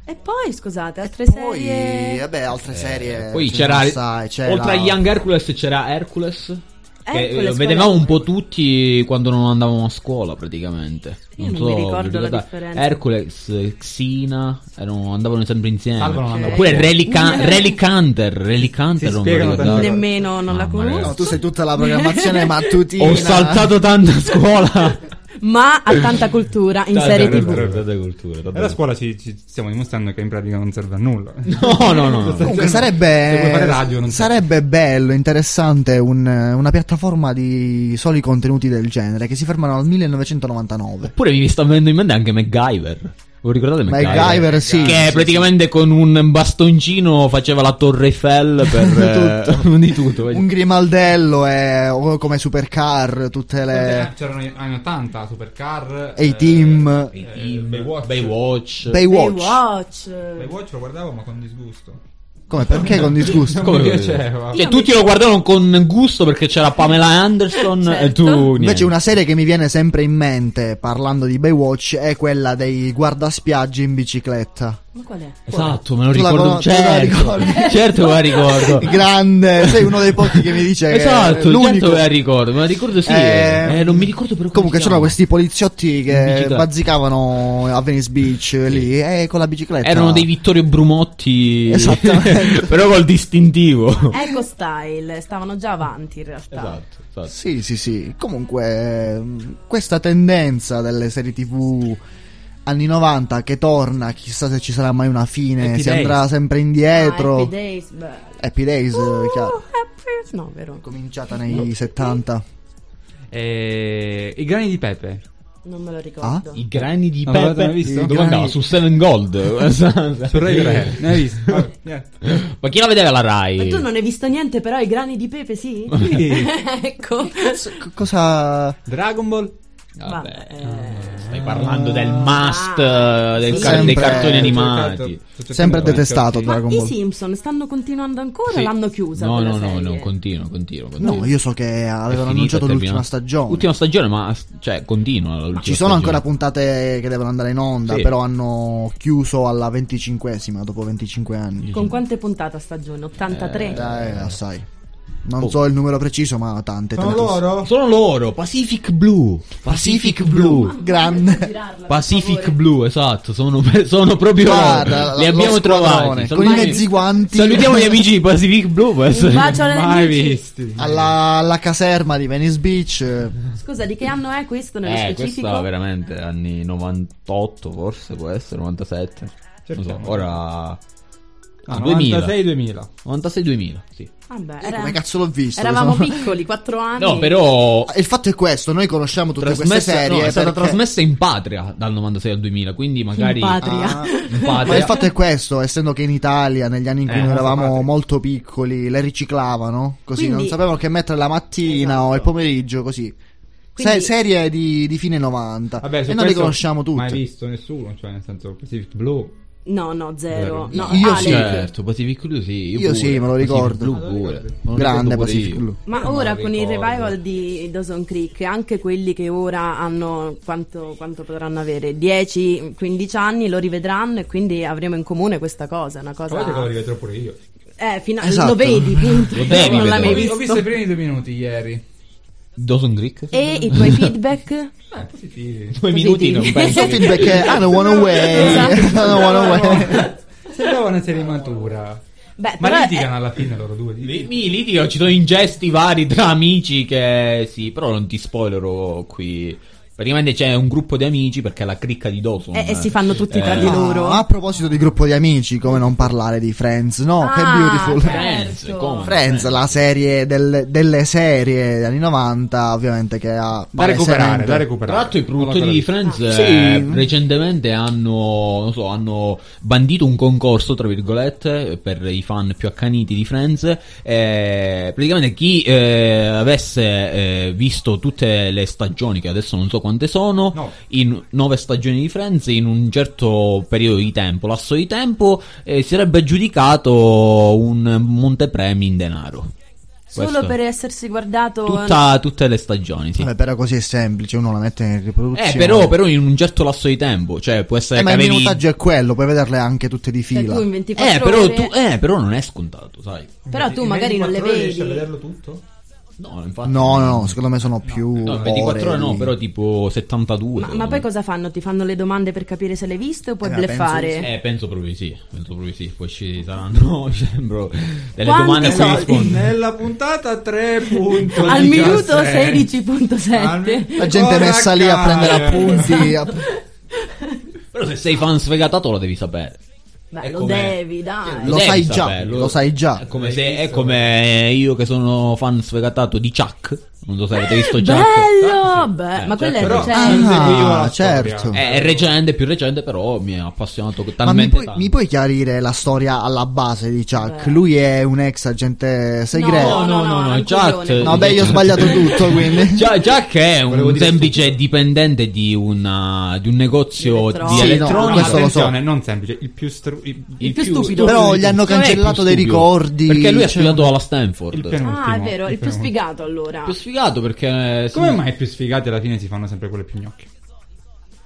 [SPEAKER 8] E poi, scusate, altre
[SPEAKER 4] Poi,
[SPEAKER 8] serie.
[SPEAKER 4] vabbè, altre serie.
[SPEAKER 6] eh,
[SPEAKER 4] cioè,
[SPEAKER 6] Poi
[SPEAKER 4] ce
[SPEAKER 6] c'era.
[SPEAKER 4] ne sai, c'è
[SPEAKER 6] oltre
[SPEAKER 4] la-
[SPEAKER 6] a Young Hercules c'era Hercules. Che
[SPEAKER 8] Hercules,
[SPEAKER 6] lo
[SPEAKER 8] qual
[SPEAKER 6] vedevamo
[SPEAKER 8] è?
[SPEAKER 6] un po' tutti quando non andavamo a scuola praticamente.
[SPEAKER 8] Io non mi ricordo
[SPEAKER 6] vi
[SPEAKER 8] la
[SPEAKER 6] ricordate?
[SPEAKER 8] differenza.
[SPEAKER 6] Hercules, Xina, erano- andavano sempre insieme.
[SPEAKER 5] Salvo non andava a
[SPEAKER 8] Eh.
[SPEAKER 6] Oppure
[SPEAKER 5] scuola.
[SPEAKER 6] Relic Relic Hunter. Relic Hunter non me lo ricordavo.
[SPEAKER 8] Nemmeno, non la conosco.
[SPEAKER 4] No, tu sei tutta la programmazione mattutina.
[SPEAKER 6] Ho saltato tanta scuola.
[SPEAKER 8] Ma ha tanta cultura in
[SPEAKER 6] Tanta
[SPEAKER 8] serie
[SPEAKER 6] cultura.
[SPEAKER 8] TV.
[SPEAKER 6] Tante culture, vabbè.
[SPEAKER 5] E la scuola ci, ci stiamo dimostrando che in pratica non serve a nulla.
[SPEAKER 6] No, no, no.
[SPEAKER 4] Comunque
[SPEAKER 5] Se vuoi fare
[SPEAKER 4] sarebbe,
[SPEAKER 5] radio non serve.
[SPEAKER 4] sarebbe bello, interessante un- una piattaforma di soli contenuti del genere che si fermano al 1999.
[SPEAKER 6] Oppure vi sta venendo in mente anche MacGyver. Voi ricordate MacGyver?
[SPEAKER 4] MacGyver, sì.
[SPEAKER 6] Che
[SPEAKER 4] Sì, sì,
[SPEAKER 6] praticamente con un bastoncino faceva la Torre Eiffel per eh, di tutto. vedi.
[SPEAKER 4] Un grimaldello e o come supercar, tutte le...
[SPEAKER 5] Eh, C'erano gli anni 80, Supercar,
[SPEAKER 4] Eh. E i team...
[SPEAKER 5] eh, Baywatch.
[SPEAKER 6] Baywatch.
[SPEAKER 4] Baywatch.
[SPEAKER 5] Baywatch lo guardavo ma con disgusto.
[SPEAKER 4] Come, perché con disgusto?
[SPEAKER 6] Come
[SPEAKER 5] Perché
[SPEAKER 6] vedi?
[SPEAKER 5] c'era?
[SPEAKER 6] Cioè, tutti lo guardavano con gusto perché c'era Pamela Anderson e tu niente.
[SPEAKER 4] Certo. Invece una serie che mi viene sempre in mente parlando di Baywatch è quella dei guardaspiaggi in bicicletta.
[SPEAKER 8] Ma qual è?
[SPEAKER 6] Esatto, me lo
[SPEAKER 4] Tu la
[SPEAKER 6] ricordo.
[SPEAKER 4] con- tu la
[SPEAKER 6] certo,
[SPEAKER 4] ricordi?
[SPEAKER 6] certo me la ricordo.
[SPEAKER 4] Grande, sei uno dei pochi che mi dice che è
[SPEAKER 6] Esatto, certo
[SPEAKER 4] Cioè, l'unico.
[SPEAKER 6] me la ricordo. Me la ricordo sì.
[SPEAKER 4] Eh,
[SPEAKER 6] eh, non mi ricordo però come
[SPEAKER 4] Comunque
[SPEAKER 6] si
[SPEAKER 4] c'erano
[SPEAKER 6] chiama.
[SPEAKER 4] questi poliziotti
[SPEAKER 6] In
[SPEAKER 4] che
[SPEAKER 6] bicicletta.
[SPEAKER 4] bazzicavano a Venice Beach lì e con la bicicletta.
[SPEAKER 6] Erano dei Vittorio Brumotti.
[SPEAKER 4] Esattamente.
[SPEAKER 6] però col distintivo.
[SPEAKER 8] Eco Style, stavano già avanti in realtà.
[SPEAKER 6] Esatto.
[SPEAKER 4] Sì, sì, sì. Comunque mh, questa tendenza delle serie TV anni 90 che torna, chissà se ci sarà mai una fine,
[SPEAKER 8] Happy
[SPEAKER 4] si
[SPEAKER 8] Days.
[SPEAKER 4] andrà sempre
[SPEAKER 8] Ah,
[SPEAKER 4] indietro.
[SPEAKER 8] Happy Days, bello.
[SPEAKER 4] Happy Days,
[SPEAKER 8] Uh,
[SPEAKER 4] chiaro.
[SPEAKER 8] Happy- No, vero.
[SPEAKER 4] Cominciata nei 70.
[SPEAKER 5] Eh, I grani di Pepe.
[SPEAKER 8] Non me lo ricordo.
[SPEAKER 6] I grani di
[SPEAKER 5] Non l'avete
[SPEAKER 6] Pepe.
[SPEAKER 5] mai visto?
[SPEAKER 6] Dove
[SPEAKER 5] I grani-
[SPEAKER 6] andava? Su Seven Gold.
[SPEAKER 5] Su Rai tre. Ne hai visto? Vabbè, niente.
[SPEAKER 6] Ma chi la vedeva la
[SPEAKER 8] Ma
[SPEAKER 6] Rai?
[SPEAKER 8] tu non hai visto niente, però i grani di pepe sì?
[SPEAKER 5] Sì.
[SPEAKER 8] ecco.
[SPEAKER 4] C- cosa
[SPEAKER 5] Dragon Ball.
[SPEAKER 8] Vabbè, eh.
[SPEAKER 6] Stai parlando del
[SPEAKER 8] ah,
[SPEAKER 6] must eh, del car-
[SPEAKER 4] Sempre-
[SPEAKER 6] dei cartoni animati.
[SPEAKER 5] certo.
[SPEAKER 4] Sempre detestato Dragon
[SPEAKER 8] I
[SPEAKER 4] Ball.
[SPEAKER 8] Simpson stanno continuando ancora?
[SPEAKER 6] Sì.
[SPEAKER 8] L'hanno chiusa?
[SPEAKER 6] No,
[SPEAKER 8] quella
[SPEAKER 6] no, no,
[SPEAKER 8] serie?
[SPEAKER 6] no, continuo, continuo. continuo.
[SPEAKER 4] No, io so che
[SPEAKER 6] È finita,
[SPEAKER 4] avevano
[SPEAKER 6] è
[SPEAKER 4] annunciato
[SPEAKER 6] terminata.
[SPEAKER 4] l'ultima stagione.
[SPEAKER 6] Ultima stagione, ma cioè, continua. l'ultima
[SPEAKER 4] Ci sono ancora
[SPEAKER 6] stagione.
[SPEAKER 4] puntate che devono andare in onda,
[SPEAKER 6] Sì.
[SPEAKER 4] però hanno chiuso alla 25esima dopo 25 anni.
[SPEAKER 8] Con quante puntate a stagione? 83?
[SPEAKER 4] Eh, Dai,
[SPEAKER 6] Eh.
[SPEAKER 4] assai.
[SPEAKER 6] Oh.
[SPEAKER 4] Non so il numero preciso, ma tante.
[SPEAKER 5] Sono
[SPEAKER 4] tante.
[SPEAKER 5] loro?
[SPEAKER 6] Sono loro, Pacific Blue. Pacific Blue.
[SPEAKER 4] Grande.
[SPEAKER 6] Pacific Blue, esatto, sono, sono proprio
[SPEAKER 4] Guarda,
[SPEAKER 6] loro.
[SPEAKER 4] la-
[SPEAKER 6] Li
[SPEAKER 4] lo
[SPEAKER 6] abbiamo
[SPEAKER 4] squadrone, con i
[SPEAKER 6] trovati. Salutiamo-
[SPEAKER 4] mezzi guanti.
[SPEAKER 6] Salutiamo gli amici di Pacific Blue. può essere.
[SPEAKER 8] bacio alle
[SPEAKER 5] Mai
[SPEAKER 8] amici.
[SPEAKER 5] visti.
[SPEAKER 4] Alla, alla caserma di Venice Beach. eh,
[SPEAKER 8] Scusa, di che anno è questo nello
[SPEAKER 6] Eh,
[SPEAKER 8] specifico?
[SPEAKER 6] questo veramente anni 98 forse può essere, 97. Non so,
[SPEAKER 4] Certo.
[SPEAKER 5] Cerchiamo.
[SPEAKER 6] ora...
[SPEAKER 5] Ah,
[SPEAKER 6] 2000.
[SPEAKER 5] 96-2000.
[SPEAKER 6] 96-2000, sì.
[SPEAKER 8] Vabbè,
[SPEAKER 4] io
[SPEAKER 8] era-
[SPEAKER 4] Eh, Come cazzo l'ho visto?
[SPEAKER 8] eravamo
[SPEAKER 4] Sono-
[SPEAKER 8] piccoli, 4 anni.
[SPEAKER 6] No, però...
[SPEAKER 8] Ah,
[SPEAKER 4] Il fatto è questo, noi conosciamo tutte queste
[SPEAKER 6] trasmessa-
[SPEAKER 4] serie.
[SPEAKER 6] no, è stata
[SPEAKER 4] perché-
[SPEAKER 6] trasmessa in patria dal 96 al 2000, quindi magari...
[SPEAKER 8] In patria.
[SPEAKER 4] Ah.
[SPEAKER 6] in patria.
[SPEAKER 4] Ma il fatto è questo, essendo che in Italia negli anni in cui
[SPEAKER 6] Eh,
[SPEAKER 4] noi
[SPEAKER 6] molto
[SPEAKER 4] eravamo
[SPEAKER 5] padre.
[SPEAKER 4] molto piccoli le riciclavano, così
[SPEAKER 8] Quindi- Esatto.
[SPEAKER 4] non sapevano che mettere la mattina o il pomeriggio, così. Se-
[SPEAKER 8] Quindi-
[SPEAKER 4] serie di, di fine 90
[SPEAKER 5] Vabbè, su
[SPEAKER 4] e noi le
[SPEAKER 5] questo
[SPEAKER 4] conosciamo tutte.
[SPEAKER 5] Mai visto nessuno, cioè nel senso
[SPEAKER 8] Esatto.
[SPEAKER 5] Pacific Blue.
[SPEAKER 8] No, no, zero.
[SPEAKER 5] Zero.
[SPEAKER 8] No,
[SPEAKER 4] Io
[SPEAKER 8] Ale,
[SPEAKER 4] sì.
[SPEAKER 6] Certo, Pacific Blue sì. Io,
[SPEAKER 4] Cioè, Io
[SPEAKER 6] pure.
[SPEAKER 4] sì, me lo
[SPEAKER 6] Pacific
[SPEAKER 4] ricordo.
[SPEAKER 6] Blue
[SPEAKER 5] Ah, lo
[SPEAKER 6] pure.
[SPEAKER 5] ricordi?
[SPEAKER 6] Me lo
[SPEAKER 4] Grande
[SPEAKER 6] ricordo pure
[SPEAKER 4] Pacific
[SPEAKER 6] io.
[SPEAKER 4] Blue.
[SPEAKER 8] Ma
[SPEAKER 6] Eh, me
[SPEAKER 8] ora
[SPEAKER 6] lo
[SPEAKER 8] con il
[SPEAKER 6] ricordo.
[SPEAKER 8] revival di Dawson Creek, anche quelli che ora hanno quanto, quanto potranno avere? 10-15 anni lo rivedranno e quindi avremo in comune questa cosa. Una
[SPEAKER 5] Guardate che lo
[SPEAKER 8] cosa.
[SPEAKER 5] rivedrò pure io.
[SPEAKER 8] Eh, fino a-
[SPEAKER 4] Esatto.
[SPEAKER 8] Lo vedi, punto.
[SPEAKER 6] Lo devi
[SPEAKER 8] non l'hai mai
[SPEAKER 6] vedere.
[SPEAKER 5] Ho,
[SPEAKER 8] visto. Eh.
[SPEAKER 5] ho visto i primi due minuti ieri.
[SPEAKER 6] Dawson Creek?
[SPEAKER 8] E i tuoi feedback?
[SPEAKER 5] Eh, positivi.
[SPEAKER 6] Due minuti non penso.
[SPEAKER 4] Il feedback è I don't wanna
[SPEAKER 8] Esatto.
[SPEAKER 4] away. I don't wanna away.
[SPEAKER 5] Sembrava una serie matura.
[SPEAKER 8] Beh,
[SPEAKER 5] Ma
[SPEAKER 8] Eh, però è-
[SPEAKER 5] litigano alla fine loro due. Di...
[SPEAKER 6] Li- Mi litigano, ci sono ingesti vari tra amici che sì, però non ti spoilerò qui. Praticamente c'è un gruppo di amici perché è la cricca di Dawson. Eh,
[SPEAKER 8] E- e si fanno tutti tra di
[SPEAKER 4] Ah,
[SPEAKER 8] loro.
[SPEAKER 4] a proposito di gruppo di amici, come non parlare di Friends? No, che
[SPEAKER 8] Ah,
[SPEAKER 4] beautiful.
[SPEAKER 6] Friends,
[SPEAKER 8] Certo.
[SPEAKER 6] come?
[SPEAKER 4] Friends, la serie del- delle serie degli anni 90, ovviamente che ha
[SPEAKER 5] Da recuperare,
[SPEAKER 4] palesemente-
[SPEAKER 5] da
[SPEAKER 6] Tra
[SPEAKER 5] recuperare.
[SPEAKER 6] l'altro i produttori
[SPEAKER 5] Guarda,
[SPEAKER 6] di
[SPEAKER 5] guarda.
[SPEAKER 6] Friends
[SPEAKER 4] Ah, sì.
[SPEAKER 6] eh, recentemente hanno, non so, hanno bandito un concorso, tra virgolette, per i fan più accaniti di Friends. Eh, praticamente chi eh, avesse eh, visto tutte le stagioni, che adesso non so quante sono,
[SPEAKER 5] No.
[SPEAKER 6] in nove stagioni di Friends, in un certo periodo di tempo, lasso di tempo, eh, si sarebbe aggiudicato un montepremi in denaro.
[SPEAKER 8] Solo
[SPEAKER 6] Questo.
[SPEAKER 8] per essersi guardato
[SPEAKER 6] Tutta- tutte le stagioni, sì.
[SPEAKER 4] Vabbè, però così è semplice, uno la mette in riproduzione.
[SPEAKER 6] Eh, però, però in un certo lasso di tempo, cioè può essere
[SPEAKER 4] Eh, ma
[SPEAKER 6] che
[SPEAKER 4] il
[SPEAKER 6] avevi-
[SPEAKER 4] minutaggio è quello, puoi vederle anche tutte di fila.
[SPEAKER 8] Cioè, tu in 24
[SPEAKER 6] eh, però
[SPEAKER 8] ore-
[SPEAKER 6] tu- eh, però non è scontato, sai.
[SPEAKER 8] Però tu magari non le vedi.
[SPEAKER 5] tutto?
[SPEAKER 6] No, infatti.
[SPEAKER 4] No, no, no, secondo me sono più.
[SPEAKER 6] No, 24 ore no,
[SPEAKER 4] lì.
[SPEAKER 6] però tipo 72.
[SPEAKER 8] Ma poi cosa fanno? Ti fanno le domande per capire se le hai viste o puoi
[SPEAKER 6] Eh,
[SPEAKER 8] bleffare?
[SPEAKER 6] Eh, penso proprio di sì, penso proprio di sì. Poi ci saranno, mi sembra, delle
[SPEAKER 8] Quanti
[SPEAKER 6] domande a cui
[SPEAKER 8] soldi?
[SPEAKER 6] rispondere.
[SPEAKER 5] Nella puntata
[SPEAKER 6] Eh,
[SPEAKER 5] 3.17
[SPEAKER 8] Al minuto 16.7
[SPEAKER 4] La gente è messa lì a prendere appunti. a-
[SPEAKER 6] Però se sei fan sfegatato lo devi sapere.
[SPEAKER 8] Beh, lo
[SPEAKER 6] com'è?
[SPEAKER 8] devi, dai.
[SPEAKER 4] Lo
[SPEAKER 6] devi
[SPEAKER 4] sai già,
[SPEAKER 6] sapere,
[SPEAKER 4] lo sai già.
[SPEAKER 6] È come, se, è come io che sono fan sfegatato di Chuck. Non so se avete visto Chuck.
[SPEAKER 8] Bello! Beh, ma quello è
[SPEAKER 6] certo.
[SPEAKER 8] cioè,
[SPEAKER 4] Ah, certo.
[SPEAKER 6] È, è recente, più recente, però mi ha appassionato
[SPEAKER 4] Ma mi
[SPEAKER 6] Eh, talmente
[SPEAKER 4] puoi,
[SPEAKER 6] tanto.
[SPEAKER 4] mi puoi chiarire la storia alla base di
[SPEAKER 8] Eh.
[SPEAKER 4] Chuck? Lui è un ex agente segreto.
[SPEAKER 6] No, no, no, no, Jack.
[SPEAKER 4] No, beh, io ho sbagliato tutto, quindi.
[SPEAKER 6] Già, Jack è un semplice dipendente di, una- di un negozio
[SPEAKER 4] Elettronica.
[SPEAKER 6] di
[SPEAKER 4] Sì, no,
[SPEAKER 6] elettronica.
[SPEAKER 4] questo lo so.
[SPEAKER 5] Attenzione, non semplice, il più, stru- il, il
[SPEAKER 8] più stupido.
[SPEAKER 4] Però gli hanno
[SPEAKER 6] Secondo me è il più
[SPEAKER 4] cancellato dei
[SPEAKER 6] stupido,
[SPEAKER 4] ricordi.
[SPEAKER 6] Perché lui ha
[SPEAKER 4] cioè-
[SPEAKER 6] studiato alla Stanford.
[SPEAKER 5] Il piano-
[SPEAKER 8] Ah, è
[SPEAKER 5] ultimo,
[SPEAKER 8] vero,
[SPEAKER 5] il
[SPEAKER 8] il più
[SPEAKER 5] primo.
[SPEAKER 8] sfigato allora.
[SPEAKER 6] Più sfigato perché.
[SPEAKER 5] Come mai i più sfigati alla fine si fanno sempre quelle più gnocche?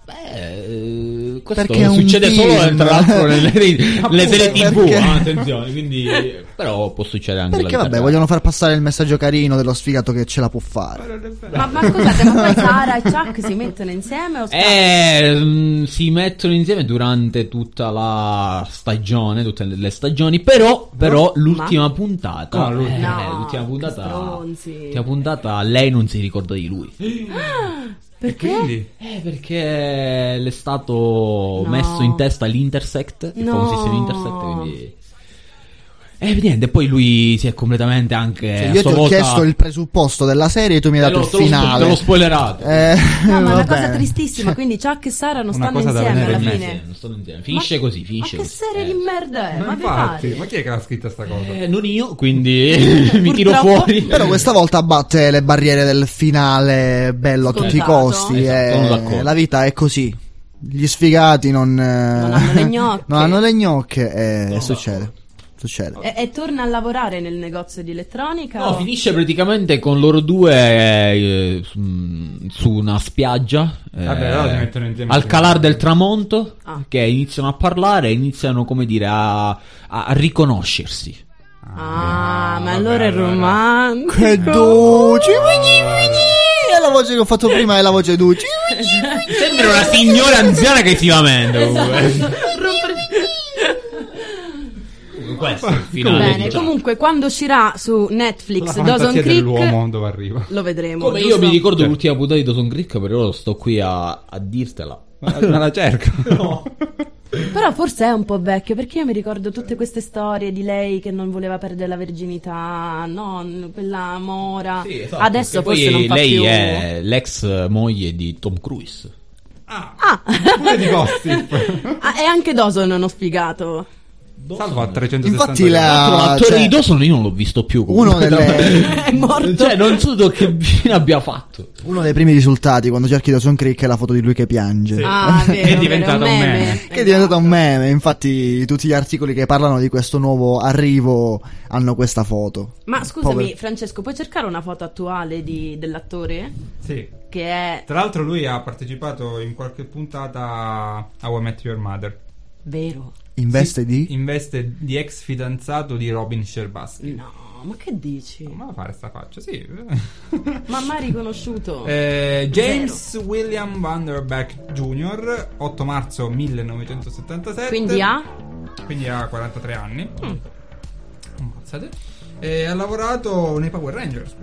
[SPEAKER 6] Eh, questo
[SPEAKER 5] Perché è un
[SPEAKER 6] succede solo eh,
[SPEAKER 5] film.
[SPEAKER 6] tra l'altro nelle, nelle serie tv
[SPEAKER 5] Perché?
[SPEAKER 6] ah, attenzione quindi eh, però può succedere anche
[SPEAKER 4] Perché
[SPEAKER 6] la
[SPEAKER 4] vabbè, vogliono far passare il messaggio carino dello sfigato che ce la può fare.
[SPEAKER 8] Ma, ma scusate, ma poi Sara e Chuck si mettono insieme o
[SPEAKER 6] Eh, mm, si mettono insieme durante tutta la stagione, tutte le- le stagioni, però, però
[SPEAKER 8] Ma-
[SPEAKER 6] l'ultima puntata,
[SPEAKER 8] No, l'ultima.
[SPEAKER 6] eh,
[SPEAKER 8] No,
[SPEAKER 6] l'ultima
[SPEAKER 8] che
[SPEAKER 6] puntata,
[SPEAKER 8] stronzi.
[SPEAKER 6] l'ultima puntata lei non si ricorda di lui.
[SPEAKER 8] Perché?
[SPEAKER 6] Eh, perché le è stato messo in testa l'Intersect, il
[SPEAKER 8] No.
[SPEAKER 6] famosissimo Intersect, quindi... E niente, poi lui si è completamente anche...
[SPEAKER 4] Cioè,
[SPEAKER 6] eh,
[SPEAKER 4] io
[SPEAKER 6] a
[SPEAKER 4] ti
[SPEAKER 6] sua
[SPEAKER 4] ho
[SPEAKER 6] volta-
[SPEAKER 4] chiesto il presupposto della serie e tu mi hai
[SPEAKER 6] Te
[SPEAKER 4] dato
[SPEAKER 6] lo-
[SPEAKER 4] il
[SPEAKER 6] te lo-
[SPEAKER 4] finale.
[SPEAKER 6] te l'ho spoilerato.
[SPEAKER 4] Eh,
[SPEAKER 8] No, ma è una
[SPEAKER 4] vabbè.
[SPEAKER 8] cosa
[SPEAKER 6] Cioè,
[SPEAKER 8] tristissima, quindi Chuck e Sara non stanno insieme alla fine.
[SPEAKER 6] Non stanno insieme. Finisce così, finisce
[SPEAKER 8] Che
[SPEAKER 6] così.
[SPEAKER 8] serie di merda è? Eh, Ma, vi
[SPEAKER 5] Infatti,
[SPEAKER 8] pare?
[SPEAKER 5] ma chi è che l'ha scritta sta cosa?
[SPEAKER 6] Eh, non io, quindi mi tiro
[SPEAKER 8] Purtroppo.
[SPEAKER 6] fuori.
[SPEAKER 4] Però questa volta batte le barriere del finale bello a tutti i
[SPEAKER 6] Scontato.
[SPEAKER 4] costi.
[SPEAKER 6] Esatto,
[SPEAKER 4] eh,
[SPEAKER 6] sono d'accordo.
[SPEAKER 4] la vita è così. Gli sfigati non, eh, non hanno
[SPEAKER 8] le gnocche.
[SPEAKER 4] le gnocche, eh, succede. Succede.
[SPEAKER 8] E, e torna a lavorare nel negozio di elettronica?
[SPEAKER 6] No,
[SPEAKER 8] o-
[SPEAKER 6] finisce praticamente con loro due eh, su, mm, su una spiaggia eh,
[SPEAKER 5] Vabbè, Ah, allora si mettono insieme.
[SPEAKER 6] al calar del tramonto
[SPEAKER 8] Ah.
[SPEAKER 6] che iniziano a parlare e iniziano come dire a, a riconoscersi.
[SPEAKER 8] Ah, ma allora è romantico.
[SPEAKER 4] Che duci, E la voce che ho fatto prima è la voce duci.
[SPEAKER 6] Sembra una signora anziana che si lamenta
[SPEAKER 8] Esatto.
[SPEAKER 6] comunque. Questo è il finale. Cioè,
[SPEAKER 8] Bene,
[SPEAKER 6] di Jack.
[SPEAKER 8] comunque quando uscirà su Netflix
[SPEAKER 5] La
[SPEAKER 8] Dawson
[SPEAKER 5] fantasia
[SPEAKER 8] Creek
[SPEAKER 5] dell'uomo dove arriva?
[SPEAKER 8] lo vedremo.
[SPEAKER 6] Come io
[SPEAKER 8] giusto?
[SPEAKER 6] mi ricordo
[SPEAKER 5] Certo.
[SPEAKER 6] l'ultima puntata di Dawson Creek, però sto qui a, a dirtela.
[SPEAKER 5] Ma, ma la cerco.
[SPEAKER 8] Però forse è un po' vecchio perché io mi ricordo tutte queste storie di lei che non voleva perdere la verginità, no, quella mora.
[SPEAKER 6] Ah,
[SPEAKER 8] Adesso
[SPEAKER 6] Perché
[SPEAKER 8] forse
[SPEAKER 6] esatto, poi
[SPEAKER 8] non fa
[SPEAKER 6] lei
[SPEAKER 8] più.
[SPEAKER 6] è l'ex moglie di Tom Cruise.
[SPEAKER 5] Pure di gossip.
[SPEAKER 8] Ah, e anche Dawson è uno sfigato.
[SPEAKER 5] Salvo a 360
[SPEAKER 4] Infatti la-
[SPEAKER 6] Tra l'altro, l'attore
[SPEAKER 4] cioè-
[SPEAKER 6] di Ecco, Dawson io non l'ho visto più. comunque.
[SPEAKER 4] Uno delle-
[SPEAKER 8] È morto.
[SPEAKER 6] Cioè, non so do che fine abbia fatto.
[SPEAKER 4] Uno dei primi risultati quando cerchi Dawson Creek è la foto di lui che piange.
[SPEAKER 8] Ah, esatto. è vero,
[SPEAKER 5] È diventato
[SPEAKER 8] vero,
[SPEAKER 5] un meme.
[SPEAKER 4] Che è diventato un meme, infatti tutti gli articoli che parlano di questo nuovo arrivo hanno questa foto.
[SPEAKER 8] Ma scusami,
[SPEAKER 4] Povero.
[SPEAKER 8] Francesco, puoi cercare una foto attuale di- dell'attore?
[SPEAKER 5] Sì.
[SPEAKER 8] Che è
[SPEAKER 5] Tra l'altro lui ha partecipato in qualche puntata a How I Met Your Mother.
[SPEAKER 8] vero.
[SPEAKER 4] In veste di?
[SPEAKER 5] In veste di ex fidanzato di Robin Sherbaski.
[SPEAKER 8] No, ma che dici?
[SPEAKER 5] Come va a fare sta faccia? Sì.
[SPEAKER 8] Ma mai riconosciuto?
[SPEAKER 5] Eh, James William Vanderbeck Jr., 8 marzo 1977.
[SPEAKER 8] Quindi ha?
[SPEAKER 5] Quindi ha 43 anni. Ammazzate. E ha lavorato nei Power Rangers.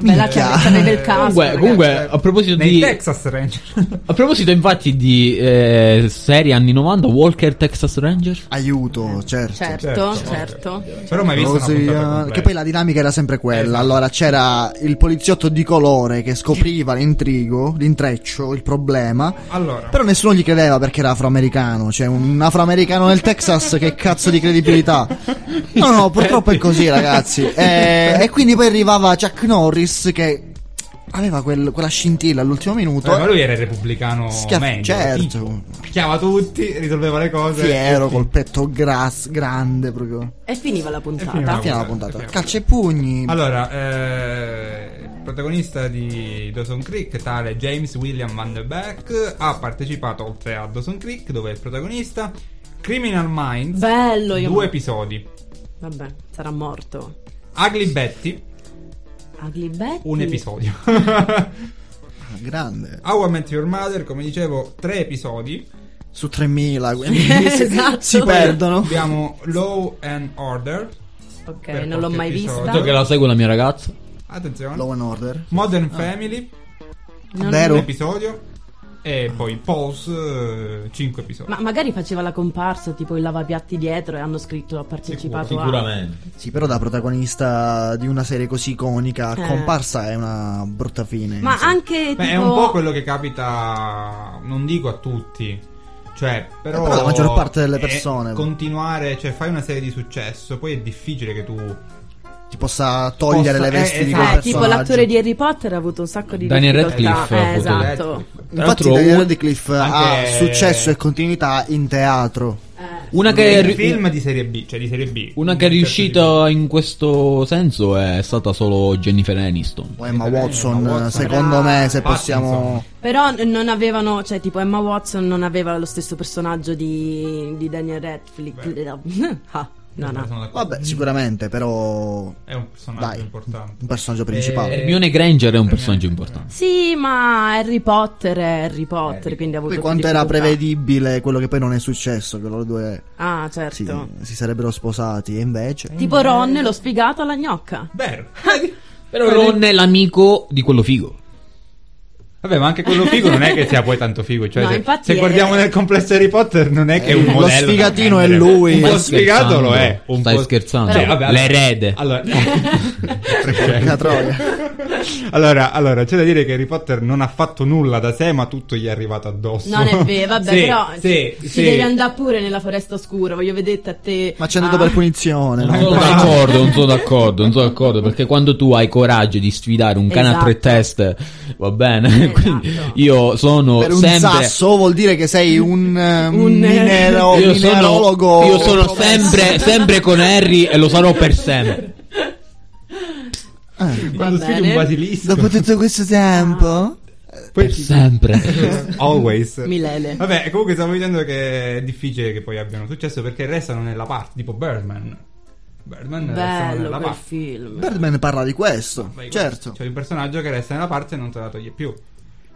[SPEAKER 8] Beh, là c'è aveva il casco.
[SPEAKER 6] Comunque,
[SPEAKER 8] ragazzi.
[SPEAKER 6] comunque, a proposito
[SPEAKER 5] Nei
[SPEAKER 6] di.
[SPEAKER 5] Texas Rangers.
[SPEAKER 6] A proposito, infatti, di eh, serie anni 90, Walker Texas Ranger.
[SPEAKER 4] Aiuto, certo.
[SPEAKER 8] Certo, certo.
[SPEAKER 5] Però mai visto una
[SPEAKER 4] Così, eh,
[SPEAKER 5] puntata completa. Esatto.
[SPEAKER 4] che poi la dinamica era sempre quella. Allora c'era il poliziotto di colore che scopriva l'intrigo, l'intreccio, il problema.
[SPEAKER 5] Allora,
[SPEAKER 4] Però nessuno gli credeva perché era afroamericano. Cioè, un afroamericano nel Texas, che cazzo di credibilità. No, no, purtroppo è così, ragazzi. Eh, e quindi poi arrivava Chuck Norris che. aveva quel- quella scintilla all'ultimo minuto.
[SPEAKER 5] Eh, ma lui era il repubblicano
[SPEAKER 4] Schia-
[SPEAKER 5] meglio.
[SPEAKER 4] certo.
[SPEAKER 5] tipo, picchiava tutti, risolveva le cose.
[SPEAKER 4] Fiero, col petto grasso, grande proprio.
[SPEAKER 5] Ah,
[SPEAKER 8] E finiva la puntata.
[SPEAKER 5] finiva la
[SPEAKER 4] Fino alla puntata. Calcio e pugni.
[SPEAKER 5] Allora, eh, protagonista di Dawson Creek, tale James William Van Der Beek, ha partecipato oltre a Dawson Creek, dove è il protagonista, Criminal Minds,
[SPEAKER 8] Bello, io-
[SPEAKER 5] due episodi,
[SPEAKER 8] Vabbè, sarà morto.
[SPEAKER 5] Ugly Betty,
[SPEAKER 8] Ugly Betty.
[SPEAKER 5] un episodio,
[SPEAKER 4] Grande.
[SPEAKER 5] How I Met Your Mother, come dicevo, tre episodi,
[SPEAKER 4] Su 3000, quindi
[SPEAKER 8] Esatto.
[SPEAKER 4] si perdono.
[SPEAKER 5] abbiamo Law and Order,
[SPEAKER 8] Ok,
[SPEAKER 5] Per
[SPEAKER 8] non l'ho
[SPEAKER 5] qualche
[SPEAKER 8] mai
[SPEAKER 5] episodio.
[SPEAKER 8] vista.
[SPEAKER 6] So che la segue la mia ragazza.
[SPEAKER 5] attenzione,
[SPEAKER 4] Law and Order.
[SPEAKER 8] Ah.
[SPEAKER 5] Modern Family,
[SPEAKER 8] Non-
[SPEAKER 4] Vero.
[SPEAKER 5] un episodio, e poi Pose, eh, cinque episodi.
[SPEAKER 8] Ma magari faceva la comparsa, tipo il lavapiatti dietro e hanno scritto ha partecipato a...
[SPEAKER 4] Sì, però da protagonista di una serie così iconica,
[SPEAKER 8] Eh.
[SPEAKER 4] comparsa è una brutta fine.
[SPEAKER 8] Ma anche
[SPEAKER 5] Beh,
[SPEAKER 8] tipo...
[SPEAKER 5] è un po' quello che capita, non dico a tutti, cioè, però,
[SPEAKER 4] Eh, però la maggior parte delle persone.
[SPEAKER 5] è Continuare, cioè, fai una serie di successo, poi è difficile che tu.
[SPEAKER 4] Ti possa togliere
[SPEAKER 5] Possa-
[SPEAKER 4] le vesti
[SPEAKER 5] eh,
[SPEAKER 4] di
[SPEAKER 5] esatto.
[SPEAKER 4] quel
[SPEAKER 8] Eh,
[SPEAKER 4] personaggio.
[SPEAKER 8] tipo l'attore di Harry Potter ha avuto un sacco di
[SPEAKER 6] Daniel
[SPEAKER 8] difficoltà.
[SPEAKER 6] Radcliffe
[SPEAKER 8] Eh,
[SPEAKER 6] ha avuto-
[SPEAKER 8] esatto.
[SPEAKER 6] Tra
[SPEAKER 4] Infatti
[SPEAKER 6] l'altro,
[SPEAKER 4] Daniel
[SPEAKER 6] un-
[SPEAKER 4] Radcliffe
[SPEAKER 5] anche-
[SPEAKER 4] ha successo e continuità in teatro.
[SPEAKER 6] Una che,
[SPEAKER 5] Nei
[SPEAKER 6] è ri-
[SPEAKER 5] film di serie B, cioè di serie B.
[SPEAKER 6] una che è
[SPEAKER 5] Un certo
[SPEAKER 6] riuscita in questo senso è stata solo Jennifer Aniston.
[SPEAKER 4] O Emma Watson,
[SPEAKER 5] Emma Watson.
[SPEAKER 4] secondo
[SPEAKER 8] Ah.
[SPEAKER 4] me, se
[SPEAKER 5] Brava.
[SPEAKER 4] possiamo...
[SPEAKER 8] Però n- non avevano, cioè tipo Emma Watson non aveva lo stesso personaggio di, di Daniel Radcliffe. ah,
[SPEAKER 5] tipo-
[SPEAKER 8] no, no.
[SPEAKER 5] sono d'accordo.
[SPEAKER 4] Vabbè, sicuramente, però...
[SPEAKER 5] È un personaggio
[SPEAKER 4] Dai.
[SPEAKER 5] Mm. importante.
[SPEAKER 4] Un personaggio
[SPEAKER 8] Eh,
[SPEAKER 4] principale.
[SPEAKER 6] Hermione Granger è un personaggio importante.
[SPEAKER 8] Sì, ma Harry Potter è Harry Potter, quindi ha avuto...
[SPEAKER 4] Eh, Poi
[SPEAKER 8] più
[SPEAKER 4] quanto era
[SPEAKER 8] difficoltà.
[SPEAKER 4] prevedibile quello che poi non è successo, che loro due
[SPEAKER 8] Ah, certo.
[SPEAKER 4] si, si sarebbero sposati e invece...
[SPEAKER 8] Tipo Ron, l'ho sfigato alla gnocca.
[SPEAKER 5] Vero.
[SPEAKER 6] Però Ron è l'amico di quello figo.
[SPEAKER 5] Vabbè, ma anche quello figo non è che sia poi tanto figo. Cioè,
[SPEAKER 8] No,
[SPEAKER 5] se,
[SPEAKER 8] infatti
[SPEAKER 5] se
[SPEAKER 8] è-
[SPEAKER 5] guardiamo nel complesso Harry Potter, non è che è un
[SPEAKER 4] Eh, lo
[SPEAKER 5] modello. da
[SPEAKER 4] sfigatino è
[SPEAKER 5] prendere.
[SPEAKER 4] lui.
[SPEAKER 5] Un po'
[SPEAKER 6] Stai
[SPEAKER 5] sfigato
[SPEAKER 6] scherzando.
[SPEAKER 5] lo è. Un
[SPEAKER 6] Stai
[SPEAKER 5] po'-
[SPEAKER 6] scherzando.
[SPEAKER 5] Cioè, vabbè, allora-
[SPEAKER 6] L'erede.
[SPEAKER 5] Allora.
[SPEAKER 4] Porca troia.
[SPEAKER 5] Allora, allora, c'è da dire che Harry Potter non ha fatto nulla da sé, ma tutto gli è arrivato addosso.
[SPEAKER 8] Non è vero, vabbè,
[SPEAKER 5] Sì,
[SPEAKER 8] però
[SPEAKER 5] sì,
[SPEAKER 8] ci
[SPEAKER 5] sì.
[SPEAKER 8] devi andare pure nella foresta oscura, voglio vedere a te. Ah,
[SPEAKER 4] Ma c'è andato per punizione,
[SPEAKER 6] Non
[SPEAKER 4] no?
[SPEAKER 6] sono d'accordo, non sono d'accordo, non sono d'accordo, perché quando tu hai coraggio di sfidare un cane a tre
[SPEAKER 8] Esatto.
[SPEAKER 6] teste, va bene. Quindi io sono
[SPEAKER 4] Per un
[SPEAKER 6] sempre
[SPEAKER 4] sasso vuol dire che sei un, eh,
[SPEAKER 8] Un-
[SPEAKER 4] minero-
[SPEAKER 6] io
[SPEAKER 4] minerologo.
[SPEAKER 6] sono, io sono sempre, sempre con Harry e lo sarò per sempre.
[SPEAKER 5] Quando
[SPEAKER 8] Va
[SPEAKER 5] sfidi
[SPEAKER 8] bene.
[SPEAKER 5] un basilisco,
[SPEAKER 4] Dopo tutto questo tempo...
[SPEAKER 5] poi
[SPEAKER 6] Per sempre.
[SPEAKER 5] always.
[SPEAKER 8] Milele.
[SPEAKER 5] Vabbè, comunque stavo dicendo che è difficile che poi abbiano successo perché restano nella parte, tipo Birdman. Birdman restano
[SPEAKER 8] Bello
[SPEAKER 5] nella
[SPEAKER 8] quel
[SPEAKER 5] parte.
[SPEAKER 8] film.
[SPEAKER 4] Birdman parla di questo,
[SPEAKER 5] Vai,
[SPEAKER 4] certo.
[SPEAKER 5] C'è un personaggio che resta nella parte e non te la toglie più.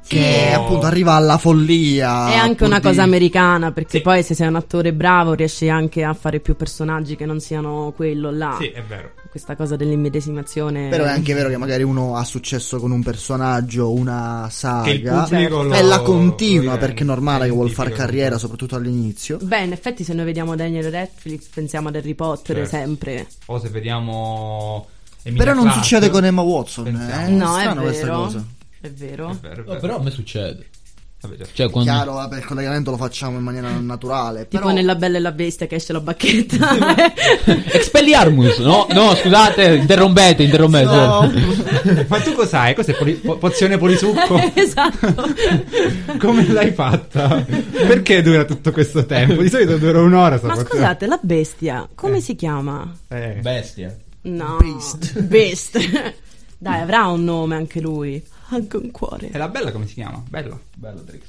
[SPEAKER 4] Che
[SPEAKER 5] Oh.
[SPEAKER 4] appunto arriva alla follia.
[SPEAKER 8] È anche
[SPEAKER 4] pur
[SPEAKER 8] una
[SPEAKER 4] di-
[SPEAKER 8] cosa americana, perché
[SPEAKER 5] Sì.
[SPEAKER 8] poi se sei un attore bravo riesci anche a fare più personaggi che non siano quello là.
[SPEAKER 5] Sì, è vero.
[SPEAKER 8] Questa cosa dell'immedesimazione.
[SPEAKER 4] Però è anche vero che magari uno ha successo con un personaggio, una saga,
[SPEAKER 5] Che il pubblico lo-
[SPEAKER 4] e la
[SPEAKER 5] lo
[SPEAKER 4] continua
[SPEAKER 5] rende,
[SPEAKER 4] perché è normale che vuol
[SPEAKER 5] identifica
[SPEAKER 4] far
[SPEAKER 5] con
[SPEAKER 4] carriera,
[SPEAKER 5] questo.
[SPEAKER 4] soprattutto all'inizio.
[SPEAKER 8] Beh, in effetti se noi vediamo Daniel Radcliffe pensiamo ad Harry Potter
[SPEAKER 5] Certo.
[SPEAKER 8] sempre.
[SPEAKER 5] O se vediamo. Emilia
[SPEAKER 4] Però non
[SPEAKER 5] Clarke,
[SPEAKER 4] succede con Emma Watson,
[SPEAKER 5] pensiamo.
[SPEAKER 4] eh?
[SPEAKER 8] No, è
[SPEAKER 4] strana questa
[SPEAKER 8] vero.
[SPEAKER 4] cosa.
[SPEAKER 8] È vero.
[SPEAKER 5] È vero, è vero.
[SPEAKER 6] però a me succede.
[SPEAKER 5] Vabbè, certo.
[SPEAKER 6] Cioè, quando...
[SPEAKER 4] Chiaro, vabbè, il collegamento lo facciamo in maniera naturale.
[SPEAKER 8] Tipo
[SPEAKER 4] Però
[SPEAKER 8] nella Bella e la Bestia che esce la bacchetta.
[SPEAKER 6] Expelliarmus, no? No, scusate, interrompete, interrompete.
[SPEAKER 5] Ma tu cos'hai? Cos'è poli- po- pozione polisucco?
[SPEAKER 8] esatto.
[SPEAKER 5] Come l'hai fatta? Perché dura tutto questo tempo? Di solito dura un'ora. sta
[SPEAKER 8] Ma
[SPEAKER 5] pozione.
[SPEAKER 8] scusate, la bestia come si chiama?
[SPEAKER 5] Eh.
[SPEAKER 6] Bestia.
[SPEAKER 8] No.
[SPEAKER 4] Beast.
[SPEAKER 8] Beast. Dai, avrà un nome anche lui. Anche un
[SPEAKER 5] È
[SPEAKER 8] cuore.
[SPEAKER 5] la bella come si chiama? Bella. Bella Trix.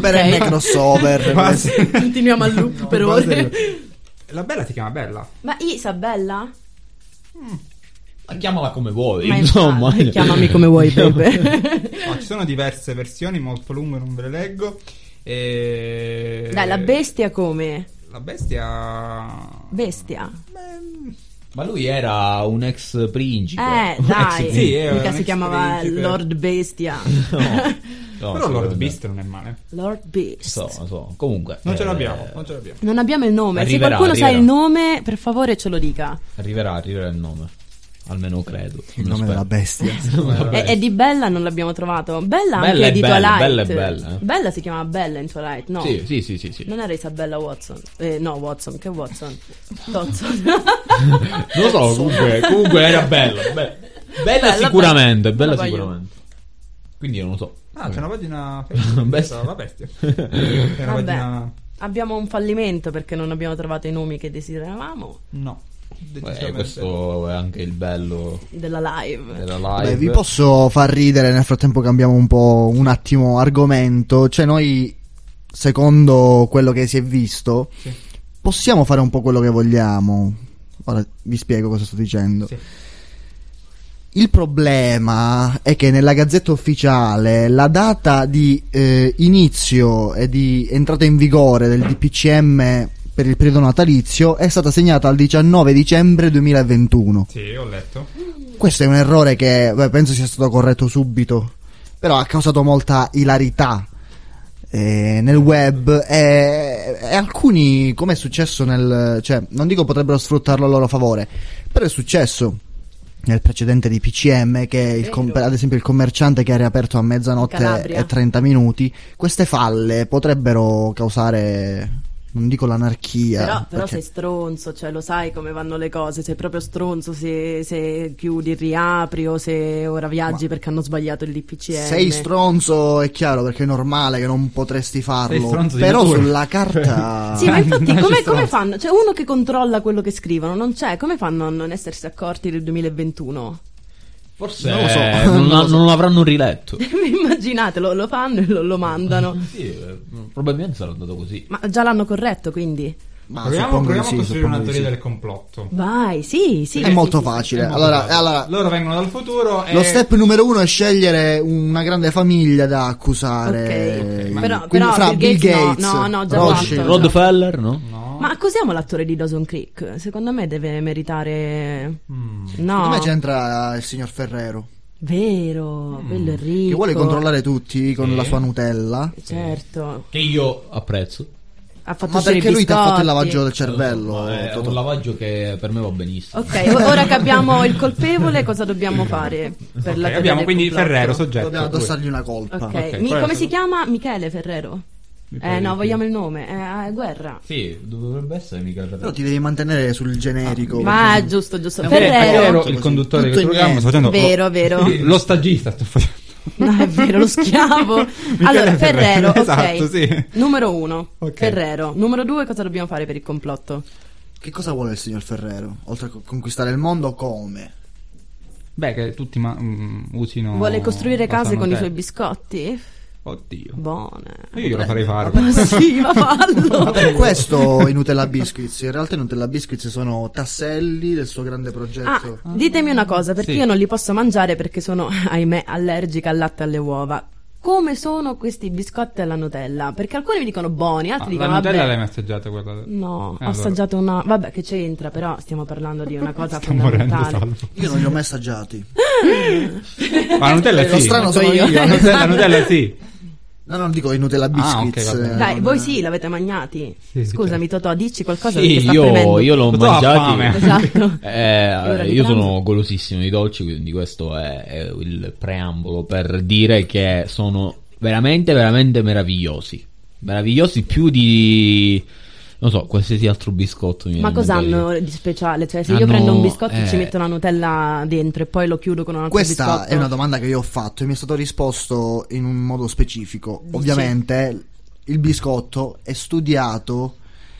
[SPEAKER 4] per
[SPEAKER 8] Ok.
[SPEAKER 4] me crossover.
[SPEAKER 5] Quasi.
[SPEAKER 8] Continuiamo al loop per
[SPEAKER 5] quasi
[SPEAKER 8] ore.
[SPEAKER 5] La bella si chiama Bella.
[SPEAKER 8] Ma Isabella?
[SPEAKER 6] Ma chiamala come vuoi,
[SPEAKER 8] Ma
[SPEAKER 6] insomma.
[SPEAKER 8] infatti, Chiamami come vuoi, baby.
[SPEAKER 5] No, ci sono diverse versioni, molto lunghe, non ve le leggo. E...
[SPEAKER 8] Dai, la bestia come?
[SPEAKER 5] La bestia.
[SPEAKER 8] Bestia.
[SPEAKER 6] Ma lui era un ex principe.
[SPEAKER 8] Eh,
[SPEAKER 6] Un ex
[SPEAKER 8] dai.
[SPEAKER 5] sì, era
[SPEAKER 8] Mica
[SPEAKER 5] un
[SPEAKER 8] si
[SPEAKER 5] ex
[SPEAKER 8] chiamava
[SPEAKER 5] principe.
[SPEAKER 8] Lord Bestia.
[SPEAKER 6] No,
[SPEAKER 5] Però Lord
[SPEAKER 6] secondo me.
[SPEAKER 5] Beast non è male.
[SPEAKER 8] Lord Beast.
[SPEAKER 6] So, so. Comunque.
[SPEAKER 5] Non ce
[SPEAKER 6] eh,
[SPEAKER 5] l'abbiamo, non ce l'abbiamo.
[SPEAKER 8] Non abbiamo il nome.
[SPEAKER 6] Arriverà,
[SPEAKER 8] Se qualcuno sa
[SPEAKER 6] arriverà.
[SPEAKER 8] il nome, per favore ce lo dica.
[SPEAKER 6] Arriverà, arriverà il nome. Almeno credo.
[SPEAKER 4] Il nome della bestia.
[SPEAKER 8] E, e di Bella non l'abbiamo trovato. Bella,
[SPEAKER 6] Bella
[SPEAKER 8] anche
[SPEAKER 6] è
[SPEAKER 8] di
[SPEAKER 6] bella,
[SPEAKER 8] Twilight.
[SPEAKER 6] bella è bella, eh.
[SPEAKER 8] Bella si chiamava Bella in Twilight, no?
[SPEAKER 6] Sì, sì, sì, sì, sì.
[SPEAKER 8] Non era Isabella Watson. Eh, no, Watson, che Watson? Watson.
[SPEAKER 6] Lo so, comunque, comunque era bello. bello. Bella,
[SPEAKER 5] Bella,
[SPEAKER 6] sicuramente,
[SPEAKER 5] bella.
[SPEAKER 6] bella,
[SPEAKER 5] La voglio.
[SPEAKER 6] sicuramente. Quindi io non lo so.
[SPEAKER 5] Ah, c'è una pagina
[SPEAKER 6] Eh. Bestia.
[SPEAKER 5] bestia. La bestia. È una
[SPEAKER 8] Vabbè,
[SPEAKER 5] pagina.
[SPEAKER 8] abbiamo un fallimento perché non abbiamo trovato i nomi che desideravamo
[SPEAKER 5] No.
[SPEAKER 6] Eh, questo è anche il bello
[SPEAKER 8] della live.
[SPEAKER 6] della live.
[SPEAKER 4] Beh, vi posso far ridere, nel frattempo cambiamo un po' un attimo argomento. Cioè noi, secondo quello che si è visto, possiamo fare un po' quello che vogliamo. Ora vi spiego cosa sto dicendo. Il problema è che nella gazzetta ufficiale la data di eh, inizio e di entrata in vigore del DPCM per il periodo natalizio è stata segnata al 19 dicembre 2021.
[SPEAKER 5] Sì, ho letto.
[SPEAKER 4] Questo è un errore che beh, penso sia stato corretto subito, però ha causato molta ilarità eh, nel web e, e alcuni, come è successo nel... cioè, non dico potrebbero sfruttarlo a loro favore, però è successo nel precedente di PCM che il com- ad esempio il commerciante che ha riaperto a mezzanotte
[SPEAKER 8] Calabria.
[SPEAKER 4] e 30 minuti, queste falle potrebbero causare, non dico l'anarchia.
[SPEAKER 8] Però, però
[SPEAKER 4] perché-
[SPEAKER 8] sei stronzo, cioè lo sai come vanno le cose, sei proprio stronzo se, se chiudi, riapri o se ora viaggi perché hanno sbagliato il DPCM.
[SPEAKER 4] Sei stronzo, è chiaro, perché è normale che non potresti
[SPEAKER 8] Sei
[SPEAKER 4] farlo.
[SPEAKER 8] stronzo di
[SPEAKER 4] Però
[SPEAKER 8] natura.
[SPEAKER 4] sulla carta.
[SPEAKER 8] Sì, ma infatti come, come fanno? Cioè uno che controlla quello che scrivono, non c'è, come fanno a non essersi accorti del 2021?
[SPEAKER 6] Forse
[SPEAKER 4] Non lo so.
[SPEAKER 6] eh, non,
[SPEAKER 4] Non lo so.
[SPEAKER 6] non l'avranno riletto.
[SPEAKER 8] Immaginate, lo, lo fanno e lo, lo mandano.
[SPEAKER 6] Sì, eh, probabilmente sarà andato così.
[SPEAKER 8] Ma già l'hanno corretto, quindi.
[SPEAKER 5] proviamo proviamo a costruire una
[SPEAKER 4] suppongo di
[SPEAKER 5] teoria
[SPEAKER 4] sì.
[SPEAKER 5] del complotto.
[SPEAKER 8] Vai, sì, sì.
[SPEAKER 4] È molto facile. Allora, allora,
[SPEAKER 5] Loro vengono dal futuro e
[SPEAKER 4] lo step numero uno è scegliere una grande famiglia da accusare.
[SPEAKER 8] Ok, ok.
[SPEAKER 4] Ma-
[SPEAKER 8] Però-
[SPEAKER 4] quindi
[SPEAKER 8] però
[SPEAKER 4] fra
[SPEAKER 8] Bill
[SPEAKER 4] Bill
[SPEAKER 8] Gates no,
[SPEAKER 4] Gates,
[SPEAKER 8] no, no, già
[SPEAKER 4] Rothschild.
[SPEAKER 8] fatto, già.
[SPEAKER 6] Rockefeller, no?
[SPEAKER 8] Ma accusiamo l'attore di Dawson Creek? Secondo me deve meritare.
[SPEAKER 5] Mm.
[SPEAKER 4] Secondo me
[SPEAKER 8] No,
[SPEAKER 4] c'entra il signor Ferrero.
[SPEAKER 8] vero, quello è ricco.
[SPEAKER 4] Mm. Che vuole controllare tutti con
[SPEAKER 6] Sì.
[SPEAKER 4] la sua Nutella.
[SPEAKER 8] Certo,
[SPEAKER 6] Che io apprezzo.
[SPEAKER 8] ha fatto
[SPEAKER 4] Ma
[SPEAKER 8] uscire i
[SPEAKER 4] perché lui ti ha fatto il
[SPEAKER 8] biscotti.
[SPEAKER 4] lavaggio del cervello?
[SPEAKER 6] Ma è
[SPEAKER 4] Totò.
[SPEAKER 6] Eh, un lavaggio che per me va benissimo.
[SPEAKER 8] Ok, o- ora che abbiamo il colpevole, cosa dobbiamo fare? Per la teoria
[SPEAKER 6] abbiamo
[SPEAKER 8] del
[SPEAKER 6] quindi
[SPEAKER 8] complotto?
[SPEAKER 6] Ferrero, soggetto.
[SPEAKER 4] Dobbiamo addossargli una colpa.
[SPEAKER 8] Ok,
[SPEAKER 6] Ok,
[SPEAKER 8] Mi-
[SPEAKER 6] questo.
[SPEAKER 8] come si chiama? Michele Ferrero. Eh, no, vogliamo il nome. Eh, eh, guerra.
[SPEAKER 6] Sì, dovrebbe essere mica
[SPEAKER 4] Però ti devi mantenere sul generico.
[SPEAKER 8] Ma giusto, giusto.
[SPEAKER 4] È un
[SPEAKER 8] Ferrero.
[SPEAKER 5] il conduttore
[SPEAKER 4] Tutto
[SPEAKER 5] del
[SPEAKER 4] e
[SPEAKER 5] programma sta facendo
[SPEAKER 8] Vero,
[SPEAKER 5] lo-
[SPEAKER 8] vero.
[SPEAKER 5] Lo stagista sta facendo.
[SPEAKER 8] No, è vero, lo schiavo. allora,
[SPEAKER 5] Michele
[SPEAKER 8] Ferrero,
[SPEAKER 5] Ferrero,
[SPEAKER 8] ok.
[SPEAKER 5] esatto, sì.
[SPEAKER 8] Numero uno,
[SPEAKER 5] Ok.
[SPEAKER 8] Ferrero. Numero due, cosa dobbiamo fare per il complotto?
[SPEAKER 4] Che cosa vuole il signor Ferrero? Oltre a co- conquistare il mondo, come?
[SPEAKER 5] Beh, che tutti ma- mm, usino.
[SPEAKER 8] Vuole
[SPEAKER 5] la
[SPEAKER 8] costruire case con i
[SPEAKER 5] Sanotè.
[SPEAKER 8] suoi biscotti?
[SPEAKER 5] Oddio.
[SPEAKER 8] Buone.
[SPEAKER 5] Io glielo farei fare.
[SPEAKER 8] Ma sì, ma fallo.
[SPEAKER 4] Per questo i Nutella Biscuits. In realtà i Nutella Biscuits sono tasselli del suo grande progetto.
[SPEAKER 8] Ah, ditemi una cosa, perché
[SPEAKER 4] Sì.
[SPEAKER 8] io non li posso mangiare perché sono, ahimè, allergica al latte e alle uova. Come sono questi biscotti alla Nutella? Perché alcuni mi dicono buoni,
[SPEAKER 6] Ah,
[SPEAKER 5] la
[SPEAKER 8] altri dicono
[SPEAKER 5] Nutella
[SPEAKER 8] vabbè.
[SPEAKER 5] l'hai massaggiata quella.
[SPEAKER 8] No,
[SPEAKER 5] Eh,
[SPEAKER 8] ho
[SPEAKER 5] allora.
[SPEAKER 8] assaggiato una. Vabbè, che c'entra, però stiamo parlando di una cosa
[SPEAKER 5] Sta morendo
[SPEAKER 8] fondamentale.
[SPEAKER 5] Salvo.
[SPEAKER 4] Io non li ho mai assaggiati.
[SPEAKER 5] Ma la Nutella
[SPEAKER 4] Eh,
[SPEAKER 5] sì.
[SPEAKER 4] Lo strano sono io.
[SPEAKER 5] La Nutella, la Nutella sì.
[SPEAKER 4] No, non dico i
[SPEAKER 8] Ah,
[SPEAKER 4] Nutella Biscuits.
[SPEAKER 5] ok, va bene.
[SPEAKER 4] eh,
[SPEAKER 8] Dai,
[SPEAKER 4] non-
[SPEAKER 8] voi sì, l'avete mangiati. Scusami, Totò, dici qualcosa
[SPEAKER 6] certo. Sì,
[SPEAKER 8] perché sta
[SPEAKER 6] io,
[SPEAKER 8] premendo.
[SPEAKER 6] io l'ho
[SPEAKER 5] Totò ha
[SPEAKER 6] mangiato.
[SPEAKER 5] fame.
[SPEAKER 8] Esatto. L'ora di
[SPEAKER 6] io
[SPEAKER 8] pranzo.
[SPEAKER 6] sono golosissimo di dolci, quindi questo è, è il preambolo per dire che sono veramente, veramente meravigliosi. Meravigliosi più di. Non so, qualsiasi altro biscotto. mi
[SPEAKER 8] Ma
[SPEAKER 6] viene in mente da dire.
[SPEAKER 8] cos'hanno di speciale? Cioè, se io
[SPEAKER 6] Hanno-
[SPEAKER 8] prendo un biscotto e
[SPEAKER 6] eh.
[SPEAKER 8] ci metto la Nutella dentro e poi lo chiudo con un altro
[SPEAKER 4] Questa
[SPEAKER 8] biscotto.
[SPEAKER 4] è una domanda che io ho fatto e mi è stato risposto in un modo specifico.
[SPEAKER 8] Dici?
[SPEAKER 4] Ovviamente il biscotto è studiato,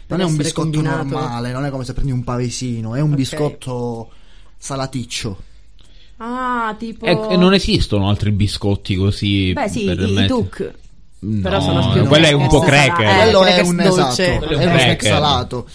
[SPEAKER 8] Per
[SPEAKER 4] non è un
[SPEAKER 8] essere
[SPEAKER 4] biscotto
[SPEAKER 8] combinato.
[SPEAKER 4] normale, non è come se prendi un pavesino, è un
[SPEAKER 8] Ok.
[SPEAKER 4] biscotto salaticcio.
[SPEAKER 8] Ah, tipo.
[SPEAKER 6] Ecco, E, e non esistono altri biscotti così.
[SPEAKER 8] Beh, sì,
[SPEAKER 6] per
[SPEAKER 8] i, i
[SPEAKER 6] mettere-
[SPEAKER 8] tuk.
[SPEAKER 6] No,
[SPEAKER 8] però sono spinati.
[SPEAKER 6] Ah, quello è un po'
[SPEAKER 8] Eh,
[SPEAKER 6] cracker.
[SPEAKER 8] eh,
[SPEAKER 4] quello è
[SPEAKER 8] crackers
[SPEAKER 4] un
[SPEAKER 8] dolce.
[SPEAKER 4] esatto,
[SPEAKER 8] Quello
[SPEAKER 6] è
[SPEAKER 4] è uno snack
[SPEAKER 6] cracker.
[SPEAKER 4] salato.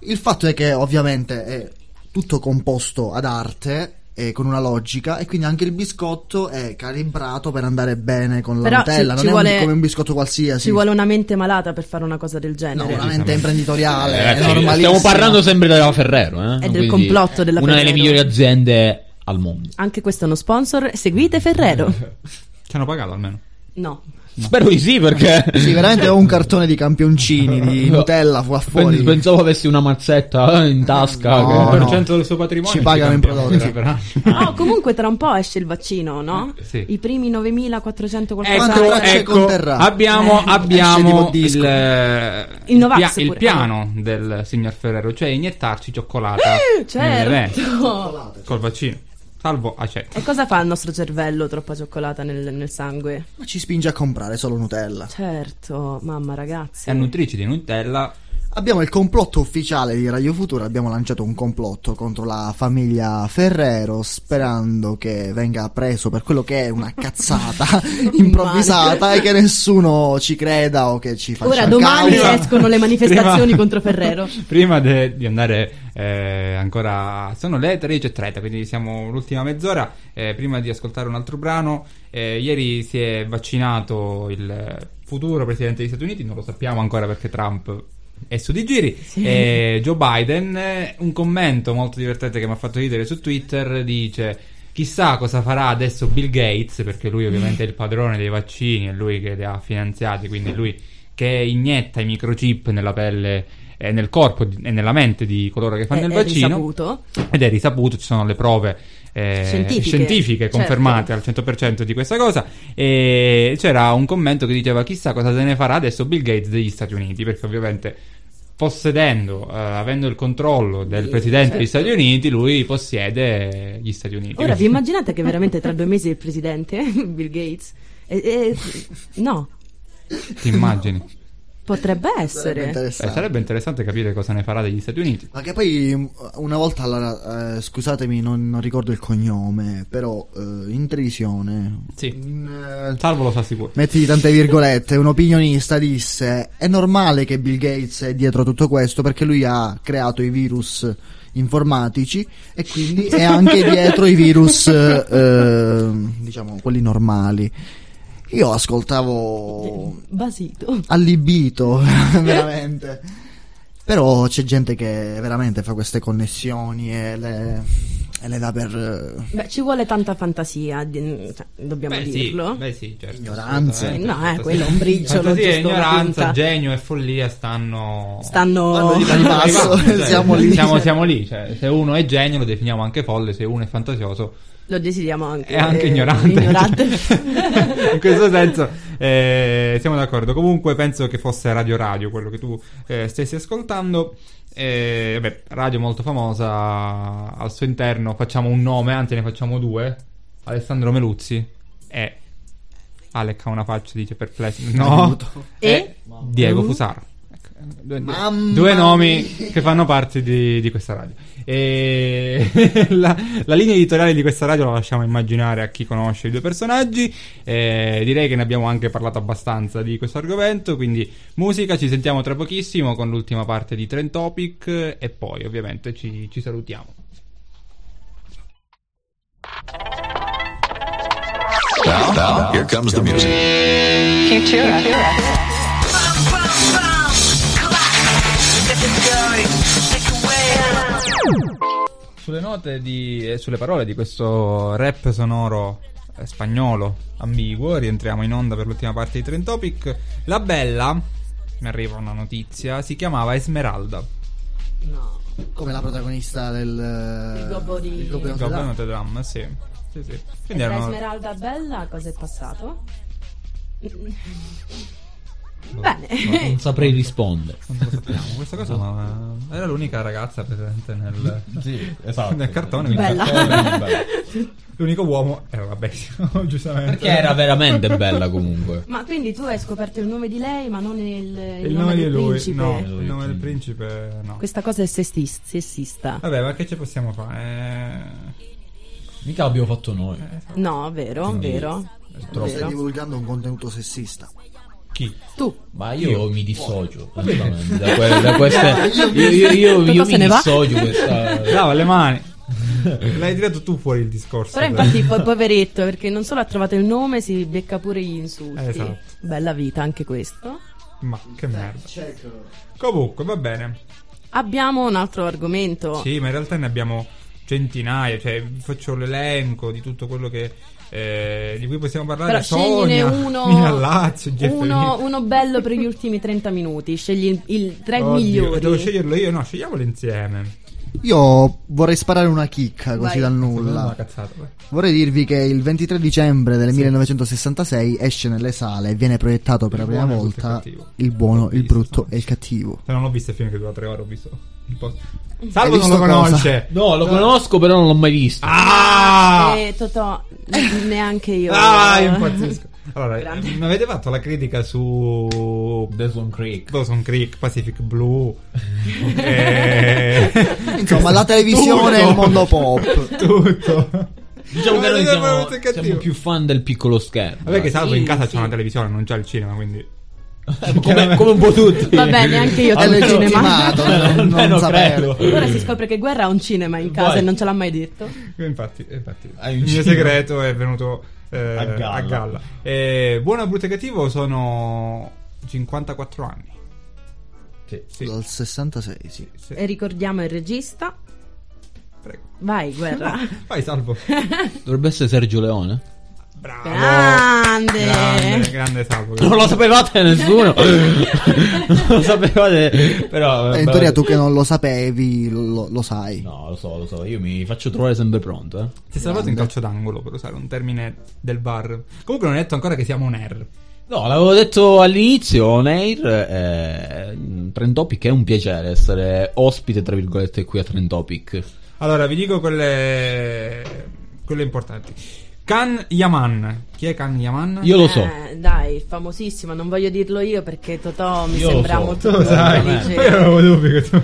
[SPEAKER 4] Il fatto è che ovviamente è tutto composto ad arte e con una logica e quindi anche il biscotto è calibrato per andare bene con la
[SPEAKER 8] Però
[SPEAKER 4] Nutella,
[SPEAKER 8] ci-
[SPEAKER 4] non
[SPEAKER 8] ci
[SPEAKER 4] è un-
[SPEAKER 8] vuole-
[SPEAKER 4] come un biscotto qualsiasi.
[SPEAKER 8] Ci vuole una mente malata per fare una cosa del genere.
[SPEAKER 4] una mente imprenditoriale,
[SPEAKER 6] Eh,
[SPEAKER 4] è
[SPEAKER 6] ragazzi,
[SPEAKER 4] normalissimo.
[SPEAKER 6] stiamo parlando sempre della Ferrero. Eh?
[SPEAKER 8] È del complotto della
[SPEAKER 6] Una delle
[SPEAKER 8] Ferrero.
[SPEAKER 6] migliori aziende al mondo.
[SPEAKER 8] Anche questo è uno sponsor. Seguite Ferrero.
[SPEAKER 5] Ci hanno pagato almeno.
[SPEAKER 8] No.
[SPEAKER 6] Spero di sì, perché.
[SPEAKER 4] Sì, veramente ho un cartone di campioncini di Nutella qua fuori.
[SPEAKER 6] Pen- Pensavo avessi una mazzetta eh, in tasca.
[SPEAKER 4] Oh, No,
[SPEAKER 6] che-
[SPEAKER 4] no.
[SPEAKER 5] Il percento del suo patrimonio
[SPEAKER 4] Ci pagano in
[SPEAKER 5] cambia
[SPEAKER 4] prodotti.
[SPEAKER 5] per- per-
[SPEAKER 8] Oh, comunque tra un po' esce il vaccino, no?
[SPEAKER 5] Ah. sì.
[SPEAKER 8] I primi 9400 qualcosa.
[SPEAKER 5] Ecco,
[SPEAKER 4] tracce
[SPEAKER 5] ecco,
[SPEAKER 4] conterrà?
[SPEAKER 5] abbiamo,
[SPEAKER 4] Eh,
[SPEAKER 5] abbiamo
[SPEAKER 4] esce tipo
[SPEAKER 5] il,
[SPEAKER 4] disco.
[SPEAKER 5] eh,
[SPEAKER 8] Il Novax
[SPEAKER 5] pia- il
[SPEAKER 8] pure.
[SPEAKER 5] piano del signor Ferrero, cioè iniettarci cioccolata
[SPEAKER 8] Eh, certo.
[SPEAKER 5] nelle vene col vaccino. Salvo ah, cioè, aceto.
[SPEAKER 8] E cosa fa il nostro cervello troppa cioccolata nel, nel sangue?
[SPEAKER 4] Ma ci spinge a comprare solo Nutella.
[SPEAKER 8] Certo, mamma ragazzi.
[SPEAKER 5] È nutrici di Nutella.
[SPEAKER 4] Abbiamo il complotto ufficiale di Radio Futura, abbiamo lanciato un complotto contro la famiglia Ferrero sperando che venga preso per quello che è una cazzata improvvisata e che nessuno ci creda o che ci faccia
[SPEAKER 8] Ora domani
[SPEAKER 4] causa.
[SPEAKER 8] escono le manifestazioni
[SPEAKER 5] Prima-
[SPEAKER 8] contro Ferrero.
[SPEAKER 5] Prima de- di andare eh, ancora, sono le 13.30, quindi siamo l'ultima mezz'ora. Eh, prima di ascoltare un altro brano, eh, ieri si è vaccinato il futuro presidente degli Stati Uniti, non lo sappiamo ancora perché Trump è su di giri. Eh, Joe Biden, eh, un commento molto divertente che mi ha fatto ridere su Twitter, dice... Chissà cosa farà adesso Bill Gates, perché lui ovviamente è il padrone dei vaccini, è lui che li ha finanziati, quindi è lui che inietta i microchip nella pelle e nel corpo di- e nella mente di coloro che fanno
[SPEAKER 8] È-
[SPEAKER 5] il
[SPEAKER 8] Eh, è
[SPEAKER 5] vaccino.
[SPEAKER 8] risaputo.
[SPEAKER 5] Ed è risaputo, ci sono le prove eh,
[SPEAKER 8] Scientifiche, Certo.
[SPEAKER 5] scientifiche confermate al 100% di questa cosa. E c'era un commento che diceva chissà cosa se ne farà adesso Bill Gates degli Stati Uniti, perché ovviamente possedendo, eh, avendo il controllo del
[SPEAKER 8] Sì,
[SPEAKER 5] presidente degli
[SPEAKER 8] certo.
[SPEAKER 5] Stati Uniti, lui possiede gli Stati Uniti.
[SPEAKER 8] Ora vi immaginate che veramente tra due mesi il presidente, Bill Gates, e- e- no,
[SPEAKER 5] Ti immagini?
[SPEAKER 8] potrebbe
[SPEAKER 4] Sarebbe
[SPEAKER 8] essere.
[SPEAKER 5] Eh,
[SPEAKER 4] interessante.
[SPEAKER 5] sarebbe interessante capire cosa ne farà degli Stati Uniti.
[SPEAKER 4] Ma che poi mh, una volta, allora, eh, scusatemi, non, non ricordo il cognome, però eh, in televisione eh,
[SPEAKER 5] Sì. Salvo lo sa sicuro.
[SPEAKER 4] Metti tante virgolette, un opinionista disse: È normale che Bill Gates è dietro a tutto questo perché lui ha creato i virus informatici e quindi è anche dietro i virus, eh, eh, diciamo, quelli normali. Io ascoltavo
[SPEAKER 8] Basito.
[SPEAKER 4] allibito, veramente. Però c'è gente che veramente fa queste connessioni e le, e le dà per eh,
[SPEAKER 8] Beh, ci vuole tanta fantasia, di- cioè, dobbiamo
[SPEAKER 5] Beh, sì,
[SPEAKER 8] dirlo.
[SPEAKER 5] beh sì, certo.
[SPEAKER 4] Ignoranza.
[SPEAKER 5] assolutamente.
[SPEAKER 8] No, eh,
[SPEAKER 5] Fantasia.
[SPEAKER 8] quello è un briciolo,
[SPEAKER 5] Fantasia,
[SPEAKER 8] giusto, una
[SPEAKER 5] ignoranza,
[SPEAKER 8] punta.
[SPEAKER 5] genio e follia stanno...
[SPEAKER 8] Stanno
[SPEAKER 4] Vanno
[SPEAKER 8] Esatto.
[SPEAKER 4] di pari passo,
[SPEAKER 5] Cioè,
[SPEAKER 4] siamo lì.
[SPEAKER 5] Siamo, siamo lì, cioè, se uno è genio lo definiamo anche folle, se uno è fantasioso
[SPEAKER 8] Lo desideriamo anche.
[SPEAKER 5] è anche
[SPEAKER 8] eh,
[SPEAKER 5] ignorante.
[SPEAKER 8] ignorante.
[SPEAKER 5] In questo senso eh, siamo d'accordo. Comunque penso che fosse Radio Radio quello che tu eh, stessi ascoltando. Eh, vabbè, radio molto famosa al suo interno. Facciamo un nome, anzi ne facciamo due. Alessandro Meluzzi e Alec ha una faccia dice perplesso. No.
[SPEAKER 4] Aiuto.
[SPEAKER 5] E Diego
[SPEAKER 4] Mm.
[SPEAKER 5] Fusaro. Ecco, Due, due-
[SPEAKER 4] Mamma
[SPEAKER 5] due nomi
[SPEAKER 4] mia.
[SPEAKER 5] che fanno parte di, di questa radio. E la, la linea editoriale di questa radio la lasciamo immaginare a chi conosce i due personaggi. Eh, direi che ne abbiamo anche parlato abbastanza di questo argomento. Quindi, musica, ci sentiamo tra pochissimo con l'ultima parte di Trend Topic. eh, E poi, ovviamente, ci, ci salutiamo.
[SPEAKER 14] Now, now, here comes the music.
[SPEAKER 15] Futura.
[SPEAKER 5] Sulle note di, e sulle parole di questo rap sonoro eh, spagnolo ambiguo, rientriamo in onda per l'ultima parte di Trend Topic. La bella, mi arriva una notizia, si chiamava Esmeralda.
[SPEAKER 8] No.
[SPEAKER 4] come la protagonista del
[SPEAKER 8] Il gobbo di-
[SPEAKER 4] il gobbo di Notre
[SPEAKER 5] Goblin
[SPEAKER 4] Dame.
[SPEAKER 5] Notre Dame, sì. Sì, sì.
[SPEAKER 8] E
[SPEAKER 5] Quindi
[SPEAKER 8] da
[SPEAKER 5] erano-
[SPEAKER 8] Esmeralda Bella cosa è passato?
[SPEAKER 5] boh,
[SPEAKER 8] Bene.
[SPEAKER 6] Non saprei rispondere.
[SPEAKER 5] Non lo sappiamo questa cosa, ma era l'unica ragazza presente nel,
[SPEAKER 16] Sì, esatto.
[SPEAKER 5] nel cartone. quindi-
[SPEAKER 8] Bella.
[SPEAKER 5] L'unico uomo era la bestia, giustamente.
[SPEAKER 6] Perché era veramente bella comunque.
[SPEAKER 8] Ma quindi tu hai scoperto il nome di lei, ma non il, il
[SPEAKER 5] Il nome di
[SPEAKER 8] del
[SPEAKER 5] lui,
[SPEAKER 8] principe?
[SPEAKER 5] no, il nome del principe, no.
[SPEAKER 8] Questa cosa è sestis- sessista.
[SPEAKER 5] Vabbè, ma che ci possiamo fare? Eh,
[SPEAKER 6] Mica l'abbiamo fatto noi.
[SPEAKER 8] No, vero,
[SPEAKER 6] Quindi-
[SPEAKER 8] vero.
[SPEAKER 6] troppo.
[SPEAKER 4] Stai
[SPEAKER 8] Vero.
[SPEAKER 4] divulgando un contenuto sessista.
[SPEAKER 5] Chi?
[SPEAKER 8] Tu.
[SPEAKER 6] Ma io, mi dissocio completamente da, que- da queste. Io, io, io,
[SPEAKER 8] Tutto
[SPEAKER 6] io
[SPEAKER 8] se
[SPEAKER 6] mi
[SPEAKER 8] ne va.
[SPEAKER 6] dissocio questa.
[SPEAKER 5] Brava, le mani. L'hai tirato tu fuori il discorso.
[SPEAKER 8] Però infatti po- poveretto, perché non solo ha trovato il nome, si becca pure gli insulti.
[SPEAKER 5] Esatto.
[SPEAKER 8] Bella vita anche questo.
[SPEAKER 5] Ma che merda.
[SPEAKER 8] Certo.
[SPEAKER 5] Comunque, va bene.
[SPEAKER 8] Abbiamo un altro argomento.
[SPEAKER 5] Sì, ma in realtà ne abbiamo centinaia, cioè vi faccio l'elenco di tutto quello che eh, di cui possiamo parlare.
[SPEAKER 8] Però scegliene
[SPEAKER 5] Sonia,
[SPEAKER 8] uno,
[SPEAKER 5] Mina Lazio, Jeff
[SPEAKER 8] uno,
[SPEAKER 5] Lee.
[SPEAKER 8] uno bello per gli ultimi 30 minuti. Scegli il, il tre
[SPEAKER 5] Oddio,
[SPEAKER 8] migliori.
[SPEAKER 5] Devo sceglierlo io, no, scegliamolo insieme.
[SPEAKER 4] Io vorrei sparare una chicca così
[SPEAKER 8] Vai.
[SPEAKER 4] dal
[SPEAKER 5] Una
[SPEAKER 4] nulla.
[SPEAKER 5] cazzata, vai.
[SPEAKER 4] Vorrei dirvi che il 23 dicembre del 1966 esce nelle sale e viene proiettato per
[SPEAKER 5] Il
[SPEAKER 4] la prima
[SPEAKER 5] buono, il brutto e il
[SPEAKER 4] volta
[SPEAKER 5] cattivo.
[SPEAKER 4] il buono, il brutto e il cattivo.
[SPEAKER 5] Se Cioè, non l'ho visto il film che dura tre ore, ho visto il post.
[SPEAKER 4] Hai
[SPEAKER 5] Salvo non
[SPEAKER 4] visto
[SPEAKER 5] lo
[SPEAKER 4] cosa?
[SPEAKER 5] conosce.
[SPEAKER 6] No, lo conosco, però non l'ho mai visto.
[SPEAKER 5] Ah!
[SPEAKER 8] Eh, Totò, eh, neanche io.
[SPEAKER 5] Ah, io impazzisco. Allora,
[SPEAKER 8] Grande.
[SPEAKER 5] eh, mi avete fatto la critica su Dawson Creek, Dawson Creek, Pacific Blue. eh,
[SPEAKER 4] Insomma, la televisione e il mondo pop.
[SPEAKER 5] Tutto.
[SPEAKER 6] Diciamo che
[SPEAKER 5] Non
[SPEAKER 6] noi
[SPEAKER 5] è
[SPEAKER 6] siamo,
[SPEAKER 5] veramente cattivo.
[SPEAKER 6] siamo più fan del piccolo schermo.
[SPEAKER 5] Vabbè che salvo
[SPEAKER 8] Sì,
[SPEAKER 5] in casa
[SPEAKER 8] sì.
[SPEAKER 5] c'è una televisione, non c'è il cinema, quindi
[SPEAKER 6] come, come un po' tutti.
[SPEAKER 8] Vabbè, neanche io
[SPEAKER 4] È
[SPEAKER 8] te lo cinema.
[SPEAKER 4] legittimato, non,
[SPEAKER 6] Eh,
[SPEAKER 4] non
[SPEAKER 6] no,
[SPEAKER 4] sapevo.
[SPEAKER 6] credo.
[SPEAKER 8] Ora si scopre che Guerra ha un cinema in casa
[SPEAKER 6] Vai.
[SPEAKER 8] e non ce l'ha mai detto.
[SPEAKER 5] infatti, infatti
[SPEAKER 6] Hai
[SPEAKER 5] il
[SPEAKER 6] un
[SPEAKER 5] mio
[SPEAKER 6] cinema.
[SPEAKER 5] segreto è venuto eh,
[SPEAKER 6] A galla.
[SPEAKER 5] a galla. Eh, buono, brutto e cattivo sono 54 anni.
[SPEAKER 6] Sì.
[SPEAKER 4] Dal 66, sì.
[SPEAKER 5] Sì,
[SPEAKER 8] E ricordiamo il regista.
[SPEAKER 5] prego.
[SPEAKER 8] Vai, Guerra. Eh,
[SPEAKER 5] Vai salvo.
[SPEAKER 6] Dovrebbe essere Sergio Leone.
[SPEAKER 5] Bravo.
[SPEAKER 8] Grande.
[SPEAKER 5] Grande, grande salvo.
[SPEAKER 6] Non lo sapevate nessuno. non lo sapevate. Però.
[SPEAKER 4] Eh, in
[SPEAKER 6] vabbè.
[SPEAKER 4] teoria tu che non lo sapevi, lo, lo sai.
[SPEAKER 6] No, lo so, lo so. Io mi faccio trovare sempre pronto. Eh.
[SPEAKER 5] Si è salvato in calcio d'angolo per usare un termine del bar. Comunque non ho detto ancora che siamo un R.
[SPEAKER 6] No, l'avevo detto all'inizio, on air, eh, Trentopic è un piacere essere ospite, tra virgolette, qui a Trentopic.
[SPEAKER 5] Allora, vi dico quelle. quelle importanti. Khan Yaman. Chi è Khan Yaman?
[SPEAKER 6] Io lo so.
[SPEAKER 8] Eh, dai, famosissima, non voglio dirlo io perché Totò mi
[SPEAKER 6] Io lo
[SPEAKER 8] sembra
[SPEAKER 6] so.
[SPEAKER 8] molto
[SPEAKER 6] Tu lo sai.
[SPEAKER 8] felice.
[SPEAKER 5] Io non avevo dubbi che tu.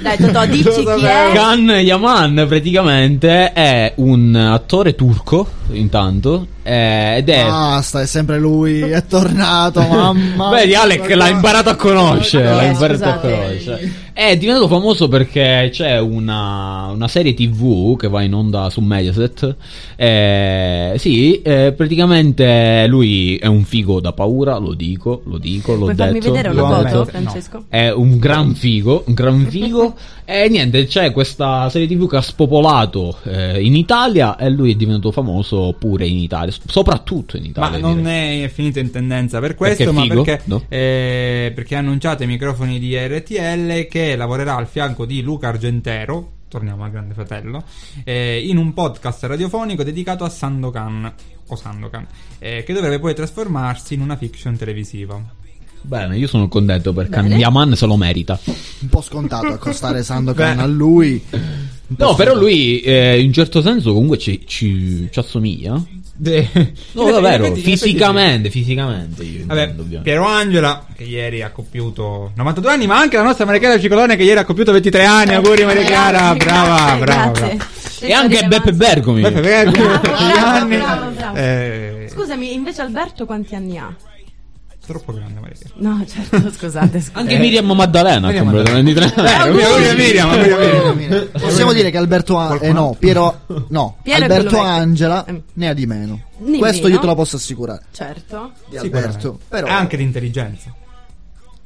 [SPEAKER 8] Dai, Totò, dici
[SPEAKER 5] Lo
[SPEAKER 8] chi
[SPEAKER 5] sapevo.
[SPEAKER 8] è.
[SPEAKER 6] Khan Yaman praticamente è un attore turco, intanto, eh, ed è...
[SPEAKER 8] Ah,
[SPEAKER 4] Basta, è sempre lui, è tornato, mamma.
[SPEAKER 6] Vedi, Alec l'ha imparato a conoscere.
[SPEAKER 8] Eh,
[SPEAKER 6] l'ha imparato
[SPEAKER 8] scusate.
[SPEAKER 6] a conoscere. È diventato famoso perché c'è una, una serie TV che va in onda su Mediaset. Eh, sì, eh, praticamente lui è un figo da paura, lo dico, lo dico, l'ho
[SPEAKER 8] Puoi
[SPEAKER 6] detto.
[SPEAKER 8] farmi vedere
[SPEAKER 6] l'ho
[SPEAKER 8] una
[SPEAKER 6] detto.
[SPEAKER 8] foto,
[SPEAKER 5] detto.
[SPEAKER 8] Francesco?
[SPEAKER 6] È un gran figo, un gran figo. e niente, c'è questa serie TV che ha spopolato eh, in Italia e lui è diventato famoso pure in Italia, s- soprattutto in
[SPEAKER 5] Ma
[SPEAKER 6] Italia.
[SPEAKER 5] non
[SPEAKER 6] direi.
[SPEAKER 5] è finito in tendenza per questo,
[SPEAKER 6] Perché è
[SPEAKER 5] ma
[SPEAKER 6] figo?
[SPEAKER 5] perché,
[SPEAKER 6] No.
[SPEAKER 5] eh, perché ha annunciato ai microfoni di RTL che lavorerà al fianco di Luca Argentero. Torniamo al Grande Fratello. eh, in un podcast radiofonico dedicato a Sandokan. O Sandokan. eh, che dovrebbe poi trasformarsi in una fiction televisiva.
[SPEAKER 6] Bene, io sono contento perché
[SPEAKER 8] Bene.
[SPEAKER 6] Yaman se lo merita.
[SPEAKER 4] Un po' scontato ecco, accostare Sandokan
[SPEAKER 5] Beh.
[SPEAKER 4] a lui.
[SPEAKER 6] No, però lui eh, in un certo senso comunque ci, ci, ci assomiglia. No,
[SPEAKER 5] In effetti- in
[SPEAKER 6] davvero,
[SPEAKER 5] effetti sì.
[SPEAKER 6] fisicamente, fisicamente. Io
[SPEAKER 5] Vabbè,
[SPEAKER 6] intendo, ovviamente.
[SPEAKER 5] Piero Angela, che ieri ha compiuto 92 anni, ma anche la nostra Maria Chiara Cicolone, che ieri ha compiuto 23 anni. Auguri Maria Chiara,
[SPEAKER 8] Grazie,
[SPEAKER 5] brava,
[SPEAKER 8] grazie,
[SPEAKER 5] brava.
[SPEAKER 8] grazie.
[SPEAKER 5] brava.
[SPEAKER 8] Senza
[SPEAKER 6] E anche
[SPEAKER 8] rilevanza.
[SPEAKER 6] Beppe Bergomi.
[SPEAKER 5] Beppe Vergo,
[SPEAKER 8] Bravo,
[SPEAKER 5] tutti gli
[SPEAKER 8] bravo,
[SPEAKER 5] anni.
[SPEAKER 8] bravo, bravo.
[SPEAKER 5] Eh,
[SPEAKER 8] Scusami, invece Alberto quanti anni ha?
[SPEAKER 5] troppo grande Maria Chiara.
[SPEAKER 8] No, certo, scusate, scusate.
[SPEAKER 6] Anche Miriam Maddalena ha
[SPEAKER 5] Eh. Miriam
[SPEAKER 6] completato 23
[SPEAKER 5] Eh, auguri, auguri a Miriam, auguri a Miriam.
[SPEAKER 4] Possiamo dire che Alberto An- eh, no, Piero no,
[SPEAKER 8] Piero è
[SPEAKER 4] Alberto
[SPEAKER 8] quello vecchio.
[SPEAKER 4] Angela
[SPEAKER 8] Ehm.
[SPEAKER 4] ne ha di meno.
[SPEAKER 8] Di
[SPEAKER 4] Questo
[SPEAKER 8] meno?
[SPEAKER 4] io te lo posso assicurare.
[SPEAKER 8] Certo.
[SPEAKER 4] Di
[SPEAKER 5] Sicuramente.
[SPEAKER 4] Alberto, però
[SPEAKER 5] Anche di intelligenza.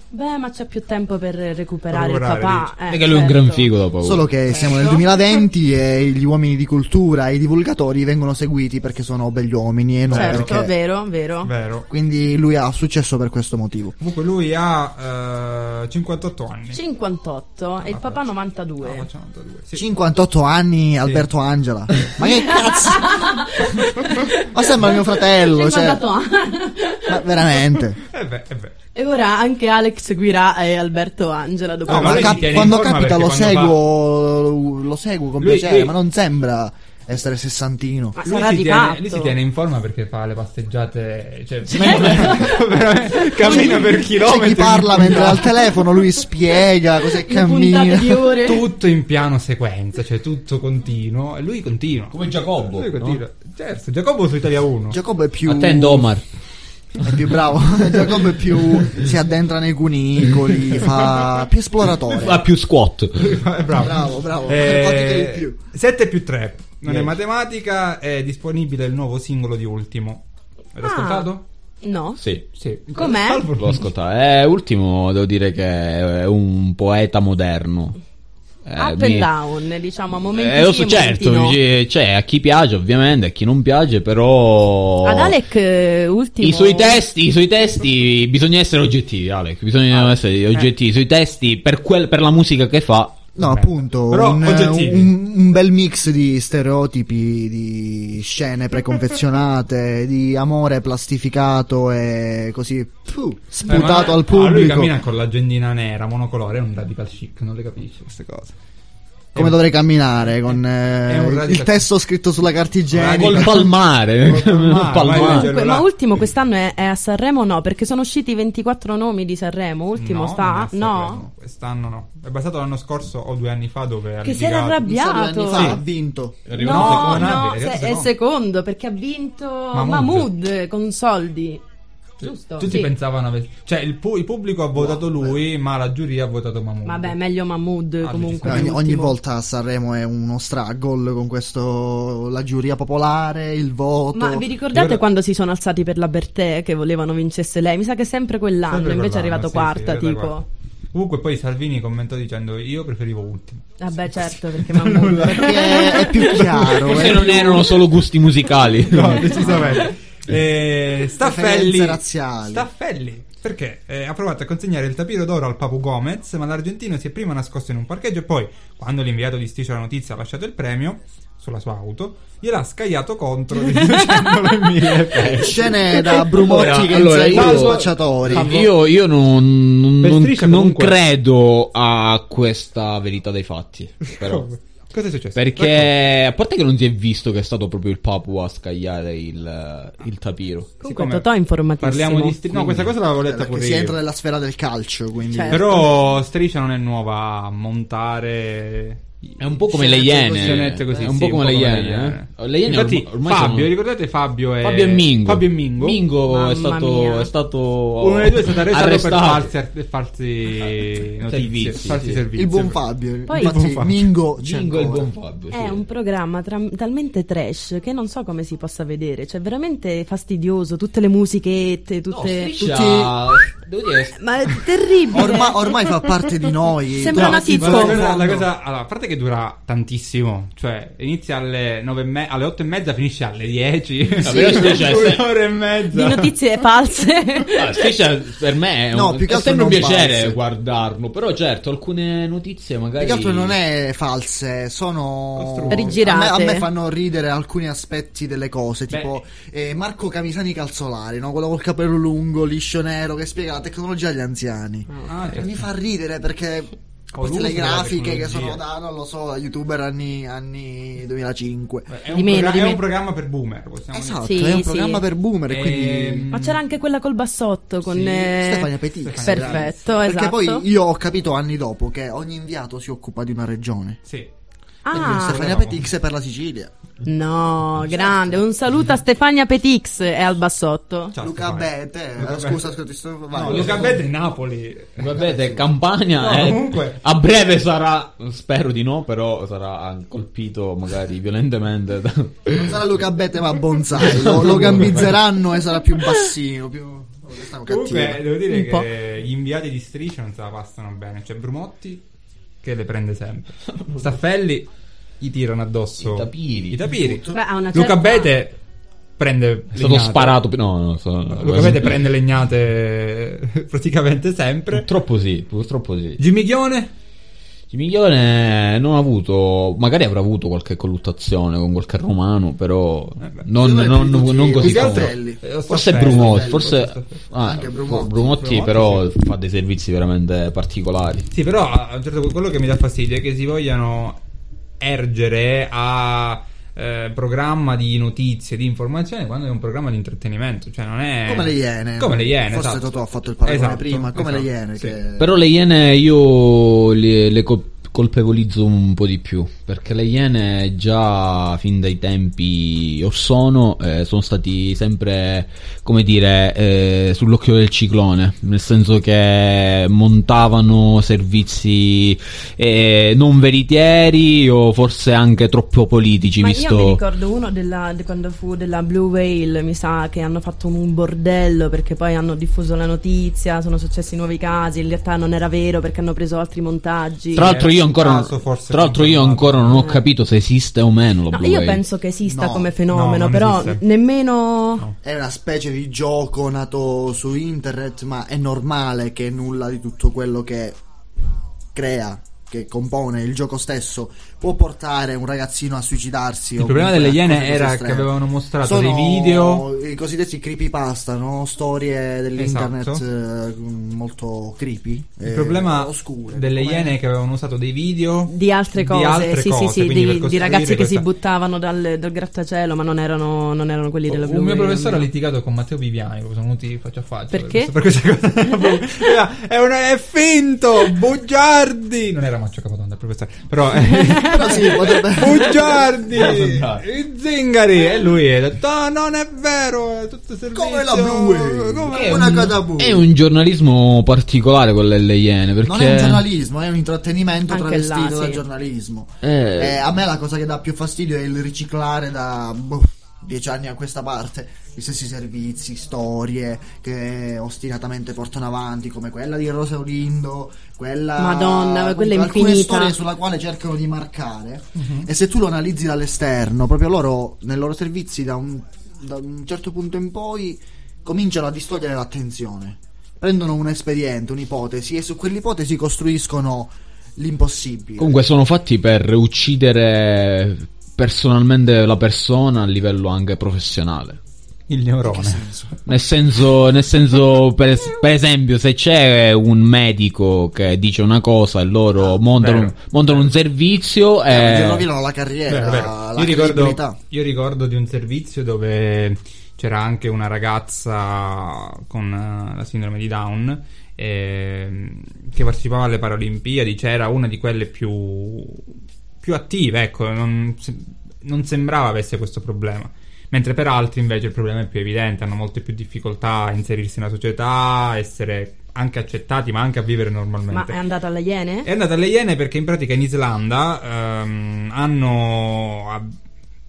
[SPEAKER 8] Beh, ma c'è più tempo per recuperare il
[SPEAKER 5] Recuperare,
[SPEAKER 8] papà. eh,
[SPEAKER 6] Perché lui è un
[SPEAKER 8] certo.
[SPEAKER 6] gran figo dopo.
[SPEAKER 4] Solo che siamo
[SPEAKER 8] Ecco.
[SPEAKER 4] nel 2020 e gli uomini di cultura, i divulgatori vengono seguiti perché sono begli uomini e non
[SPEAKER 8] Certo,
[SPEAKER 4] perché.
[SPEAKER 8] vero, vero.
[SPEAKER 5] Vero.
[SPEAKER 4] Quindi lui ha successo per questo motivo.
[SPEAKER 5] Comunque lui ha eh, 58 anni.
[SPEAKER 8] 58 e il papà 92.
[SPEAKER 5] Ah, facciamo 82, sì.
[SPEAKER 4] 58 anni Alberto Angela. Ma che cazzo? Ma sembra mio fratello, cioè,
[SPEAKER 8] 58 anni.
[SPEAKER 4] ma veramente.
[SPEAKER 5] Eh beh, eh beh.
[SPEAKER 8] E ora anche Alex seguirà eh, Alberto Angela dopo
[SPEAKER 5] No,
[SPEAKER 4] No,
[SPEAKER 5] Ah, ma
[SPEAKER 4] ma
[SPEAKER 5] lui
[SPEAKER 4] cap-
[SPEAKER 5] si tiene in
[SPEAKER 4] quando
[SPEAKER 5] forma
[SPEAKER 4] capita lo
[SPEAKER 5] perché quando
[SPEAKER 4] seguo, lo seguo con
[SPEAKER 5] Lui-
[SPEAKER 4] piacere,
[SPEAKER 5] lui-
[SPEAKER 4] ma non sembra essere sessantino.
[SPEAKER 8] Ma
[SPEAKER 5] Lui
[SPEAKER 8] sarà
[SPEAKER 5] si,
[SPEAKER 8] di
[SPEAKER 5] tiene,
[SPEAKER 8] fatto.
[SPEAKER 5] lui si tiene in forma perché fa le passeggiate. Cioè, veramente cammina per
[SPEAKER 4] C'è
[SPEAKER 5] chilometri.
[SPEAKER 4] chi parla mentre al telefono lui spiega cos'è
[SPEAKER 8] Le puntate di
[SPEAKER 4] cammina.
[SPEAKER 8] ore.
[SPEAKER 5] Tutto in piano sequenza, cioè tutto continuo. E lui continua.
[SPEAKER 6] Come Giacobbo,
[SPEAKER 5] Lui continua. Certo, Giacobbo su Italia 1.
[SPEAKER 4] Giacobbo è più
[SPEAKER 6] Attendo Omar.
[SPEAKER 4] è più bravo. Giacobbo è più si addentra nei cunicoli, fa più
[SPEAKER 6] Ha
[SPEAKER 4] esploratore.
[SPEAKER 6] più squat.
[SPEAKER 5] bravo.
[SPEAKER 4] Bravo, bravo. Fatica di più.
[SPEAKER 5] 7 più 3. Non è
[SPEAKER 6] Yes.
[SPEAKER 5] matematica, è disponibile il nuovo singolo di Ultimo. L'hai
[SPEAKER 8] Ah.
[SPEAKER 5] ascoltato?
[SPEAKER 8] No?
[SPEAKER 6] Sì.
[SPEAKER 5] Sì.
[SPEAKER 8] Com'è?
[SPEAKER 5] Salvo-
[SPEAKER 6] L'ho ascoltato. Eh, ultimo, devo dire che è un poeta moderno. Eh,
[SPEAKER 8] Up
[SPEAKER 6] mi-
[SPEAKER 8] and down, diciamo, a momenti
[SPEAKER 6] Eh, lo
[SPEAKER 8] sì
[SPEAKER 6] so,
[SPEAKER 8] e momenti
[SPEAKER 6] certo,
[SPEAKER 8] no.
[SPEAKER 6] c'è cioè, a chi piace ovviamente, a chi non piace, però...
[SPEAKER 8] Ad Alec eh, ultimo
[SPEAKER 6] I suoi, testi, I suoi
[SPEAKER 8] Ah. Eh.
[SPEAKER 6] testi bisogna essere oggettivi, Alec. Bisogna essere oggettivi. I suoi testi, per, quel- per la musica che fa,
[SPEAKER 4] No, appunto,
[SPEAKER 5] Però
[SPEAKER 4] un,
[SPEAKER 5] oggettivi.
[SPEAKER 4] un- un bel mix di stereotipi, di scene preconfezionate, di amore plastificato e così puh, sputato al
[SPEAKER 5] Ah, lui
[SPEAKER 4] pubblico.
[SPEAKER 5] cammina con l'agendina nera, monocolore, è un radical chic, non le capisce queste cose. Eh,
[SPEAKER 4] Come dovrei camminare con eh,
[SPEAKER 5] è un
[SPEAKER 4] il
[SPEAKER 5] radical-
[SPEAKER 4] testo scritto sulla carta igienica?
[SPEAKER 6] Col palmare.
[SPEAKER 5] palmare, vai,
[SPEAKER 4] Ah, palmare.
[SPEAKER 5] vai,
[SPEAKER 8] Comunque, ma ultimo quest'anno è, è a Sanremo o no? Perché sono usciti 24 nomi di Sanremo. Ultimo
[SPEAKER 5] No, non è
[SPEAKER 8] sta?
[SPEAKER 5] stato
[SPEAKER 8] No.
[SPEAKER 5] Sanremo, Quest'anno no. È bastato l'anno scorso o due anni fa dove ha
[SPEAKER 8] Che si era
[SPEAKER 5] litigato.
[SPEAKER 8] arrabbiato.
[SPEAKER 4] Un sacco di anni fa
[SPEAKER 5] Sì.
[SPEAKER 4] ha vinto.
[SPEAKER 5] È arrivato
[SPEAKER 8] No,
[SPEAKER 5] secondo,
[SPEAKER 8] no,
[SPEAKER 5] è
[SPEAKER 8] se-
[SPEAKER 5] arrivato
[SPEAKER 8] è il
[SPEAKER 5] secondo.
[SPEAKER 8] secondo perché ha vinto
[SPEAKER 5] Mahmood.
[SPEAKER 8] Mahmood con soldi. Giusto?
[SPEAKER 5] Tutti
[SPEAKER 8] Sì.
[SPEAKER 5] pensavano avesse- cioè il, pu- il pubblico
[SPEAKER 4] Boh,
[SPEAKER 5] ha votato lui, ma la giuria ha votato Mahmood.
[SPEAKER 8] Vabbè, meglio Mahmood
[SPEAKER 5] Ah,
[SPEAKER 8] comunque.
[SPEAKER 4] Ogni,
[SPEAKER 8] l'ultimo.
[SPEAKER 4] ogni volta a Sanremo è uno struggle con questo la giuria popolare, il voto.
[SPEAKER 8] Ma vi ricordate
[SPEAKER 4] Io-
[SPEAKER 8] quando si sono alzati per la Bertè che volevano vincesse lei? Mi sa che sempre quell'anno,
[SPEAKER 5] Sempre
[SPEAKER 8] invece è
[SPEAKER 5] quell'anno, sì,
[SPEAKER 8] arrivato quarta,
[SPEAKER 5] sì, è
[SPEAKER 8] tipo.
[SPEAKER 5] arrivato quarta. Comunque poi Salvini commentò dicendo io preferivo ultimo.
[SPEAKER 8] Vabbè, certo, perché Mahmood
[SPEAKER 4] perché è più chiaro.
[SPEAKER 5] Cioè,
[SPEAKER 4] eh.
[SPEAKER 6] Forse
[SPEAKER 4] è
[SPEAKER 6] non
[SPEAKER 4] più-
[SPEAKER 6] erano solo gusti musicali.
[SPEAKER 5] No, decisamente. Eh, Staffelli.
[SPEAKER 4] Preferenze razziali.
[SPEAKER 5] Staffelli. Perché eh, ha provato a consegnare il tapiro d'oro al Papu Gomez, ma l'argentino si è prima nascosto in un parcheggio e poi, quando l'inviato di Stiscia la notizia ha lasciato il premio sulla sua auto, gliel'ha scagliato contro dicendolo in mille pezzi.
[SPEAKER 4] Scene da Brumotti
[SPEAKER 6] Allora,
[SPEAKER 4] che
[SPEAKER 6] allora,
[SPEAKER 4] insegue
[SPEAKER 6] io-
[SPEAKER 4] gli spacciatori.
[SPEAKER 6] Io, io non, non-
[SPEAKER 5] Per
[SPEAKER 6] non-
[SPEAKER 5] striscia
[SPEAKER 6] non
[SPEAKER 5] comunque.
[SPEAKER 6] credo a questa verità dei fatti. Però.
[SPEAKER 5] Come? Cosa è successo?
[SPEAKER 6] Perché a parte che non si è visto che è stato proprio il Papu a scagliare il, il tapiro.
[SPEAKER 8] Comunque
[SPEAKER 5] Siccome
[SPEAKER 8] Totò è informatissimo.
[SPEAKER 5] Parliamo di striscia. No, questa cosa l'avevo letta
[SPEAKER 4] eh, Perché
[SPEAKER 5] pure
[SPEAKER 4] si
[SPEAKER 5] io.
[SPEAKER 4] entra nella sfera del calcio, quindi
[SPEAKER 8] Certo.
[SPEAKER 5] Però Striscia non è nuova a montare.
[SPEAKER 6] È un po' come le
[SPEAKER 5] scenette-
[SPEAKER 6] iene.
[SPEAKER 5] scenette così,
[SPEAKER 6] È un
[SPEAKER 5] sì,
[SPEAKER 6] po' come le iene, eh. Le iene
[SPEAKER 5] Infatti,
[SPEAKER 6] orm- ormai
[SPEAKER 5] Fabio,
[SPEAKER 6] sono-
[SPEAKER 5] ricordate Fabio e
[SPEAKER 6] Fabio e Mingo.
[SPEAKER 5] Fabio e Mingo.
[SPEAKER 6] Mingo
[SPEAKER 8] Mamma
[SPEAKER 6] è stato,
[SPEAKER 8] mia.
[SPEAKER 6] è stato
[SPEAKER 5] Uno dei due è stato arrestato
[SPEAKER 6] arrestato.
[SPEAKER 5] per false, falsi notizie,
[SPEAKER 6] Servizi,
[SPEAKER 5] falsi
[SPEAKER 6] sì.
[SPEAKER 5] servizi.
[SPEAKER 4] il buon Fabio.
[SPEAKER 8] Poi-
[SPEAKER 4] infatti,
[SPEAKER 5] Il buon Fabio.
[SPEAKER 4] Mingo, c'è
[SPEAKER 6] Mingo è Certo, il
[SPEAKER 4] ancora.
[SPEAKER 6] buon Fabio.
[SPEAKER 8] È
[SPEAKER 6] sì.
[SPEAKER 8] un programma tra- talmente trash che non so come si possa vedere, cioè veramente fastidioso, tutte le musichette,
[SPEAKER 6] No,
[SPEAKER 8] tutte...
[SPEAKER 6] Striscia- Devo dire,
[SPEAKER 8] Ma è terribile!
[SPEAKER 4] Ormai, ormai fa parte di noi.
[SPEAKER 8] Sembra
[SPEAKER 4] No,
[SPEAKER 8] una
[SPEAKER 4] sì,
[SPEAKER 8] sitcom.
[SPEAKER 5] Ma la
[SPEAKER 4] guarda,
[SPEAKER 5] cosa, la
[SPEAKER 4] guarda,
[SPEAKER 5] cosa- allora, a parte che dura tantissimo, cioè inizia alle, nove e me- alle 8 e mezza, finisce alle 10.
[SPEAKER 6] Sì. però Striscia è se-
[SPEAKER 5] un'ora e mezza.
[SPEAKER 8] Di notizie false. Cioè,
[SPEAKER 6] Ah, Striscia per me è, un,
[SPEAKER 4] Cioè, No, più che
[SPEAKER 6] è
[SPEAKER 4] altro
[SPEAKER 6] sempre un
[SPEAKER 4] non
[SPEAKER 6] piacere
[SPEAKER 4] false.
[SPEAKER 6] guardarlo, però certo alcune notizie
[SPEAKER 4] Più
[SPEAKER 6] magari...
[SPEAKER 4] che altro non è false, sono
[SPEAKER 5] Costruite.
[SPEAKER 8] Rigirate.
[SPEAKER 4] A me, a me fanno ridere alcuni aspetti delle cose, tipo eh, Marco Camisani Calzolari, no? quello col capello lungo, liscio nero, che spiega la tecnologia agli anziani.
[SPEAKER 5] Ah,
[SPEAKER 4] E
[SPEAKER 5] certo.
[SPEAKER 4] Eh, Mi fa ridere perché
[SPEAKER 5] Oh,
[SPEAKER 4] queste le
[SPEAKER 5] l'uso della
[SPEAKER 4] grafiche che
[SPEAKER 5] tecnologia.
[SPEAKER 4] sono da, non lo so, da youtuber anni, anni 2005.
[SPEAKER 5] È
[SPEAKER 8] Di
[SPEAKER 5] un,
[SPEAKER 8] meno,
[SPEAKER 5] progra-
[SPEAKER 8] di
[SPEAKER 5] è
[SPEAKER 8] meno.
[SPEAKER 5] un programma per boomer, possiamo dire.
[SPEAKER 4] Esatto,
[SPEAKER 8] Sì,
[SPEAKER 4] è un
[SPEAKER 8] sì.
[SPEAKER 4] programma per boomer, e quindi...
[SPEAKER 5] Ehm,
[SPEAKER 8] Ma c'era anche quella col bassotto con...
[SPEAKER 5] Sì,
[SPEAKER 8] eh,
[SPEAKER 4] Stefania Petit.
[SPEAKER 8] Perfetto,
[SPEAKER 4] Perché
[SPEAKER 8] esatto.
[SPEAKER 4] poi io ho capito anni dopo che ogni inviato si occupa di una regione.
[SPEAKER 5] Sì.
[SPEAKER 4] Quindi
[SPEAKER 8] Ah,
[SPEAKER 4] Stefania Petix è per la Sicilia.
[SPEAKER 5] Esatto,
[SPEAKER 8] no, grande. Un saluto a Stefania Petix e al bassotto.
[SPEAKER 5] Ciao,
[SPEAKER 4] Luca
[SPEAKER 5] Stefano.
[SPEAKER 4] Bete.
[SPEAKER 5] Luca
[SPEAKER 4] eh,
[SPEAKER 5] Bete.
[SPEAKER 4] Scusa, scusa, ti sto
[SPEAKER 5] No,
[SPEAKER 4] vai.
[SPEAKER 5] Luca Bete è Napoli.
[SPEAKER 6] Vabbè, Campania
[SPEAKER 5] No,
[SPEAKER 6] è-
[SPEAKER 5] comunque-
[SPEAKER 6] a breve sarà, spero di no, però sarà colpito magari violentemente. da-
[SPEAKER 4] Non sarà Luca Bete, ma bonsai. Lo, lo gambizzeranno e sarà più bassino. Più... Questa è una
[SPEAKER 5] Comunque,
[SPEAKER 4] cattiva.
[SPEAKER 5] devo dire
[SPEAKER 8] Un
[SPEAKER 5] che gli inviati di striscia non se la passano bene. C'è Brumotti che le prende sempre. Staffelli gli tirano addosso
[SPEAKER 6] I tapiri.
[SPEAKER 5] I tapiri.
[SPEAKER 8] Beh, ha una
[SPEAKER 5] Luca
[SPEAKER 8] certa-
[SPEAKER 5] Bete prende.
[SPEAKER 6] È stato
[SPEAKER 5] legnate.
[SPEAKER 6] sparato... No, no, so-
[SPEAKER 5] Luca Bete prende legnate praticamente sempre.
[SPEAKER 6] Purtroppo sì, purtroppo sì.
[SPEAKER 5] Gimiglione
[SPEAKER 6] Gimiglione non ha avuto, magari avrà avuto qualche colluttazione con qualche romano, però
[SPEAKER 5] Eh beh.
[SPEAKER 6] non,
[SPEAKER 4] Io
[SPEAKER 6] non-
[SPEAKER 4] avrei
[SPEAKER 6] non
[SPEAKER 4] detto
[SPEAKER 6] così
[SPEAKER 4] Gimiglione.
[SPEAKER 6] tanto.
[SPEAKER 4] Belli.
[SPEAKER 5] Eh,
[SPEAKER 6] Forse
[SPEAKER 5] Staffelli,
[SPEAKER 6] Brumotti,
[SPEAKER 5] Staffelli,
[SPEAKER 6] forse
[SPEAKER 5] Staffelli.
[SPEAKER 6] ah,
[SPEAKER 4] Anche
[SPEAKER 6] Brumotti,
[SPEAKER 4] Brumotti.
[SPEAKER 5] Brumotti,
[SPEAKER 6] però
[SPEAKER 5] sì.
[SPEAKER 6] fa dei servizi veramente particolari.
[SPEAKER 5] Sì, però a un certo punto quello che mi dà fastidio è che si vogliano ergere a eh, programma di notizie, di informazione, quando è un programma di intrattenimento. Cioè, non è.
[SPEAKER 4] Come le Iene.
[SPEAKER 5] Come le Iene,
[SPEAKER 4] Forse
[SPEAKER 5] esatto.
[SPEAKER 4] Totò ha fatto il paragone
[SPEAKER 5] Esatto,
[SPEAKER 4] prima. Come le
[SPEAKER 5] esatto,
[SPEAKER 4] Iene.
[SPEAKER 5] sì.
[SPEAKER 4] Che...
[SPEAKER 6] Però le Iene io le, le co- colpevolizzo un po' di più, perché le Iene già fin dai tempi Orsono eh, sono stati sempre, come dire, eh, sull'occhio del ciclone, nel senso che montavano servizi eh, non veritieri o forse anche troppo politici,
[SPEAKER 8] Ma
[SPEAKER 6] visto...
[SPEAKER 8] io mi ricordo uno della, di quando fu della Blue Whale, mi sa che hanno fatto un bordello perché poi hanno diffuso la notizia, sono successi nuovi casi, in realtà non era vero perché hanno preso altri montaggi.
[SPEAKER 6] Tra l'altro, io ancora, non-
[SPEAKER 5] Caso forse
[SPEAKER 6] tra l'altro io
[SPEAKER 5] confermato.
[SPEAKER 6] ancora non ho capito se esiste o meno la
[SPEAKER 8] No,
[SPEAKER 6] Blue
[SPEAKER 8] io
[SPEAKER 6] Whale.
[SPEAKER 8] penso che esista
[SPEAKER 4] No,
[SPEAKER 8] come
[SPEAKER 5] no,
[SPEAKER 8] fenomeno,
[SPEAKER 5] non
[SPEAKER 8] però
[SPEAKER 5] esiste.
[SPEAKER 8] nemmeno...
[SPEAKER 4] È una specie di gioco nato su internet, ma è normale che nulla di tutto quello che crea che compone il gioco stesso può portare un ragazzino a suicidarsi.
[SPEAKER 5] Il problema delle Iene era che avevano mostrato
[SPEAKER 4] Sono
[SPEAKER 5] dei video.
[SPEAKER 4] I cosiddetti creepypasta, no? storie dell'internet eh, molto creepy.
[SPEAKER 5] Esatto.
[SPEAKER 4] eh,
[SPEAKER 5] Il problema delle
[SPEAKER 4] come-
[SPEAKER 5] Iene è che avevano usato dei video
[SPEAKER 8] Di altre cose,
[SPEAKER 5] altre
[SPEAKER 8] sì,
[SPEAKER 5] cose,
[SPEAKER 8] sì, sì,
[SPEAKER 5] quindi per
[SPEAKER 8] di, di
[SPEAKER 5] costruire
[SPEAKER 8] ragazzi che si
[SPEAKER 5] questa-
[SPEAKER 8] buttavano dal, dal grattacielo, ma non erano, non erano quelli della Blue
[SPEAKER 5] Un mio
[SPEAKER 8] Whale,
[SPEAKER 5] professore ha
[SPEAKER 8] almeno.
[SPEAKER 5] litigato con Matteo Viviani, proprio sono venuti faccia a faccia.
[SPEAKER 8] Perché?
[SPEAKER 5] Per questa, per questa cosa. è, un, è finto, bugiardi! Non era Maccio Capotonda, il professore. Però...
[SPEAKER 4] Però sì, potrebbe-
[SPEAKER 5] bugiardi!
[SPEAKER 4] Potrebbe
[SPEAKER 5] I zingari! E lui ha detto, "Ah, non è vero, è tutto servizio. Come la blu Come
[SPEAKER 4] una cosa bu-
[SPEAKER 6] È un giornalismo particolare quello delle Iene. Perché...
[SPEAKER 4] Non è un giornalismo, è un intrattenimento
[SPEAKER 17] Anche
[SPEAKER 4] travestito
[SPEAKER 17] là,
[SPEAKER 4] da
[SPEAKER 17] sì.
[SPEAKER 4] giornalismo.
[SPEAKER 6] Eh.
[SPEAKER 4] Eh, a me la cosa che dà più fastidio è il riciclare da boh, dieci anni a questa parte gli stessi servizi, storie che ostinatamente portano avanti, come quella di Rosa Olindo, quella.
[SPEAKER 8] Madonna, ma quella è
[SPEAKER 4] alcune
[SPEAKER 8] infinita. Mhm.
[SPEAKER 4] storie sulla quale cercano di marcare. E se tu lo analizzi dall'esterno, proprio loro, nei loro servizi, da un, da un certo punto in poi, cominciano a distogliere l'attenzione. Prendono un espediente, un'ipotesi, e su quell'ipotesi costruiscono l'impossibile.
[SPEAKER 6] Comunque sono fatti per uccidere personalmente la persona a livello anche professionale.
[SPEAKER 5] Il neurone.
[SPEAKER 6] Nel senso, nel senso, per, es- per esempio, se c'è un medico che dice una cosa e
[SPEAKER 4] Ah,
[SPEAKER 6] loro montano, montano un servizio eh,
[SPEAKER 4] Gli
[SPEAKER 6] e...
[SPEAKER 4] Eh, rovinano la carriera,
[SPEAKER 5] Vero, vero.
[SPEAKER 4] la
[SPEAKER 5] Io, ricordo,
[SPEAKER 4] credibilità.
[SPEAKER 5] io ricordo di un servizio dove c'era anche una ragazza con eh, la sindrome di Down ehm, che partecipava alle Paralimpiadi, c'era una di quelle più, più attive, ecco, non, se- non sembrava avesse questo problema. Mentre per altri invece il problema è più evidente, hanno molte più difficoltà a inserirsi nella società, a essere anche accettati, ma anche a vivere
[SPEAKER 8] Ma
[SPEAKER 5] normalmente.
[SPEAKER 8] è andata alla Iene?
[SPEAKER 5] È andata alle Iene perché in pratica in Islanda ehm, hanno ab-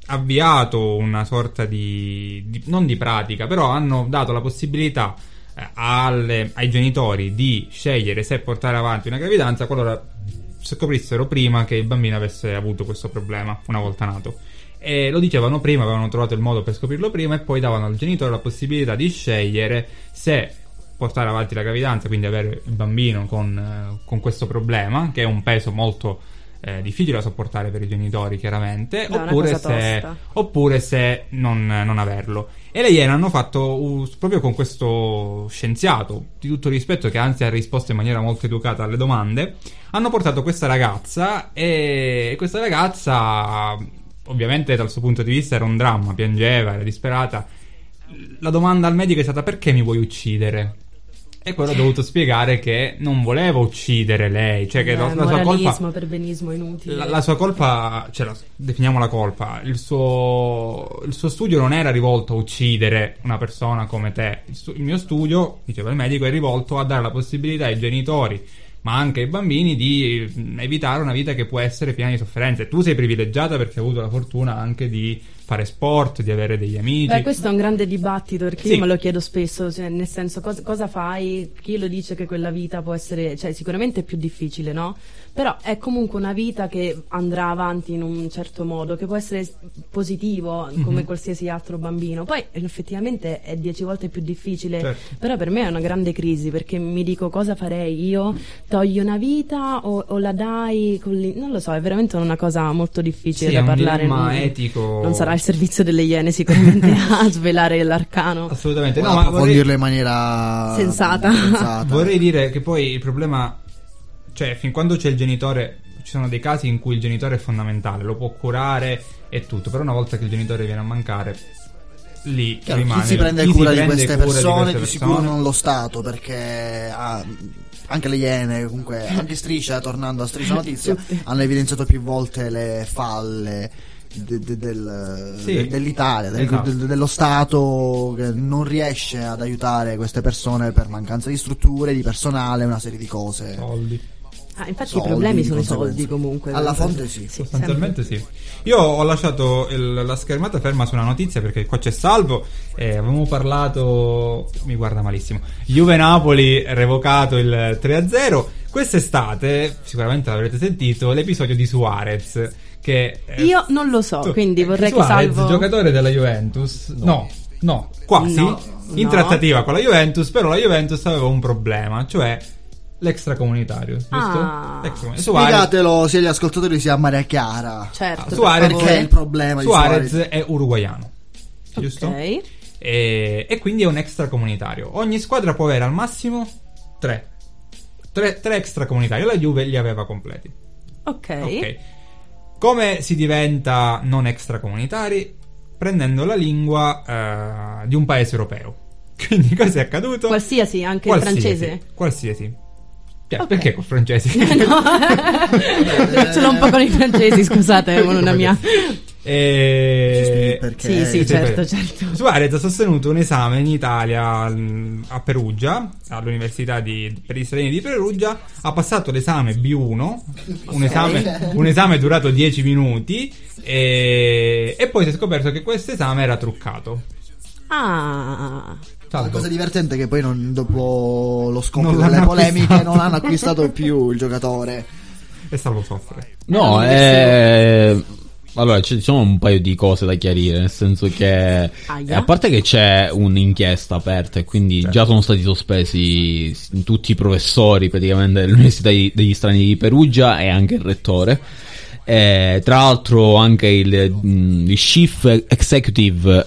[SPEAKER 5] avviato una sorta di, di- non di pratica, però hanno dato la possibilità eh, alle- ai genitori di scegliere se portare avanti una gravidanza qualora scoprissero prima che il bambino avesse avuto questo problema una volta nato. E lo dicevano prima, avevano trovato il modo per scoprirlo prima e poi davano al genitore la possibilità di scegliere se portare avanti la gravidanza, quindi avere il bambino con, eh, con questo problema, che è un peso molto eh, difficile da sopportare per i genitori, chiaramente,
[SPEAKER 8] No, è una
[SPEAKER 5] oppure,
[SPEAKER 8] cosa
[SPEAKER 5] se,
[SPEAKER 8] tosta.
[SPEAKER 5] oppure se non, non averlo. E le Iene hanno fatto us- proprio con questo scienziato, di tutto rispetto, che anzi ha risposto in maniera molto educata alle domande, hanno portato questa ragazza e questa ragazza, ovviamente dal suo punto di vista era un dramma, piangeva, era disperata. La domanda al medico è stata perché mi vuoi uccidere? E quello ha dovuto spiegare che non voleva uccidere lei, cioè che
[SPEAKER 8] Eh,
[SPEAKER 5] la, la sua colpa
[SPEAKER 8] moralismo, perbenismo inutile.
[SPEAKER 5] la, la sua colpa, cioè la- definiamo la colpa, il suo, il suo studio non era rivolto a uccidere una persona come te, il, su- il mio studio, diceva il medico, è rivolto a dare la possibilità ai genitori, ma anche ai bambini, di mm, evitare una vita che può essere piena di sofferenze. Tu sei privilegiata perché hai avuto la fortuna anche di fare sport, di avere degli amici.
[SPEAKER 8] Beh, questo è un grande dibattito perché io
[SPEAKER 5] Sì.
[SPEAKER 8] me lo chiedo spesso, cioè, nel senso cos- cosa fai, chi lo dice che quella vita può essere, cioè sicuramente è più difficile, no? Però è comunque una vita che andrà avanti in un certo modo, che può essere s- positivo come
[SPEAKER 18] Mhm.
[SPEAKER 8] qualsiasi altro bambino. Poi effettivamente è dieci volte più difficile,
[SPEAKER 18] Certo.
[SPEAKER 8] però per me è una grande crisi perché mi dico cosa farei io, togli una vita o, o la dai, con l'in- non lo so, è veramente una cosa molto difficile
[SPEAKER 5] Sì, è
[SPEAKER 8] da
[SPEAKER 5] un
[SPEAKER 8] parlare.
[SPEAKER 5] dilemma
[SPEAKER 8] non-
[SPEAKER 5] etico.
[SPEAKER 8] Non sarà il servizio delle Iene sicuramente a svelare l'arcano.
[SPEAKER 5] Assolutamente,
[SPEAKER 4] No,
[SPEAKER 5] Eh, no, ma vorrei-
[SPEAKER 4] approfondirlo in maniera
[SPEAKER 8] Sensata.
[SPEAKER 4] sensata.
[SPEAKER 5] Vorrei dire che poi il problema, cioè, fin quando c'è il genitore, ci sono dei casi in cui il genitore è fondamentale, lo può curare e tutto, però una volta che il genitore viene a mancare, lì
[SPEAKER 4] Chiaro,
[SPEAKER 5] rimane.
[SPEAKER 4] chi si prende
[SPEAKER 5] chi si
[SPEAKER 4] cura di
[SPEAKER 5] prende
[SPEAKER 4] queste
[SPEAKER 5] cura di
[SPEAKER 4] persone,
[SPEAKER 5] queste
[SPEAKER 4] di sicuro
[SPEAKER 5] persone?
[SPEAKER 4] non lo Stato, perché ah, anche le Iene, comunque anche Striscia, tornando a Striscia Notizia, hanno evidenziato più volte le falle. de- de- del-
[SPEAKER 5] Sì.
[SPEAKER 4] de- dell'Italia, del-
[SPEAKER 5] Esatto.
[SPEAKER 4] del- dello Stato che non riesce ad aiutare queste persone per mancanza di strutture, di personale, una serie di cose.
[SPEAKER 8] Ah, infatti
[SPEAKER 4] Soldi,
[SPEAKER 8] i problemi
[SPEAKER 4] di
[SPEAKER 8] sono i
[SPEAKER 4] conseguenza.
[SPEAKER 8] soldi comunque.
[SPEAKER 4] Alla
[SPEAKER 8] Perché-
[SPEAKER 4] fonte sì.
[SPEAKER 5] Sostanzialmente sì. Io ho lasciato il- la schermata ferma su una notizia perché qua c'è Salvo. eh, avevamo parlato. Mi guarda malissimo. Juve Napoli revocato il 3-0. Quest'estate, sicuramente l'avrete sentito, l'episodio di Suarez. Che eh,
[SPEAKER 8] Io non lo so, quindi vorrei che
[SPEAKER 5] Suarez,
[SPEAKER 8] Salvo...
[SPEAKER 5] giocatore della Juventus. No, no, quasi
[SPEAKER 8] No,
[SPEAKER 5] in
[SPEAKER 8] no.
[SPEAKER 5] trattativa con la Juventus, però la Juventus aveva un problema, cioè L'extracomunitario, giusto?
[SPEAKER 4] Ah.
[SPEAKER 5] Extracomunitario. Suarez-
[SPEAKER 19] Spiegatelo sia agli ascoltatori sia a Maria Chiara.
[SPEAKER 8] Certo.
[SPEAKER 5] Suarez
[SPEAKER 19] Perché è il problema di
[SPEAKER 5] Suarez
[SPEAKER 19] Suarez?
[SPEAKER 5] è uruguaiano, giusto? E, e quindi è un extracomunitario. Ogni squadra può avere al massimo tre. Tre, tre extracomunitari. La Juve li aveva completi.
[SPEAKER 8] Ok.
[SPEAKER 5] Ok. Come si diventa non extracomunitari? Prendendo la lingua eh, di un paese europeo. Quindi cosa è accaduto?
[SPEAKER 8] Qualsiasi, anche
[SPEAKER 5] Qualsiasi,
[SPEAKER 8] il francese.
[SPEAKER 5] Qualsiasi. Cioè, Perché col francese? Eh,
[SPEAKER 8] no, ce l'ho un po' con i francesi, scusate, eh, è una mia.
[SPEAKER 5] Eh, E...
[SPEAKER 8] Sì, sì, certo, certo.
[SPEAKER 5] Suarez ha sostenuto un esame in Italia mh, a Perugia, all'Università di- per gli stranieri di Perugia, ha passato l'esame B1, un esame, un esame durato 10 minuti, e, e poi si è scoperto che questo esame era truccato.
[SPEAKER 8] Ah.
[SPEAKER 19] La cosa divertente è che poi non- dopo lo scoppio
[SPEAKER 5] Non
[SPEAKER 19] delle
[SPEAKER 5] l'hanno
[SPEAKER 19] polemiche
[SPEAKER 5] acquistato.
[SPEAKER 19] non hanno acquistato più il giocatore.
[SPEAKER 5] E Salvo soffre.
[SPEAKER 6] No, eh, allora ci sono un paio di cose da chiarire, nel senso che
[SPEAKER 8] Aia.
[SPEAKER 6] a parte che c'è un'inchiesta aperta e quindi già sono stati sospesi s- tutti i professori praticamente dell'Università di- degli Stranieri di Perugia e anche il rettore. Eh, tra l'altro anche il, mh, il chief executive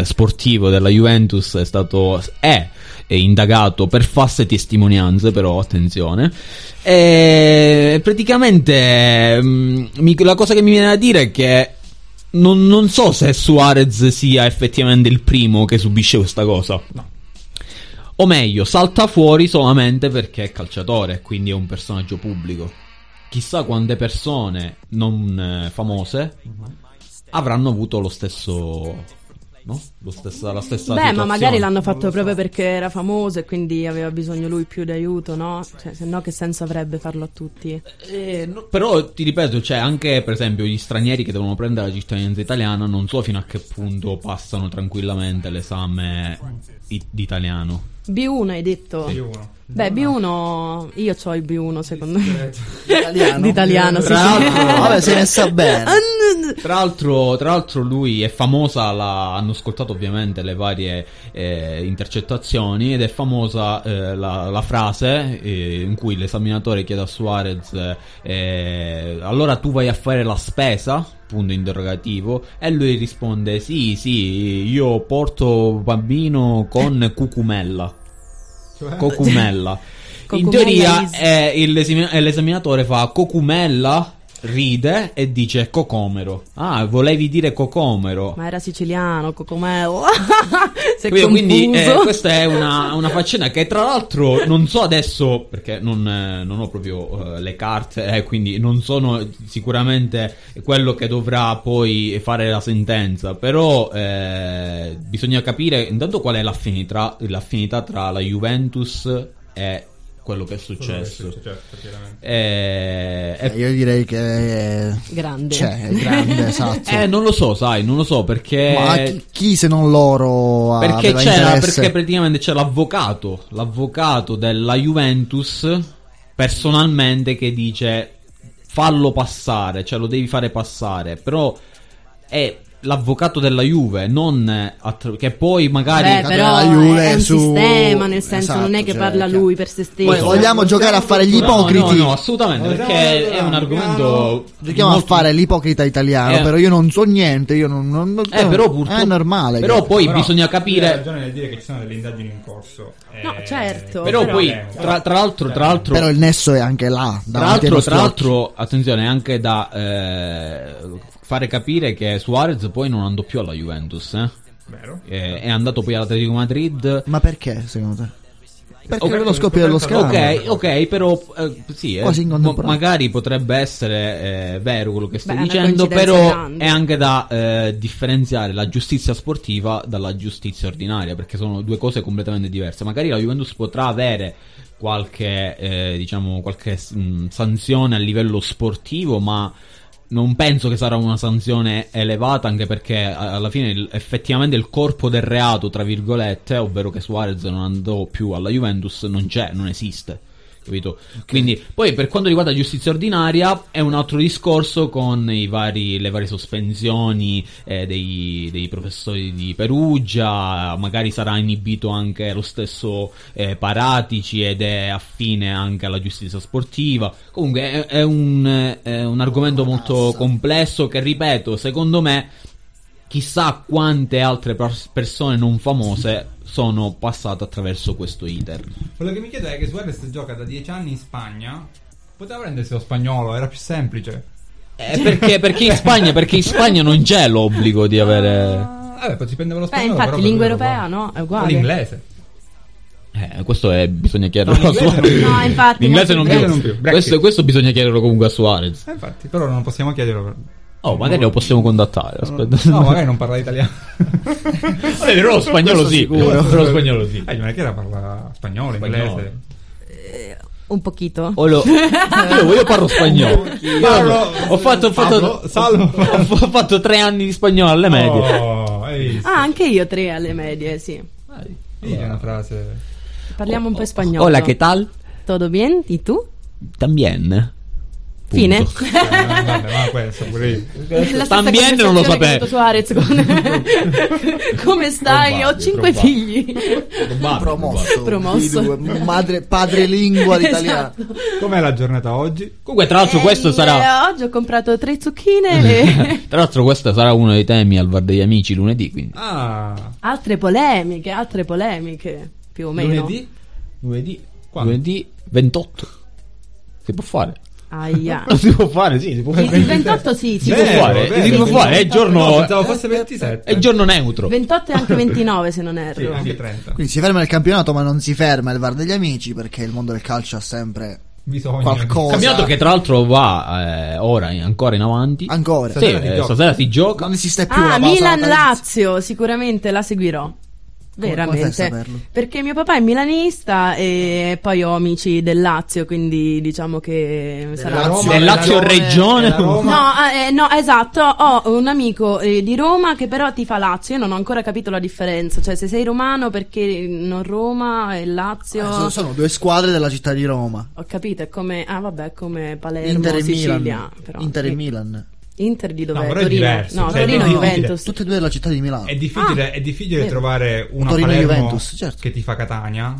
[SPEAKER 6] eh, sportivo della Juventus è stato è, è indagato per false testimonianze però attenzione e praticamente mh, mi- la cosa che mi viene da dire è che non, non so se Suarez sia effettivamente il primo che subisce questa cosa o meglio salta fuori solamente perché è calciatore quindi è un personaggio pubblico chissà quante persone non eh, famose avranno avuto lo stesso no? Lo stessa, la stessa
[SPEAKER 8] Beh, ma
[SPEAKER 6] situazione.
[SPEAKER 8] magari l'hanno fatto proprio perché era famoso e quindi aveva bisogno lui più di aiuto, no? Cioè, se no che senso avrebbe farlo a tutti?
[SPEAKER 6] Però ti ripeto, cioè, anche per esempio gli stranieri che devono prendere la cittadinanza italiana, non so fino a che punto passano tranquillamente l'esame i- di italiano.
[SPEAKER 8] B1 hai detto?
[SPEAKER 5] B1.
[SPEAKER 8] Beh, B1, io ho il B1 secondo
[SPEAKER 6] Eh,
[SPEAKER 5] Eh,
[SPEAKER 8] me.
[SPEAKER 19] Italiano?
[SPEAKER 8] D'italiano, sì. Ah,
[SPEAKER 6] Tra l'altro-
[SPEAKER 19] Vabbè, se ne sa bene.
[SPEAKER 6] Tra l'altro, tra l'altro lui è famosa, la- hanno ascoltato ovviamente le varie eh, intercettazioni ed è famosa eh, la, la frase eh, in cui l'esaminatore chiede a Suarez eh, allora tu vai a fare la spesa? Punto interrogativo e lui risponde sì sì io porto bambino con cucumella.
[SPEAKER 5] cioè, eh.
[SPEAKER 6] Cocumella. In
[SPEAKER 8] Cocumella
[SPEAKER 6] teoria
[SPEAKER 8] is-
[SPEAKER 6] eh, il lesimi- eh, l'esaminatore fa cocumella, ride e dice cocomero. Ah, volevi dire cocomero.
[SPEAKER 8] Ma era siciliano, Cocomeo. Sei
[SPEAKER 6] Capito? Quindi eh,
[SPEAKER 8] confuso.
[SPEAKER 6] questa è una, una faccenda che tra l'altro non so adesso perché non, eh, non ho proprio eh, le carte, eh, quindi non sono sicuramente quello che dovrà poi fare la sentenza, però eh, bisogna capire intanto qual è l'affinità, l'affinità tra la Juventus e quello che è successo.
[SPEAKER 5] certo,
[SPEAKER 6] Eh,
[SPEAKER 19] Io direi che è
[SPEAKER 8] Grande.
[SPEAKER 19] Cioè, è grande, esatto.
[SPEAKER 6] eh, non lo so, sai, non lo so perché...
[SPEAKER 19] Ma chi, chi se non loro ha
[SPEAKER 6] Eh, Perché,
[SPEAKER 19] Ah, aveva
[SPEAKER 6] c'era,
[SPEAKER 19] interesse?
[SPEAKER 6] perché praticamente c'è l'avvocato, l'avvocato della Juventus personalmente che dice fallo passare, cioè lo devi fare passare, però è l'avvocato della Juve, non attra- che poi magari...
[SPEAKER 19] Eh,
[SPEAKER 8] Beh, però è un sistema, nel senso non
[SPEAKER 19] Esatto,
[SPEAKER 8] è che parla lui per se stesso.
[SPEAKER 19] Poi cioè, vogliamo
[SPEAKER 6] Cioè,
[SPEAKER 19] giocare a fare gli
[SPEAKER 6] No, No,
[SPEAKER 19] ipocriti.
[SPEAKER 6] no, assolutamente, perché è un argomento...
[SPEAKER 19] Giochiamo
[SPEAKER 6] molto-
[SPEAKER 19] a fare l'ipocrita italiano,
[SPEAKER 6] Eh.
[SPEAKER 19] però io non so niente, io non, non- non-
[SPEAKER 6] Eh, però purtroppo-
[SPEAKER 19] è normale.
[SPEAKER 6] però
[SPEAKER 19] che-
[SPEAKER 6] poi
[SPEAKER 5] Però lui
[SPEAKER 6] bisogna
[SPEAKER 5] Ha
[SPEAKER 6] capire...
[SPEAKER 5] ragione nel dire che ci sono delle indagini in corso. eh,
[SPEAKER 8] No, certo.
[SPEAKER 6] Però poi, tra, tra l'altro, tra l'altro...
[SPEAKER 19] però il nesso è anche là,
[SPEAKER 6] Tra
[SPEAKER 19] davanti ai
[SPEAKER 6] l'altro,
[SPEAKER 19] nostri
[SPEAKER 6] tra
[SPEAKER 19] occhi.
[SPEAKER 6] l'altro, attenzione, anche da eh, fare capire che Suarez poi non andò più alla Juventus. eh.
[SPEAKER 5] Vero.
[SPEAKER 6] Eh, è andato poi all'Atletico Madrid.
[SPEAKER 19] Ma perché, secondo te? Perché
[SPEAKER 6] Ok,
[SPEAKER 19] per lo scoppio dello scambio.
[SPEAKER 6] Ok, ok, però eh, sì, eh,
[SPEAKER 19] Quasi in
[SPEAKER 6] mo-
[SPEAKER 19] contemporanea.
[SPEAKER 6] magari potrebbe essere eh, vero quello che stai
[SPEAKER 8] Beh, è una
[SPEAKER 6] dicendo,
[SPEAKER 8] coincidenza
[SPEAKER 6] però
[SPEAKER 8] grande.
[SPEAKER 6] è anche da eh, differenziare la giustizia sportiva dalla giustizia ordinaria, perché sono due cose completamente diverse. Magari la Juventus potrà avere qualche, eh, diciamo, qualche mh, sanzione a livello sportivo, ma non penso che sarà una sanzione elevata, anche perché a- alla fine il- effettivamente il corpo del reato, tra virgolette, ovvero che Suarez non andò più alla Juventus, non c'è, non esiste. Capito? Quindi, poi per quanto riguarda giustizia ordinaria, è un altro discorso con i vari, le varie sospensioni eh, dei, dei professori di Perugia, magari sarà inibito anche lo stesso eh, Paratici ed è affine anche alla giustizia sportiva. Comunque è, è un, è un argomento molto complesso che, ripeto, secondo me chissà quante altre pers- persone non famose sono passate attraverso questo iter.
[SPEAKER 5] Quello che mi chiedo è che Suarez gioca da 10 anni in Spagna. Poteva prendersi lo spagnolo, era più semplice.
[SPEAKER 6] Eh, perché, perché in Spagna, perché in Spagna non c'è l'obbligo di avere.
[SPEAKER 5] Eh, Vabbè, poi si prendeva lo
[SPEAKER 8] Beh,
[SPEAKER 5] spagnolo.
[SPEAKER 8] infatti,
[SPEAKER 5] però
[SPEAKER 8] lingua
[SPEAKER 5] poteva-
[SPEAKER 8] europea, no? È
[SPEAKER 5] O
[SPEAKER 8] uguale.
[SPEAKER 5] L'inglese.
[SPEAKER 6] Eh, questo è, bisogna chiederlo
[SPEAKER 5] No,
[SPEAKER 6] a
[SPEAKER 5] l'inglese
[SPEAKER 6] Suarez.
[SPEAKER 5] non-
[SPEAKER 8] No, infatti,
[SPEAKER 6] L'inglese
[SPEAKER 8] non-
[SPEAKER 6] non più.
[SPEAKER 5] L'inglese non più. Brexit.
[SPEAKER 6] Questo, questo bisogna chiederlo comunque a Suarez.
[SPEAKER 5] Eh, infatti, però non possiamo chiederlo. per-
[SPEAKER 6] Oh, magari lo possiamo contattare. Aspetta.
[SPEAKER 5] No, magari non parla italiano.
[SPEAKER 6] Vabbè, però lo spagnolo
[SPEAKER 5] Questo
[SPEAKER 6] sì,
[SPEAKER 5] sicuro.
[SPEAKER 6] però lo spagnolo sì.
[SPEAKER 5] Eh, ma è che era parla spagnolo,
[SPEAKER 6] Spagnolo.
[SPEAKER 5] inglese.
[SPEAKER 8] Un pochito.
[SPEAKER 6] O lo- Io, io parlo spagnolo. Parlo- ho fatto, ho fatto-
[SPEAKER 5] Pablo, salvo.
[SPEAKER 6] ho f- ho fatto tre anni Eh, di spagnolo alle medie.
[SPEAKER 5] Oh, hai visto?
[SPEAKER 8] Ah, anche io tre alle medie, sì.
[SPEAKER 5] Digli una frase.
[SPEAKER 8] Parliamo un po' spagnolo.
[SPEAKER 6] Hola, che tal?
[SPEAKER 8] Todo bien? E tu?
[SPEAKER 6] Tambien.
[SPEAKER 8] Fine.
[SPEAKER 5] Eh, vabbè, ma questo pure io.
[SPEAKER 8] La stessa
[SPEAKER 6] Tambien non
[SPEAKER 8] conversazione
[SPEAKER 6] lo
[SPEAKER 8] che ha
[SPEAKER 6] sapevo.
[SPEAKER 8] avuto Suarez con- Come stai? Ho
[SPEAKER 6] Probabile,
[SPEAKER 8] cinque
[SPEAKER 6] probabile.
[SPEAKER 8] figli.
[SPEAKER 6] Probabile, probabile.
[SPEAKER 19] Promosso.
[SPEAKER 8] Promosso. Esatto.
[SPEAKER 19] Di due- madre- padrelingua l'italiano.
[SPEAKER 5] Com'è la giornata oggi?
[SPEAKER 6] Comunque, tra l'altro, questo
[SPEAKER 8] Eh,
[SPEAKER 6] sarà.
[SPEAKER 8] Oggi ho comprato tre zucchine e
[SPEAKER 6] Tra l'altro, questo sarà uno dei temi al Var degli Amici lunedì. Quindi.
[SPEAKER 5] Ah,
[SPEAKER 8] altre polemiche, altre polemiche, più o meno.
[SPEAKER 5] lunedì? Lunedì? Quando?
[SPEAKER 6] Lunedì 28. Si può fare?
[SPEAKER 8] Aia.
[SPEAKER 5] Ah.
[SPEAKER 6] Si può fare, sì, si può
[SPEAKER 8] Il il 28 sì,
[SPEAKER 6] Si
[SPEAKER 8] sì.
[SPEAKER 6] può
[SPEAKER 5] Vero,
[SPEAKER 6] fare,
[SPEAKER 5] vero.
[SPEAKER 6] si può fare, è il
[SPEAKER 5] No,
[SPEAKER 6] giorno,
[SPEAKER 5] pensavo fosse 27.
[SPEAKER 6] è il giorno neutro.
[SPEAKER 8] 28 e anche 29 se non
[SPEAKER 5] Sì,
[SPEAKER 8] erro.
[SPEAKER 5] anche 30.
[SPEAKER 19] Quindi si ferma il campionato, ma non si ferma il VAR degli amici perché il mondo del calcio ha sempre
[SPEAKER 5] Bisogna.
[SPEAKER 19] qualcosa.
[SPEAKER 6] Campionato
[SPEAKER 5] Esatto.
[SPEAKER 6] che tra l'altro va eh, ora in- ancora in avanti.
[SPEAKER 19] Ancora.
[SPEAKER 6] Sì, eh,
[SPEAKER 5] Stasera si
[SPEAKER 6] stasera,
[SPEAKER 5] gioca.
[SPEAKER 6] si gioca.
[SPEAKER 19] Non esiste più
[SPEAKER 8] Ah,
[SPEAKER 19] la pausa natalizia.
[SPEAKER 8] Milan-Lazio, sicuramente la seguirò.
[SPEAKER 19] come fai a
[SPEAKER 8] Veramente.
[SPEAKER 19] saperlo?
[SPEAKER 8] Perché mio papà è milanista e poi ho amici del Lazio, quindi diciamo che sarà...
[SPEAKER 5] Roma,
[SPEAKER 6] Del
[SPEAKER 5] della
[SPEAKER 6] Lazio
[SPEAKER 5] Roma,
[SPEAKER 6] Regione.
[SPEAKER 5] della Roma.
[SPEAKER 8] No, ah, eh, no, esatto, ho un amico eh, di Roma che però ti fa Lazio, io non ho ancora capito la differenza, cioè se sei romano perché non Roma e
[SPEAKER 19] Eh,
[SPEAKER 8] Lazio...
[SPEAKER 19] sono, sono due squadre della città di Roma.
[SPEAKER 8] Ho capito, è come... Ah vabbè, è come Palermo,
[SPEAKER 19] Inter e
[SPEAKER 8] Sicilia.
[SPEAKER 19] Milan.
[SPEAKER 8] però-
[SPEAKER 19] Inter e
[SPEAKER 8] eh,
[SPEAKER 19] Milan.
[SPEAKER 8] Inter di dov'è?
[SPEAKER 5] No, però è
[SPEAKER 8] Torino.
[SPEAKER 5] diverso,
[SPEAKER 8] No,
[SPEAKER 5] cioè,
[SPEAKER 8] Torino
[SPEAKER 5] no, no.
[SPEAKER 8] Juventus.
[SPEAKER 19] Tutte e due della città di Milano.
[SPEAKER 5] È difficile,
[SPEAKER 8] Ah,
[SPEAKER 5] è difficile
[SPEAKER 8] vero.
[SPEAKER 5] trovare uno
[SPEAKER 19] Torino
[SPEAKER 5] a Palermo
[SPEAKER 19] Juventus, certo.
[SPEAKER 5] che ti fa Catania,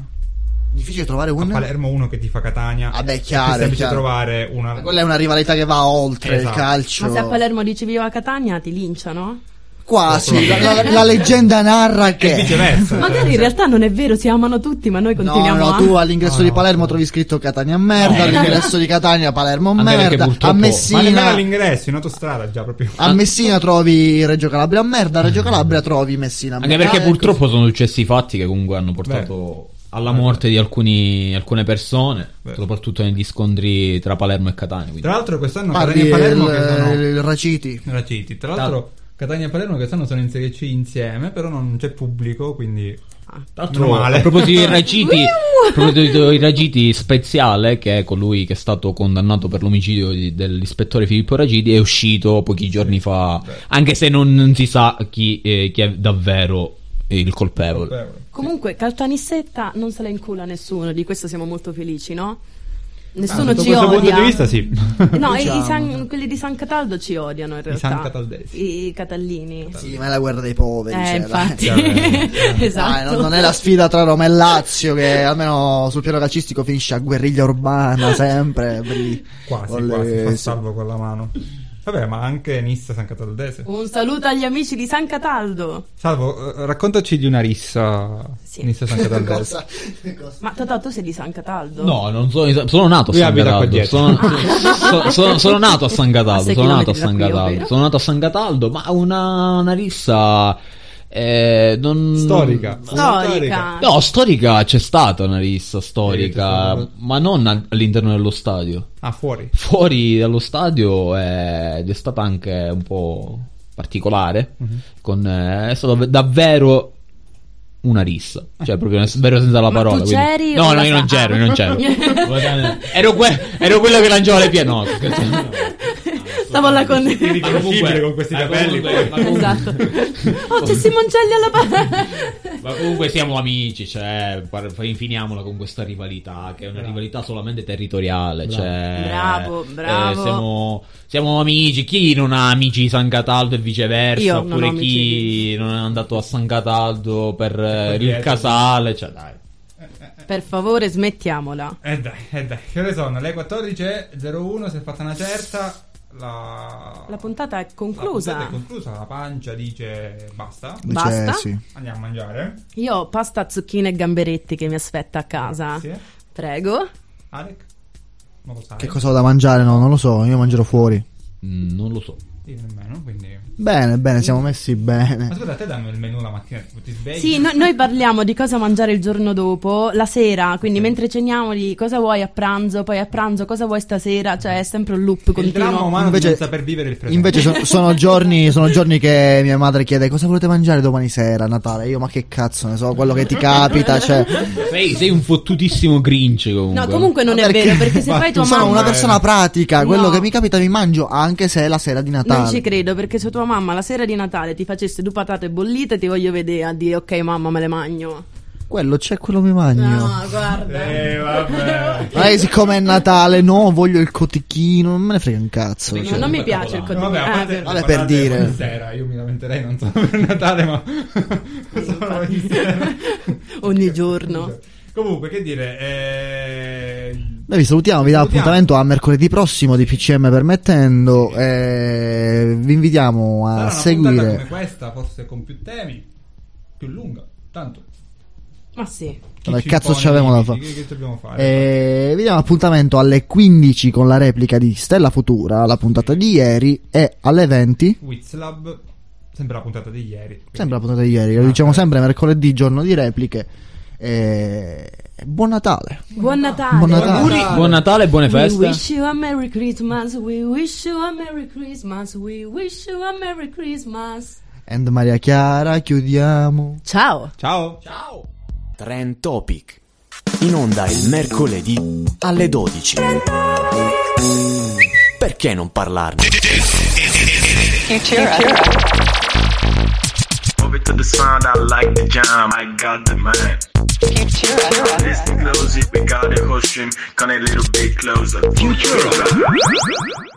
[SPEAKER 19] difficile trovare
[SPEAKER 5] a
[SPEAKER 19] un.
[SPEAKER 5] Palermo uno che ti fa Catania.
[SPEAKER 19] Vabbè,
[SPEAKER 5] è più
[SPEAKER 19] chiaro, è
[SPEAKER 5] semplice
[SPEAKER 19] chiaro.
[SPEAKER 5] trovare una
[SPEAKER 19] Quella è una rivalità che va oltre
[SPEAKER 5] Esatto.
[SPEAKER 19] il calcio.
[SPEAKER 8] Ma se a Palermo dici viva Catania ti linciano?
[SPEAKER 19] Quasi. La, la- la leggenda narra
[SPEAKER 5] e
[SPEAKER 19] che.
[SPEAKER 5] viceversa. Cioè,
[SPEAKER 8] Magari in realtà non è vero, si amano tutti, ma noi
[SPEAKER 19] Eh. Esatto. No,
[SPEAKER 8] continuiamo eh?
[SPEAKER 19] no,
[SPEAKER 8] a...
[SPEAKER 19] tu all'ingresso
[SPEAKER 5] No,
[SPEAKER 19] di
[SPEAKER 5] no,
[SPEAKER 19] Palermo trovi scritto Catania merda, all'ingresso di Catania Palermo
[SPEAKER 6] Eh. Anche perché
[SPEAKER 19] merda,
[SPEAKER 6] purtroppo-
[SPEAKER 19] a
[SPEAKER 5] Ma nemmeno
[SPEAKER 19] Messina
[SPEAKER 5] all'ingresso, in autostrada già proprio.
[SPEAKER 4] Ah,
[SPEAKER 6] Ah.
[SPEAKER 19] A Messina trovi Reggio Calabria a merda, a Reggio Calabria trovi Messina a merda.
[SPEAKER 6] Anche perché
[SPEAKER 5] Ah,
[SPEAKER 19] Eh,
[SPEAKER 5] ecco.
[SPEAKER 6] purtroppo sono successi fatti che comunque hanno portato alla morte di alcuni- alcune persone,
[SPEAKER 5] Beh.
[SPEAKER 6] soprattutto negli scontri tra Palermo e Catania. quindi.
[SPEAKER 5] Tra l'altro quest'anno
[SPEAKER 19] così. Parli
[SPEAKER 5] Catania e Palermo che sono
[SPEAKER 19] il, il Raciti.
[SPEAKER 5] nella City. Tra l'altro Catania e Palermo che stanno sono in Serie C insieme, però non c'è pubblico, quindi
[SPEAKER 8] Ah.
[SPEAKER 6] Tra l'altro,
[SPEAKER 5] Meno male.
[SPEAKER 6] a proposito di Ragiti, a proposito di Ragiti Speziale, che è colui che è stato condannato per l'omicidio di- dell'ispettore Filippo Ragiti, è uscito pochi giorni fa, anche se non, non si sa chi, eh, chi è davvero il colpevole.
[SPEAKER 8] Comunque, Caltanissetta non se la incula nessuno, di questo siamo molto felici, no?
[SPEAKER 5] Ah,
[SPEAKER 8] Nessuno
[SPEAKER 5] sotto
[SPEAKER 8] ci
[SPEAKER 5] questo
[SPEAKER 8] odia.
[SPEAKER 5] punto di vista sì.
[SPEAKER 8] No,
[SPEAKER 19] Diciamo.
[SPEAKER 8] i- i San- quelli di San Cataldo ci odiano in realtà.
[SPEAKER 5] San Cataldesi.
[SPEAKER 8] I Catallini.
[SPEAKER 19] Sì, ma è la guerra dei poveri.
[SPEAKER 8] eh,
[SPEAKER 19] cioè,
[SPEAKER 8] infatti.
[SPEAKER 19] dai.
[SPEAKER 8] esatto.
[SPEAKER 19] Dai, non, non è la sfida tra Roma e Lazio che almeno sul piano calcistico finisce a guerriglia urbana sempre. belli-
[SPEAKER 5] Quasi,
[SPEAKER 19] con le-
[SPEAKER 5] quasi, fa
[SPEAKER 19] sì.
[SPEAKER 5] salvo con la mano. Vabbè, ma anche Nissa San Cataldese.
[SPEAKER 8] Un saluto agli amici di San Cataldo.
[SPEAKER 5] Salvo, eh, raccontaci di una rissa
[SPEAKER 8] Sì.
[SPEAKER 5] Nissa San Cataldese.
[SPEAKER 19] Cosa- Cioè, cosa-
[SPEAKER 8] Ma Totò, tu sei di San Cataldo?
[SPEAKER 6] No, non sono, sono nato a
[SPEAKER 5] Lui
[SPEAKER 6] San
[SPEAKER 5] abita qua
[SPEAKER 6] Cataldo.
[SPEAKER 5] dietro.
[SPEAKER 6] Sono, so- sono- sono nato a San
[SPEAKER 8] A
[SPEAKER 6] Cataldo.
[SPEAKER 8] sei
[SPEAKER 6] Sono nato a
[SPEAKER 8] chilometri
[SPEAKER 6] San
[SPEAKER 8] da qui,
[SPEAKER 6] Cataldo.
[SPEAKER 8] ovvero.
[SPEAKER 6] Sono nato a San Cataldo, ma una, una rissa. eh, non-
[SPEAKER 5] Storica.
[SPEAKER 8] Mm, Storica.
[SPEAKER 6] No, storica c'è stata una rissa storica,
[SPEAKER 5] Sì, c'è stata.
[SPEAKER 6] ma non all- all'interno dello stadio.
[SPEAKER 5] Ah, fuori.
[SPEAKER 6] Fuori dallo stadio eh, ed è stata anche un po' particolare.
[SPEAKER 5] Mhm.
[SPEAKER 6] con, eh, è stata v- davvero una rissa. Cioè, proprio nel vero senso della
[SPEAKER 8] Ma
[SPEAKER 6] parola.
[SPEAKER 8] tu
[SPEAKER 6] quindi-
[SPEAKER 8] c'eri
[SPEAKER 6] No,
[SPEAKER 8] o
[SPEAKER 6] no,
[SPEAKER 8] la
[SPEAKER 6] io non
[SPEAKER 8] sa-
[SPEAKER 6] c'ero, io non c'ero. ero, que- ero quello che lanciava le pietre. No, sto scherzando.
[SPEAKER 8] Tavola con...
[SPEAKER 20] Irriconoscibile con questi
[SPEAKER 6] ah,
[SPEAKER 20] capelli.
[SPEAKER 6] comunque- ma comunque-
[SPEAKER 8] esatto. Oh, c'è Simoncelli alla parte.
[SPEAKER 6] Ma comunque siamo amici, cioè, par- finiamola con questa rivalità, che è una rivalità solamente territoriale.
[SPEAKER 8] Bravo.
[SPEAKER 6] cioè,
[SPEAKER 8] Bravo,
[SPEAKER 6] eh,
[SPEAKER 8] bravo.
[SPEAKER 6] siamo, siamo amici. Chi non ha amici di San Cataldo e viceversa?
[SPEAKER 8] Io non ho
[SPEAKER 6] oppure
[SPEAKER 8] amici
[SPEAKER 6] chi non è andato a San Cataldo per eh, il
[SPEAKER 5] dietro.
[SPEAKER 6] casale? Cioè, dai.
[SPEAKER 8] Per favore, smettiamola.
[SPEAKER 5] Eh dai, eh dai, che ore sono? Le 14.01, si è fatta una certa, la...
[SPEAKER 8] La puntata è
[SPEAKER 5] La puntata
[SPEAKER 8] conclusa.
[SPEAKER 5] è conclusa, la pancia dice basta.
[SPEAKER 8] Dice Basta. sì.
[SPEAKER 5] Andiamo a mangiare.
[SPEAKER 8] Io ho pasta, zucchine e gamberetti che mi aspetta a casa.
[SPEAKER 5] Grazie.
[SPEAKER 8] Prego.
[SPEAKER 5] Alec? Non lo sai.
[SPEAKER 4] Che cosa ho da mangiare? No, non lo so, io mangerò fuori.
[SPEAKER 6] Mm, Non lo so.
[SPEAKER 5] Io nemmeno, quindi...
[SPEAKER 4] Bene, bene, siamo messi bene.
[SPEAKER 5] Ascolta, te danno il menù la mattina, tipo, ti svegli?
[SPEAKER 8] Sì, no- noi parliamo di cosa mangiare il giorno dopo, la sera, quindi mentre ceniamo di cosa vuoi a pranzo, poi a pranzo cosa vuoi stasera, cioè è sempre un loop
[SPEAKER 5] Il dramma
[SPEAKER 8] continuo.
[SPEAKER 5] umano
[SPEAKER 4] Invece-
[SPEAKER 5] di non saper vivere il presente.
[SPEAKER 4] Invece so- sono, giorni, sono giorni che mia madre chiede cosa volete mangiare domani sera a Natale. Io ma che cazzo ne so, quello che ti capita, cioè...
[SPEAKER 6] Sei, sei un fottutissimo grince comunque.
[SPEAKER 8] No, comunque non è vero, perché se fai tua
[SPEAKER 4] sono
[SPEAKER 8] mamma...
[SPEAKER 4] una persona pratica,
[SPEAKER 8] No.
[SPEAKER 4] quello che mi capita mi mangio anche se è la sera di
[SPEAKER 8] Non ci
[SPEAKER 4] Natale.
[SPEAKER 8] credo, perché se tua mamma la sera di Natale ti facesse due patate bollite, ti voglio vedere a dire ok mamma me le mangio.
[SPEAKER 4] Quello c'è, quello mi mangio.
[SPEAKER 8] No, guarda.
[SPEAKER 5] Eh, vabbè.
[SPEAKER 4] Ma lei, siccome è Natale, no, voglio il cotichino, non me ne frega un cazzo. cioè.
[SPEAKER 8] No, non mi piace il
[SPEAKER 5] No,
[SPEAKER 8] cotone.
[SPEAKER 5] vabbè, a parte
[SPEAKER 8] Eh,
[SPEAKER 5] le
[SPEAKER 4] Vabbè,
[SPEAKER 5] patate
[SPEAKER 4] per dire.
[SPEAKER 5] ogni sera, io mi lamenterei non solo per Natale, ma solo ogni sera.
[SPEAKER 8] ogni giorno.
[SPEAKER 5] Comunque, che dire, eh,
[SPEAKER 4] Noi vi salutiamo, vi diamo
[SPEAKER 5] Salutiamo.
[SPEAKER 4] appuntamento a mercoledì prossimo di PCM permettendo. E vi invitiamo a
[SPEAKER 5] sarà una puntata come
[SPEAKER 4] seguire.
[SPEAKER 5] questa, forse con più temi, più lunga, tanto.
[SPEAKER 8] Ma sì.
[SPEAKER 5] chi
[SPEAKER 4] Ma
[SPEAKER 5] ci
[SPEAKER 4] cazzo
[SPEAKER 5] impone
[SPEAKER 4] ci avevamo da fa-
[SPEAKER 5] limiti?
[SPEAKER 4] Eh.
[SPEAKER 5] Che, che dobbiamo fare?
[SPEAKER 4] E vi diamo appuntamento alle 15 con la replica di Stella Futura, la puntata di ieri, e alle 20,
[SPEAKER 5] Wizlab, sempre la puntata di ieri.
[SPEAKER 4] sempre la puntata di ieri, lo diciamo sempre mercoledì, giorno di repliche. E... Buon Natale!
[SPEAKER 8] Buon Natale.
[SPEAKER 4] Buon Natale. Auguri.
[SPEAKER 6] Buon Natale e buone feste.
[SPEAKER 8] We wish you a Merry Christmas, we wish you a Merry Christmas, we wish you a Merry Christmas.
[SPEAKER 4] And Maria Chiara, chiudiamo.
[SPEAKER 8] Ciao.
[SPEAKER 5] Ciao.
[SPEAKER 3] Trend Topic. In onda il mercoledì alle 12. Perché non parlarne?
[SPEAKER 2] Move it to the sound, I like the jam, I got the man. This thing knows it, we got the whole stream, come a little bit closer. Futura.